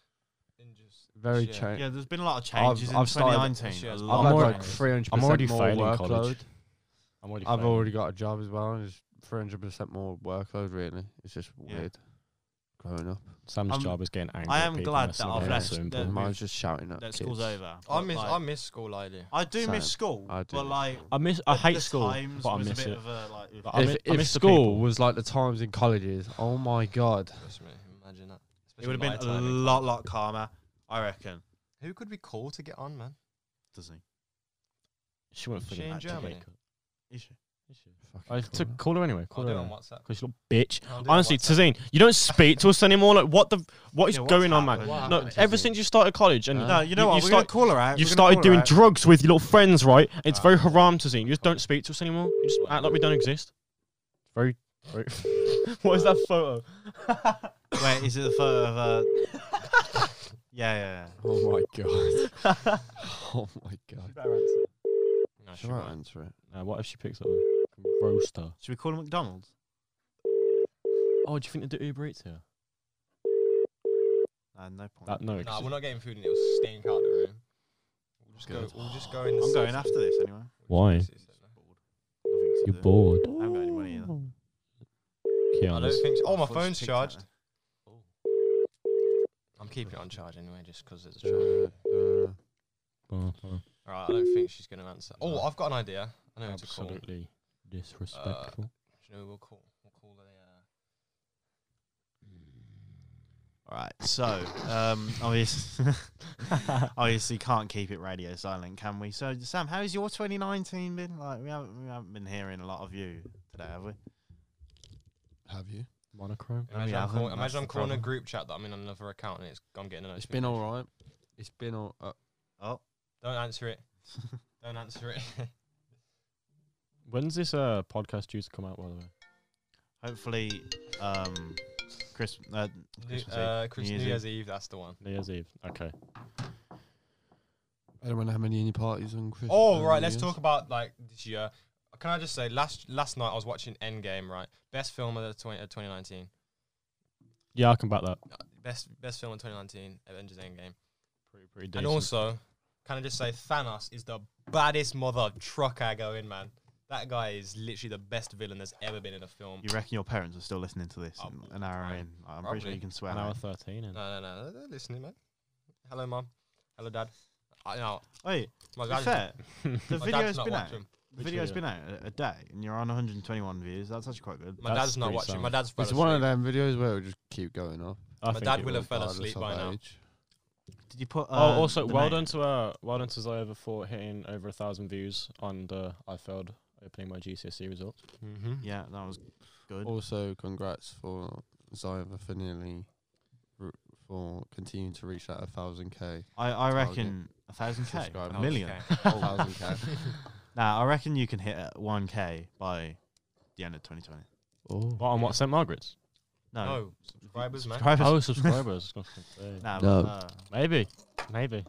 S1: and just
S4: Very
S1: Yeah.
S4: changed.
S3: Yeah, there's been a lot of changes in
S4: I've started-
S3: 2019. a
S1: I've
S4: I've
S3: lot
S4: had
S3: of
S2: already-
S4: like
S3: changes.
S4: three hundred
S2: I'm already
S4: percent more
S2: failing college.
S4: workload.
S2: I'm already.
S4: I've
S2: failing.
S4: already got a job as well. And it's three hundred percent more workload. Really, it's just
S3: Yeah.
S4: weird. Growing up,
S2: Sam's
S3: I'm-
S2: job is getting angry.
S3: I
S2: at
S3: am
S2: people
S3: glad
S2: in a
S3: that
S2: swimming
S3: I've
S2: pool.
S3: left
S2: Swimming
S3: the-
S2: pool.
S5: mine's just shouting at
S3: That
S5: kids.
S3: school's over.
S1: I
S3: but,
S1: miss,
S3: like,
S1: I miss school, I do.
S3: I do miss
S5: Same.
S3: school,
S5: I
S3: but
S5: do.
S3: like
S2: I miss. I
S3: the-
S2: hate
S3: the
S2: school,
S3: times
S2: but I
S3: was a
S2: miss
S3: bit
S2: it.
S3: Of a, like,
S2: But I
S4: if,
S2: miss- I
S4: if
S2: miss the
S4: school
S2: people.
S4: was like the times in colleges, oh my god,
S1: Trust me, imagine that.
S3: it would have
S1: Especially
S3: been
S1: my
S3: a
S1: time in
S3: lot,
S1: college.
S3: lot calmer. I reckon.
S1: Who could we call to get on, man?
S3: Doesn't he?
S2: She won't
S1: She
S2: think
S1: in
S2: that.
S1: Germany?
S3: Is she?
S5: Fucking
S2: I
S5: cool.
S2: took call her anyway.
S1: I'll
S2: Call
S1: do
S2: her
S1: it on
S2: anyway.
S1: WhatsApp.
S2: 'Cause you little bitch.
S1: I'll do it on
S2: Honestly,
S1: WhatsApp.
S2: Tazine, you don't speak to us anymore. Like, what the, what is
S3: Yeah, what's
S2: going on, man?
S3: happened? What
S2: No,
S5: happened,
S2: ever
S5: Tazine?
S2: since you started college, and
S5: Uh,
S3: No, you know
S2: you
S3: what? We're gonna
S2: start-
S3: call her out.
S2: You've
S3: We're gonna
S2: started
S3: call her
S2: doing
S3: out.
S2: drugs with your little friends, right? It's
S1: Ah.
S2: very haram, Tazine. You just don't speak to us anymore. You just act like we don't exist. Very, very. what is that photo?
S3: Wait, is it the photo of? Uh... yeah, yeah,
S4: oh my god, oh my god.
S1: No, she
S5: Should I
S1: won't.
S5: answer it?
S2: Uh, what if she picks up? a Roaster.
S3: Should we call him McDonald's?
S2: Oh, do you think they do Uber Eats here?
S3: Uh, no point.
S2: That no. 'cause
S1: Nah,
S2: it's-
S1: we're not getting food, and it'll stink out the room. We'll just go.
S5: Good.
S1: We'll just go in. The
S3: I'm going
S1: sunset.
S3: after this anyway.
S2: Why?
S1: We'll just go in the sunset, no?
S3: Nothing to do.
S2: bored.
S3: I haven't got any money either.
S1: I
S2: Keanu's.
S1: don't think. So. Oh, my
S3: Fuck's
S1: phone's
S3: ticked
S1: charged.
S3: out.
S1: I'm keeping it on charge anyway, just 'cause there's a charge.
S5: Uh,
S2: Oh, oh.
S1: Right, I don't think she's gonna answer. Oh,
S2: No.
S1: I've got an idea. I know who to call. Do
S2: Absolutely disrespectful.
S1: you know who we'll call? We'll call the. Uh,
S3: All right. So, um, obviously, obviously can't keep it radio silent, can we? So, Sam, how has your 2019 been? Like, we haven't, we haven't been hearing a lot of you today, have we?
S5: have you?
S2: Monochrome.
S3: No, we
S1: Imagine, I'm,
S3: haven't.
S1: call-
S3: That's
S1: imagine I'm
S3: the
S1: calling a
S3: problem.
S1: group chat that I'm in another account and it's I'm getting a
S5: It's
S1: notification.
S5: been all right. It's been all. Uh,
S3: Oh,
S1: Don't answer it. Don't answer it.
S2: When's this uh podcast due to come out? By the way,
S3: hopefully, um, Chris. Uh,
S1: New,
S3: Christmas Eve.
S1: uh, Chris,
S3: New
S1: New
S3: Year's
S1: Year's Eve. That's the one.
S2: New Year's Eve. Okay.
S5: I don't know how many any parties on Christmas.
S1: Oh
S5: uh,
S1: right,
S5: New
S1: let's
S5: Year's.
S1: talk about like this year. Can I just say last last night I was watching Endgame. Right, best film of the 20, of 2019.
S2: Yeah, I can back that.
S1: Uh, Best best film of 2019, Avengers Endgame.
S2: Pretty, pretty
S1: And also, can I just say Thanos is the baddest mother of trucker going man. That guy is literally the best villain that's ever been in a film.
S3: you reckon your parents are still listening to this
S1: Oh,
S3: an- an hour
S1: fine.
S3: in? I'm pretty sure
S1: Probably.
S3: you can swear.
S2: an
S1: uh,
S3: now.
S2: hour thirteen. And
S1: No, no, no, they're listening, man. Hello, mom. Hello, dad. I know.
S3: Wait,
S1: My
S3: to be
S1: dad's-
S3: fair, the
S1: my
S3: video's
S1: dad's not
S3: been out.
S1: watching.
S3: The
S2: Which
S3: video's been
S2: video?
S3: out a, a day, and you're on 121 views. That's actually quite good.
S1: My
S2: That's
S1: dad's not
S2: pretty
S1: watching.
S2: sound.
S1: My dad's fell
S5: It's one of
S1: asleep.
S5: them videos where it'll just keep going up.
S2: I
S1: my
S2: think
S1: dad
S2: it
S1: will have fell
S5: regardless
S1: asleep
S5: of
S1: by now.
S5: age.
S3: Did you put?
S2: Oh,
S3: uh,
S2: also,
S3: the
S2: well
S3: name?
S2: done to uh, well done to Zoeva for hitting over a thousand views on the I failed
S11: opening my GCSE results.
S2: Mm-hmm.
S3: Yeah, that was good.
S4: Also, congrats for Zyva for nearly r- for continuing to reach that 1000k.
S3: I, I
S4: Target.
S3: reckon a thousand k,
S4: Subscribers.
S3: a million.
S4: Oh, 1000k.
S3: Nah, I reckon you can hit one k by the end of 2020.
S4: Oh.
S2: What on what St Margaret's?
S3: No,
S1: No, subscribers, man.
S3: Subscribers.
S2: oh, subscribers. I was gonna say.
S3: Nah,
S4: No.
S3: but, uh,
S2: Maybe, maybe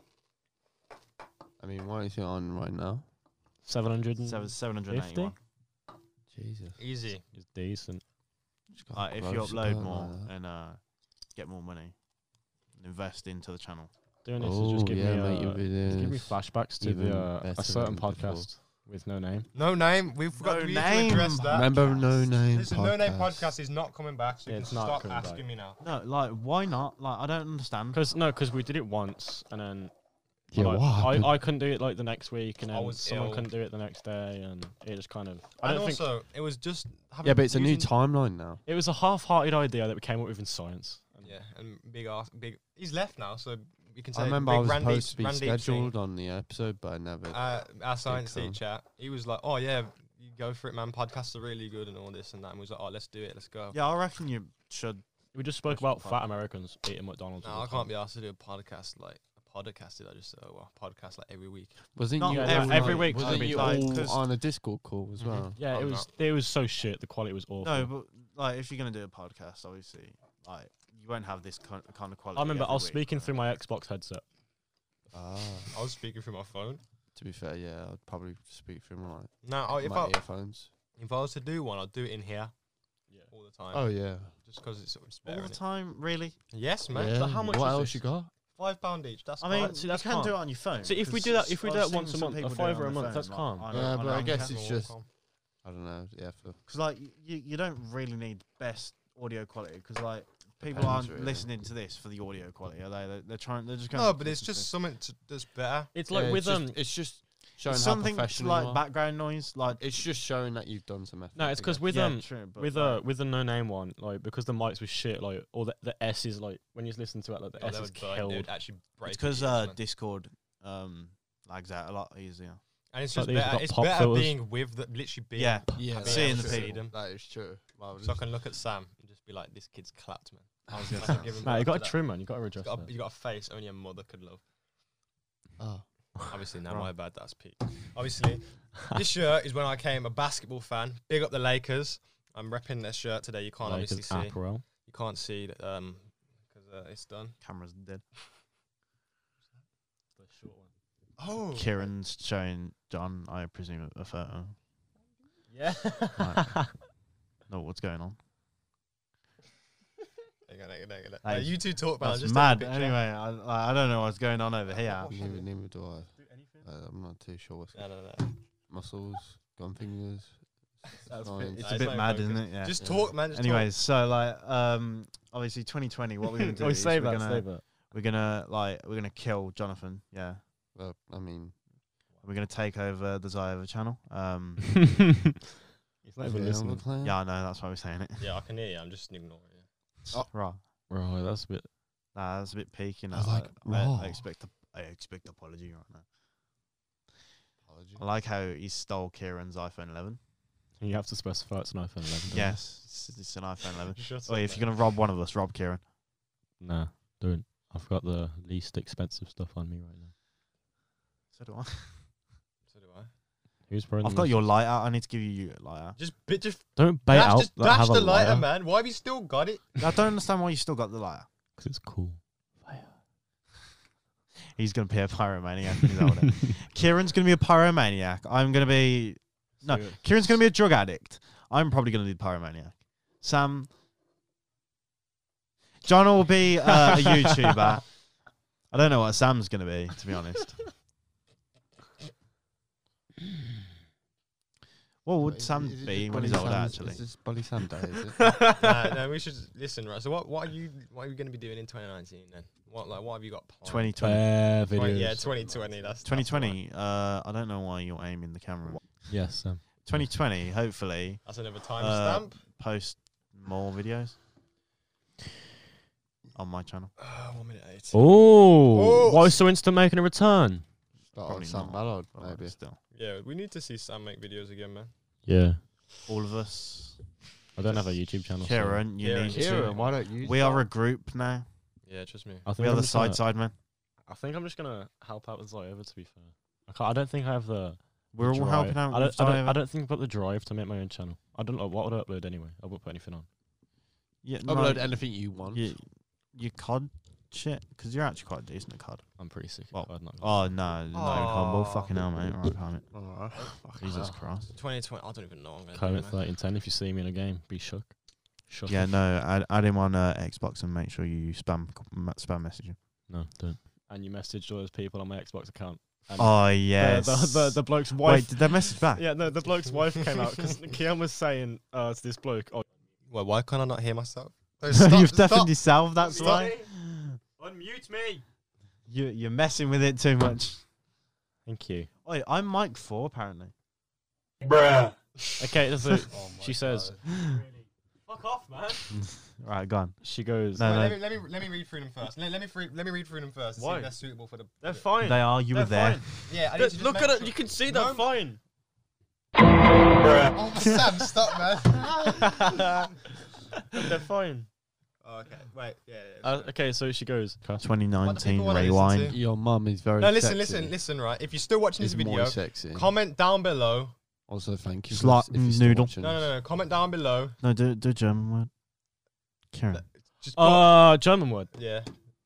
S4: I mean, why is he on right now?
S2: seven hundred.
S3: seven seven hundred
S2: Fifty?
S3: ninety-one.
S4: Jesus.
S1: Easy.
S2: is decent.
S4: Just got
S3: Uh, if you
S4: gross
S3: upload
S4: out
S3: more
S4: like that.
S3: and uh, get more money, and invest into the channel.
S2: Doing this is
S4: oh,
S2: just give
S4: yeah,
S2: me
S4: mate,
S2: uh,
S4: you'll be
S2: just
S4: doing
S2: give me
S4: this.
S2: flashbacks to
S4: even
S2: the uh,
S4: better
S2: a certain
S4: than before.
S2: podcast with no name.
S1: No name. We've got
S3: No
S1: we need to address
S3: name.
S1: that.
S4: Remember, no name.
S1: Listen,
S4: podcast.
S1: no name podcast is not coming back, so you
S2: Yeah,
S1: can
S2: it's not
S1: stop
S2: coming
S1: asking
S2: back.
S1: me now.
S3: No, like why not? Like I don't understand.
S2: Because no, because we did it once and then
S4: Yeah,
S2: like,
S4: what happened?
S2: I I couldn't do it like the next week and
S1: I
S2: then
S1: was
S2: someone
S1: ill.
S2: couldn't do it the next day and it just kind of. I
S1: And
S2: don't think
S1: also, it was just having
S4: yeah, but it's a new
S1: using-
S4: timeline now.
S2: it was a half-hearted idea that we came up with in science.
S1: Yeah, and big ass, big. He's left now, so you can say.
S4: I remember I
S1: big
S4: was
S1: Randy,
S4: supposed to be
S1: Randy
S4: scheduled on the episode, but I never.
S1: uh, our science
S4: come.
S1: teacher, he was like, "Oh yeah, you go for it, man. Podcasts are really good and all this and that." And we was like, "Oh, let's do it. Let's go."
S3: Yeah, I reckon you should.
S2: We just spoke
S3: That's
S2: about
S3: fun.
S2: fat Americans eating McDonald's.
S1: No,
S2: all
S1: I
S2: the
S1: can't
S2: time.
S1: be asked to do a podcast like a podcast. Did I just say, "Oh, well, podcast like every week"?
S4: wasn't
S3: not
S4: you
S2: every-
S4: all
S2: every
S4: like-
S2: week,
S4: Wasn't
S2: I
S4: you
S3: mean, like,
S4: all
S3: 'cause-
S4: on a Discord call as
S1: Mhm.
S4: well?
S2: Yeah, it
S1: I'm
S2: was. It was so shit. The quality was awful.
S3: No, but like if you're gonna do a podcast, obviously, like you won't have this kind kind of quality.
S2: I remember I
S3: every
S2: was
S3: week,
S2: speaking
S3: right?
S2: through my Xbox headset.
S4: Ah,
S1: I was speaking through my phone.
S4: to be fair, yeah, I'd probably speak through my,
S1: No, I, if
S4: my
S1: I
S4: earphones.
S1: if I was to do one, I'd do it in here
S2: Yeah.
S1: all the time,
S4: Oh yeah,
S1: just because it's, it's better.
S3: all the
S1: innit?
S3: time. Really,
S1: Yes, man.
S4: Yeah,
S1: So how much?
S4: What
S1: is
S4: else
S1: this?
S4: you got?
S1: Five pound each. That's.
S3: I mean,
S1: fine.
S2: see,
S3: you
S2: that's
S3: can do it
S2: calm.
S3: on your phone.
S2: So if we
S3: 'cause
S2: do that-
S3: s-
S2: if we
S3: I've
S2: do that
S3: seen
S2: once a
S3: some
S2: month, a
S3: people do it on
S2: fiver a
S3: their
S2: month,
S3: phone,
S2: that's
S3: like,
S2: calm.
S3: on a-
S4: Yeah,
S3: on
S4: but
S3: a
S4: I guess
S3: handheld.
S4: it's
S1: Camera
S4: just
S1: walk on.
S4: I don't know. Yeah, for
S3: Because like y- you, you don't really need best audio quality because like people
S4: Depends,
S3: aren't
S4: really.
S3: listening to this for the audio quality. Are they? They're, they're trying. They're just going.
S1: No, but it's just something to, that's better.
S2: It's like
S4: Yeah,
S2: with
S4: it's
S2: um.
S4: just, it's just showing
S3: it's
S4: how
S3: something
S4: professional.
S3: like
S4: you are.
S3: background noise. Like
S4: it's just showing that you've done some effort.
S2: No, it's
S4: I
S2: because
S4: guess.
S2: with
S3: yeah,
S2: um.
S3: true, but
S2: With uh
S3: like,
S2: with the no name one, like because the mics were shit, like or the the S is like when you listen to it, like the
S1: Oh,
S2: S
S1: that
S2: is
S1: would burn, dude.
S2: killed.
S1: Actually, break
S3: it's
S1: your
S3: because
S1: ears,
S3: uh,
S1: man.
S3: Discord um lags out a lot easier.
S1: and it's just
S2: Like these
S1: better.
S2: got
S1: It's
S2: pop
S1: better
S2: filters.
S1: being with the literally being.
S3: Yeah,
S4: yeah,
S3: seeing
S1: able
S3: the
S1: to see
S3: people.
S1: them.
S4: That is true. Well,
S1: So I can look at Sam and just be like, "This kid's clapped, man." I was
S4: gonna
S1: gonna
S4: say.
S1: give him
S2: No,
S1: props
S2: you got
S1: for
S2: to
S1: that.
S2: trim man. You got to
S1: He's
S2: address
S1: got,
S2: that.
S1: a, you got a face only a mother could love.
S4: oh,
S1: Obviously, now
S2: Right.
S1: my bad. That's Pete. Obviously, this shirt is when I came a basketball fan. Big up the Lakers. I'm repping this shirt today. You can't
S2: Lakers
S1: obviously see.
S2: apparel.
S1: You can't see that, um because uh, it's done.
S3: Cameras dead.
S1: Oh,
S3: Kieran's showing John, I presume, a photo.
S2: Yeah.
S3: No, what's going on?
S1: Hang on, hang on, hang on.
S3: That
S1: Uh,
S3: is-
S1: you two talk about. it,
S3: That's
S1: just take a
S3: mad.
S1: picture.
S3: Anyway, I, like, I don't know what's going on over here.
S4: neither, neither do I. Uh, I'm not too sure what's
S1: No, no, no.
S4: muscles, gun fingers.
S3: That's
S4: fine.
S3: it's
S1: Nah,
S3: a
S1: it's
S3: bit
S1: not
S3: mad,
S1: broken.
S3: isn't it? Yeah.
S1: Just
S4: Yeah.
S1: talk, man. Just
S3: Anyways, so like, um, obviously 2020. What we're gonna do?
S2: Oh,
S3: is
S2: save
S3: we're
S2: that.
S3: gonna,
S2: Save that.
S3: We're gonna like we're gonna kill Jonathan. Yeah.
S4: Well, I mean,
S3: We're gonna take over the Zyva channel. Um,
S2: He's not even
S4: video
S2: listening.
S4: plan.
S3: yeah, I know that's why we're saying it.
S1: talk. Yeah, I can hear you. I'm just ignoring you.
S2: Oh.
S3: Right.
S2: Right, that's a bit.
S3: Nah, that's a bit peaky.
S4: I
S3: Now.
S4: like
S3: I,
S4: raw.
S3: I expect a, I expect apology right now.
S4: Apology.
S3: I like how he stole Kieran's iPhone 11.
S2: You have to specify it's an iPhone 11. don't you?
S3: Yes, it's, it's an iPhone 11.
S1: Shut
S3: Wait, if
S1: mate.
S3: you're gonna rob one of us, rob Kieran.
S2: Nah, don't. I've got the least expensive stuff on me right now.
S3: So do I.
S1: So do I.
S2: Who's probably?
S3: I've got your light out. I need to give you your light out.
S1: Just bit, just
S2: Don't bait
S1: dash,
S2: out.
S1: just dash the lighter, man. Why have you still got it?
S3: I don't understand why you still got the light out.
S2: Because it's cool.
S3: He's gonna be a pyromaniac. when he's older. Kieran's gonna be a pyromaniac. I'm gonna be No, Kieran's gonna be a drug addict. I'm probably gonna be a pyromaniac. Sam, John will be uh, a YouTuber. I don't know what Sam's gonna be, to be honest. What
S4: But
S3: would
S4: is-
S3: Sam
S4: is it
S3: be
S4: just
S3: when he's
S4: Bully
S3: older?
S4: Sam's-
S3: Actually,
S4: Is this Bully Sam Day, is it?
S1: no, no, we should listen, right? So what, what are you what are you going to be doing in 2019 then? What like what have you got planned?
S2: Uh,
S3: 2020.
S1: Twen- yeah, 2020. That's that's the
S3: 2020. Uh, I don't know why you're aiming the camera.
S2: Yes, um. Sam.
S3: 2020. Hopefully,
S1: one. That's another
S3: Uh,
S1: timestamp.
S3: post more videos on my channel.
S1: Uh, one minute eight.
S2: Oh,
S1: Oh.
S2: why is so instant making a return?
S4: Start on
S3: Probably
S4: Sam
S3: not,
S4: Ballard,
S3: but
S4: maybe.
S3: still.
S1: Yeah, we need to see Sam make videos again, man.
S2: Yeah.
S3: All of us.
S2: I don't have a YouTube channel. so-
S3: Kieran, you
S1: Kieran,
S3: need
S1: just do
S3: to.
S1: it.
S4: why don't you?
S3: We are a group now.
S1: Yeah, trust me.
S2: I think
S3: We are
S2: I'm
S3: the
S2: just gonna-
S3: side side man.
S2: I think I'm just gonna help out with Zoeva. To be fair, I can't. I don't think I have the. the
S3: We're all
S2: drive.
S3: helping out
S2: I don't,
S3: with
S2: I don't.
S3: Zoeva.
S2: I don't think I've got the drive to make my own channel. I don't know what would I upload anyway. I wouldn't put anything on.
S3: Yeah, no,
S4: upload anything you want.
S3: you, you COD shit, because you're actually quite decent at COD.
S2: I'm pretty sick.
S3: Well,
S2: Of COD, not gonna-
S3: Oh no, no humble,
S1: Aw.
S3: fucking hell, mate. Right, Kermit.
S5: Alright.
S1: Oh,
S3: Jesus Christ.
S1: 2020. I don't even know. what I'm gonna
S2: Kermit
S1: do, man.
S2: thirteen ten. If you see me in a game, be shook. Shook.
S3: Yeah, no, add, add him on uh, Xbox and make sure you spam m- spam message him.
S2: No, don't. And you messaged all those people on my Xbox account. And
S3: Oh
S2: the-
S3: yes.
S2: The, the, the bloke's
S3: Wait,
S2: wife.
S3: did they message back?
S2: yeah, no, the bloke's wife came out because Kian was saying uh, to this bloke, "Oh,
S1: Well, why can't I not hear myself? No,
S3: You've definitely salved. That's
S1: Stop.
S3: why
S1: Unmute me.
S3: you you're messing with it too much.
S2: thank you."
S3: Wait, I'm Mike Four apparently.
S2: Okay, so
S3: Oh
S2: she says,
S6: Fuck off, man.
S3: Right, gone.
S2: she goes,
S3: No,
S1: Wait,
S3: no,
S1: let, me, let me let me read through them first. Let, let me free, let me read through them first. to See
S6: Why?
S1: if they're suitable for the.
S6: They're
S1: for
S6: fine.
S3: they are. You were
S6: They're
S3: there.
S1: the- yeah, I need
S6: Look,
S1: to just
S6: look
S1: make
S6: at it.
S1: sure-
S6: You can see they're
S1: No.
S6: fine.
S1: Oh, Sam, stop, man.
S6: They're fine.
S1: Oh, okay, wait. Yeah. yeah, yeah.
S2: Uh, okay, so she goes.
S1: What do
S3: 2019
S1: people wanna listen
S3: rewind.
S5: Your mum is very
S1: no,
S5: sexy.
S1: listen, listen, listen. Right, if you're still watching this
S5: Is
S1: video,
S5: more sexy.
S1: comment down below.
S5: also, thank you. for
S3: Slut
S5: this- if you're still
S3: noodle.
S5: watching
S1: No, no,
S5: this.
S1: no, no. Comment down below.
S3: No, do do a German word. Karen.
S1: Just put-
S2: Uh, German word.
S1: yeah.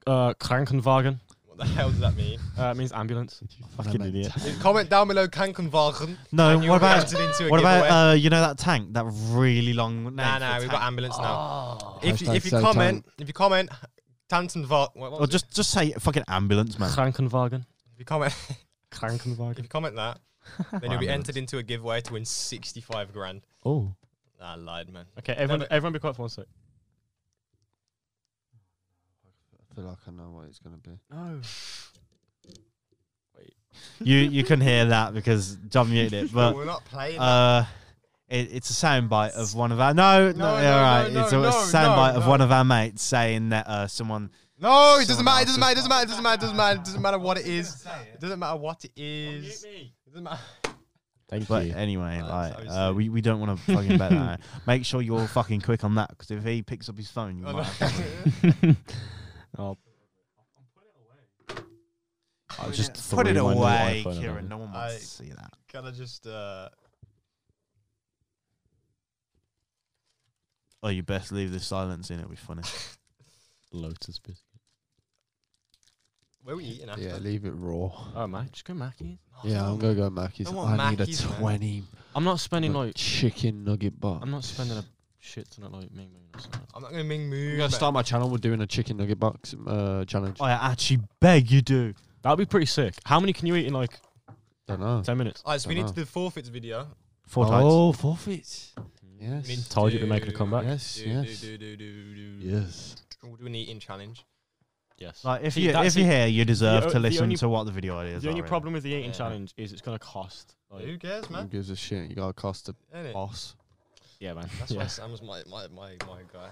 S2: Uh, Krankenwagen.
S1: What the hell does that mean?
S2: Uh, it means ambulance.
S3: Fucking idiot.
S1: comment down below Kankenwagen.
S3: No,
S1: and you'll
S3: what
S1: be
S3: about
S1: entered into a
S3: what
S1: giveaway.
S3: about uh, you know that tank, that really long name?
S1: Nah,
S3: for
S1: nah,
S3: a
S1: we've
S3: tank?
S1: got ambulance now. If you,
S5: Hashtag
S1: if you
S5: so
S1: comment, if you comment, Tantenwagen. What, what
S3: Or
S1: was it?
S3: just just say fucking ambulance, man.
S2: Krankenwagen.
S1: if you comment, if
S2: Krankenwagen.
S1: you comment that, then you'll be entered into a giveaway to win sixty-five grand.
S2: Oh.
S1: Nah, I lied, man.
S2: Okay, everyone,
S1: but-
S2: everyone be quiet for one sec.
S5: I feel like I know what it's going to be.
S2: No.
S3: you you can hear that because John muted it, but
S1: we're not playing.
S3: uh, it, it's a soundbite of one of our no no,
S1: No,
S3: all right,
S1: no, no,
S3: it's a,
S1: no,
S3: a
S1: no,
S3: soundbite
S1: no,
S3: of
S1: no.
S3: one of our mates saying that uh, someone
S1: no, it doesn't
S3: someone
S1: matter. It
S3: else
S1: doesn't matter. It doesn't matter. It doesn't matter. It doesn't matter. It doesn't matter what it is. It doesn't matter what it is. It doesn't matter.
S2: Thank
S3: But
S2: you.
S3: anyway,
S1: Right,
S3: like
S1: so
S3: uh,
S1: it's-
S3: we, we don't want to fucking bet that. Make sure you're fucking quick on that because if he picks up his phone, you
S1: Oh,
S3: might.
S1: no.
S3: have to-
S2: oh,
S3: I'll
S2: yeah.
S3: just
S2: Put
S3: put
S2: it
S3: it
S2: away,
S3: away,
S2: put it away.
S3: Kieran. No one wants
S1: I-
S3: to see that.
S1: Can I just? Uh,
S3: Oh, you best leave the silence in. It'll be funny.
S2: Lotus biscuit.
S1: where are we eating oh, after?
S5: Yeah, leave it raw.
S2: Oh, mate, just go Mackey's.
S5: Yeah, I'm going to go Mackey's.
S1: I
S5: I,
S1: want
S5: need
S1: Mackey's,
S5: a
S1: man.
S5: 20
S2: I'm not spending like.
S5: chicken nugget bar.
S2: I'm not spending a shit to not like me. or something.
S1: I'm not gonna ming move.
S5: I'm gonna start my channel. We're doing a chicken nugget box uh, challenge.
S3: Oh, I actually beg you do.
S2: That'd be pretty sick. How many can you eat in like
S5: don't know.
S2: ten minutes?
S1: Alright, so we need
S5: Dunno.
S1: to do the forfeits video.
S3: Four times. Mm-hmm.
S5: oh, forfeits. Yes.
S1: We need to
S2: Told you
S1: do-
S2: to make a comeback.
S5: Yes.
S1: Do,
S5: yes.
S1: do, do, do, do, do.
S5: Yes.
S1: We'll do an eating challenge.
S2: Yes.
S3: Like if
S2: See,
S3: you
S2: that's
S3: if you're
S2: the-
S3: here, you deserve
S2: o-
S3: to
S2: the
S3: listen
S2: only-
S3: to what the video ideas
S2: the only
S3: are. really.
S2: problem with the eating
S1: Yeah.
S2: challenge is it's gonna cost. like-
S1: Who cares,
S5: Who
S1: man?
S5: gives a shit? You got a cost of
S1: Innit?
S5: boss.
S2: yeah, man.
S1: That's why
S2: yeah.
S1: Sam was my, my, my, my guy.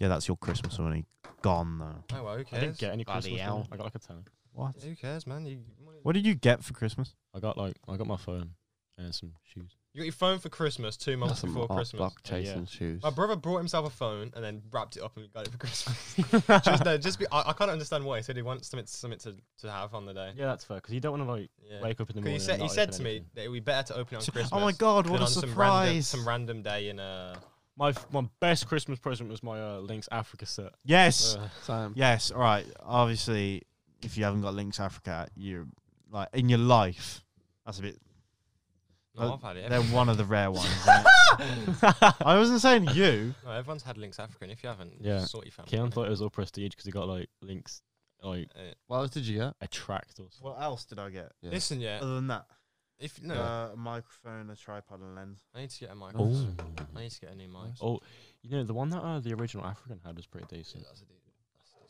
S3: Yeah, that's your Christmas money gone though.
S1: Oh well, who
S2: I
S1: cares?
S2: didn't get any
S3: Bloody
S2: Christmas.
S3: hell.
S2: money. I got like a tenner.
S3: What?
S1: Who cares, man? You,
S3: What did you get for Christmas?
S2: I got like I got my phone and some shoes.
S1: you got your phone for Christmas two months
S5: That's some
S1: before
S5: hot
S1: Christmas.
S5: buck chasing
S2: Yeah.
S5: shoes.
S1: My brother brought himself a phone and then wrapped it up and got it for Christmas. just, no, just be, I, I can't understand why he said he wants something, something to, to have on the day.
S2: Yeah, that's fair because you don't want to like
S1: Yeah.
S2: wake up in the
S1: 'Cause
S2: morning.
S1: he
S2: and
S1: said, he
S2: not
S1: said
S2: open
S1: to me
S2: anything.
S1: that it would be better to open it on Christmas.
S3: Oh my god,
S1: than
S3: what a
S1: on Some random,
S3: surprise!
S1: some random day in uh,
S2: my f- my best Christmas present was my uh, Links Africa set.
S3: Yes.
S2: Uh,
S5: Sam.
S3: Yes, all right. Obviously, if you haven't got Links Africa, you're like in your life. That's a bit.
S1: no,
S3: Uh,
S1: I've had it.
S3: They're one of the rare ones. isn't it? I wasn't saying you.
S1: No, everyone's had Links Africa, and if you haven't,
S2: Yeah.
S1: yeah. sort your family.
S2: Keon
S1: innit?
S2: thought it was all prestige because he got like Links like
S1: Uh,
S5: What else did you get?
S2: a tract or something.
S3: What else did I get
S5: Yeah.
S1: Listen, yeah.
S3: other than that?
S1: If no,
S3: Uh, a microphone, a tripod, and a lens.
S1: I need to get a mic.
S2: Oh.
S1: I need to get a new mic.
S2: Oh, you know the one that uh, the original African had was pretty decent.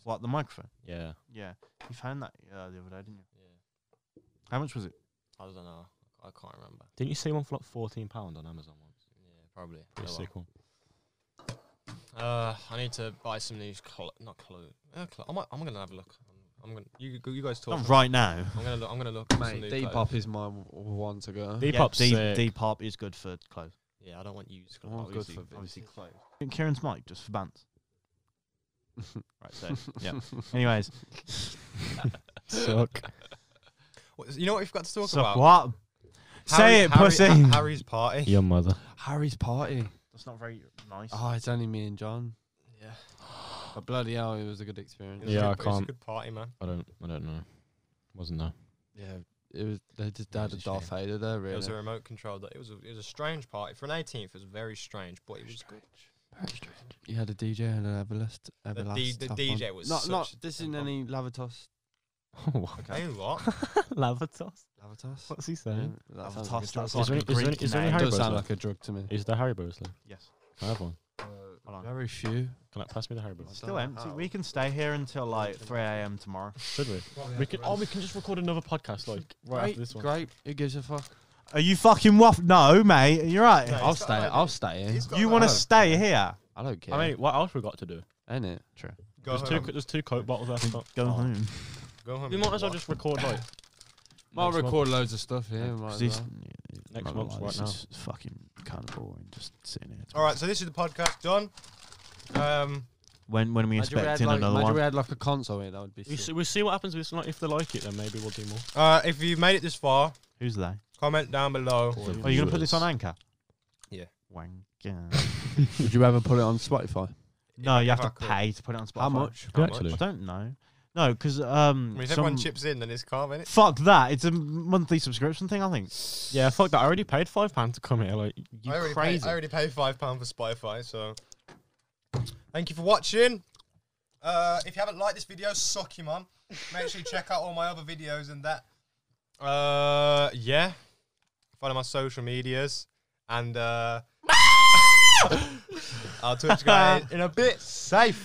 S3: What the microphone?
S2: Yeah.
S3: Yeah, you found that uh, the other day, didn't you?
S1: Yeah.
S3: How much was it?
S1: I don't know. I can't remember.
S2: Didn't you see one for like fourteen pound on Amazon once?
S1: Yeah, probably.
S2: Pretty
S1: Oh, well.
S2: sick one.
S1: Uh, I need to buy some new clo- not clothes. Uh, clo- I might, I'm gonna have a look. I'm gonna. You, you guys talk.
S3: Not right now.
S1: I'm gonna look. I'm gonna look. at some
S5: Mate,
S1: new
S5: Deep
S1: clothes.
S5: is my w- one to go.
S2: Depop's
S3: yeah,
S2: sick.
S3: D- Depop is good for clothes.
S1: Yeah, I don't want you.
S4: Oh, good
S3: obviously,
S4: for Vince.
S3: obviously close. Kieran's mic just for bands. right, so yeah. Anyways,
S2: Suck.
S1: You know what we've got to talk
S3: so
S1: about?
S3: what? Say it, pussy.
S1: Harry's party.
S2: Your mother.
S4: Harry's party.
S3: That's not very nice.
S4: Oh, it's only me and John.
S1: Yeah.
S4: But bloody hell, it was a good experience.
S2: Yeah, I
S1: It was a
S2: can't-
S1: good party, man.
S2: I don't. I don't know. Wasn't there?
S4: Yeah, it was. They just they had
S1: was
S4: a
S1: a
S4: Darth Vader there, really.
S1: It was a remote control. That it was a, it was a strange party for an 18th. It was very strange, but it was good.
S4: you had a DJ and an Everlast.
S1: The,
S4: Everlast
S1: D- the
S4: tap on.
S1: DJ was
S4: Not,
S1: such
S4: not. This isn't
S1: a-
S4: any Lavatos.
S1: Hey, what?
S2: Lavatos.
S4: Lavatos.
S2: What's he saying?
S4: That
S3: Lavatos,
S4: sounds
S3: that
S4: like a
S3: sounds
S2: Is there any- is
S3: like
S2: there any-
S3: a Greek
S2: is there any
S3: name.
S4: drug.
S2: Harry
S4: Does sound
S2: Bows
S4: like a drug to me.
S2: Is there Harry Bursley?
S3: Yes.
S2: Can I have one?
S3: Hold on.
S4: Very few.
S2: Can I pass me the Harry Bursley?
S3: Still empty. We can stay here until like 3 a.m. tomorrow.
S2: Should we? We can. Oh, we can just record another podcast like right after this one.
S4: Great. Who gives a fuck?
S3: Are you fucking waff? No, mate. You're right.
S1: No,
S4: I'll
S1: he's got
S4: stay.
S1: an
S4: I'll
S1: idea.
S4: stay. here.
S1: He's got
S3: You
S1: an
S3: want to
S1: idea.
S3: stay here?
S4: I don't care.
S2: I mean, what else we got to do?
S4: ain't it? True.
S1: Go
S2: There's two.
S1: home.
S2: There's two Coke bottles left. Oh.
S3: Go home.
S1: Go home.
S2: We
S1: and
S2: might as well
S1: watch.
S2: just record like
S4: Might
S2: Next
S4: record loads of stuff here. might as
S3: This,
S4: well.
S2: Next
S3: not gonna
S2: month,
S3: lie,
S2: right
S3: this
S2: now.
S3: is fucking kind of boring. Just sitting here.
S1: All right, so this is the podcast done. Um,
S3: When when are we
S4: Imagine we had
S3: expecting
S4: like,
S3: another
S4: imagine we
S3: one?
S4: had like a console here. That would be.
S2: We
S4: sick.
S2: see, we'll see what happens with this. Like, if they like it, then maybe we'll do more.
S1: uh, if you made it this far,
S3: Who's they?
S1: comment down below.
S2: The
S3: Are you gonna put this on
S2: viewers.
S3: Anchor?
S1: Yeah.
S3: Wanker.
S4: Would you ever put it on Spotify?
S3: no, you have to
S1: Fuck off.
S3: pay to put it on Spotify.
S4: How much?
S2: Do you
S1: How much?
S2: actually?
S3: I don't know. No, because um,
S1: I mean, if
S3: some-
S1: everyone chips in, then it's calm, innit?
S3: fuck that. It's a monthly subscription thing. I think.
S2: Yeah, fuck that. I already paid five pounds to come here. Like, you
S1: I already
S2: crazy.
S1: Pay, I already pay five pound for Spotify, so thank you for watching. Uh, if you haven't liked this video, suck your mum. Make sure you check out all my other videos and that. Uh, yeah. Follow my social medias and uh, I'll talk to you guys in a bit. Safe.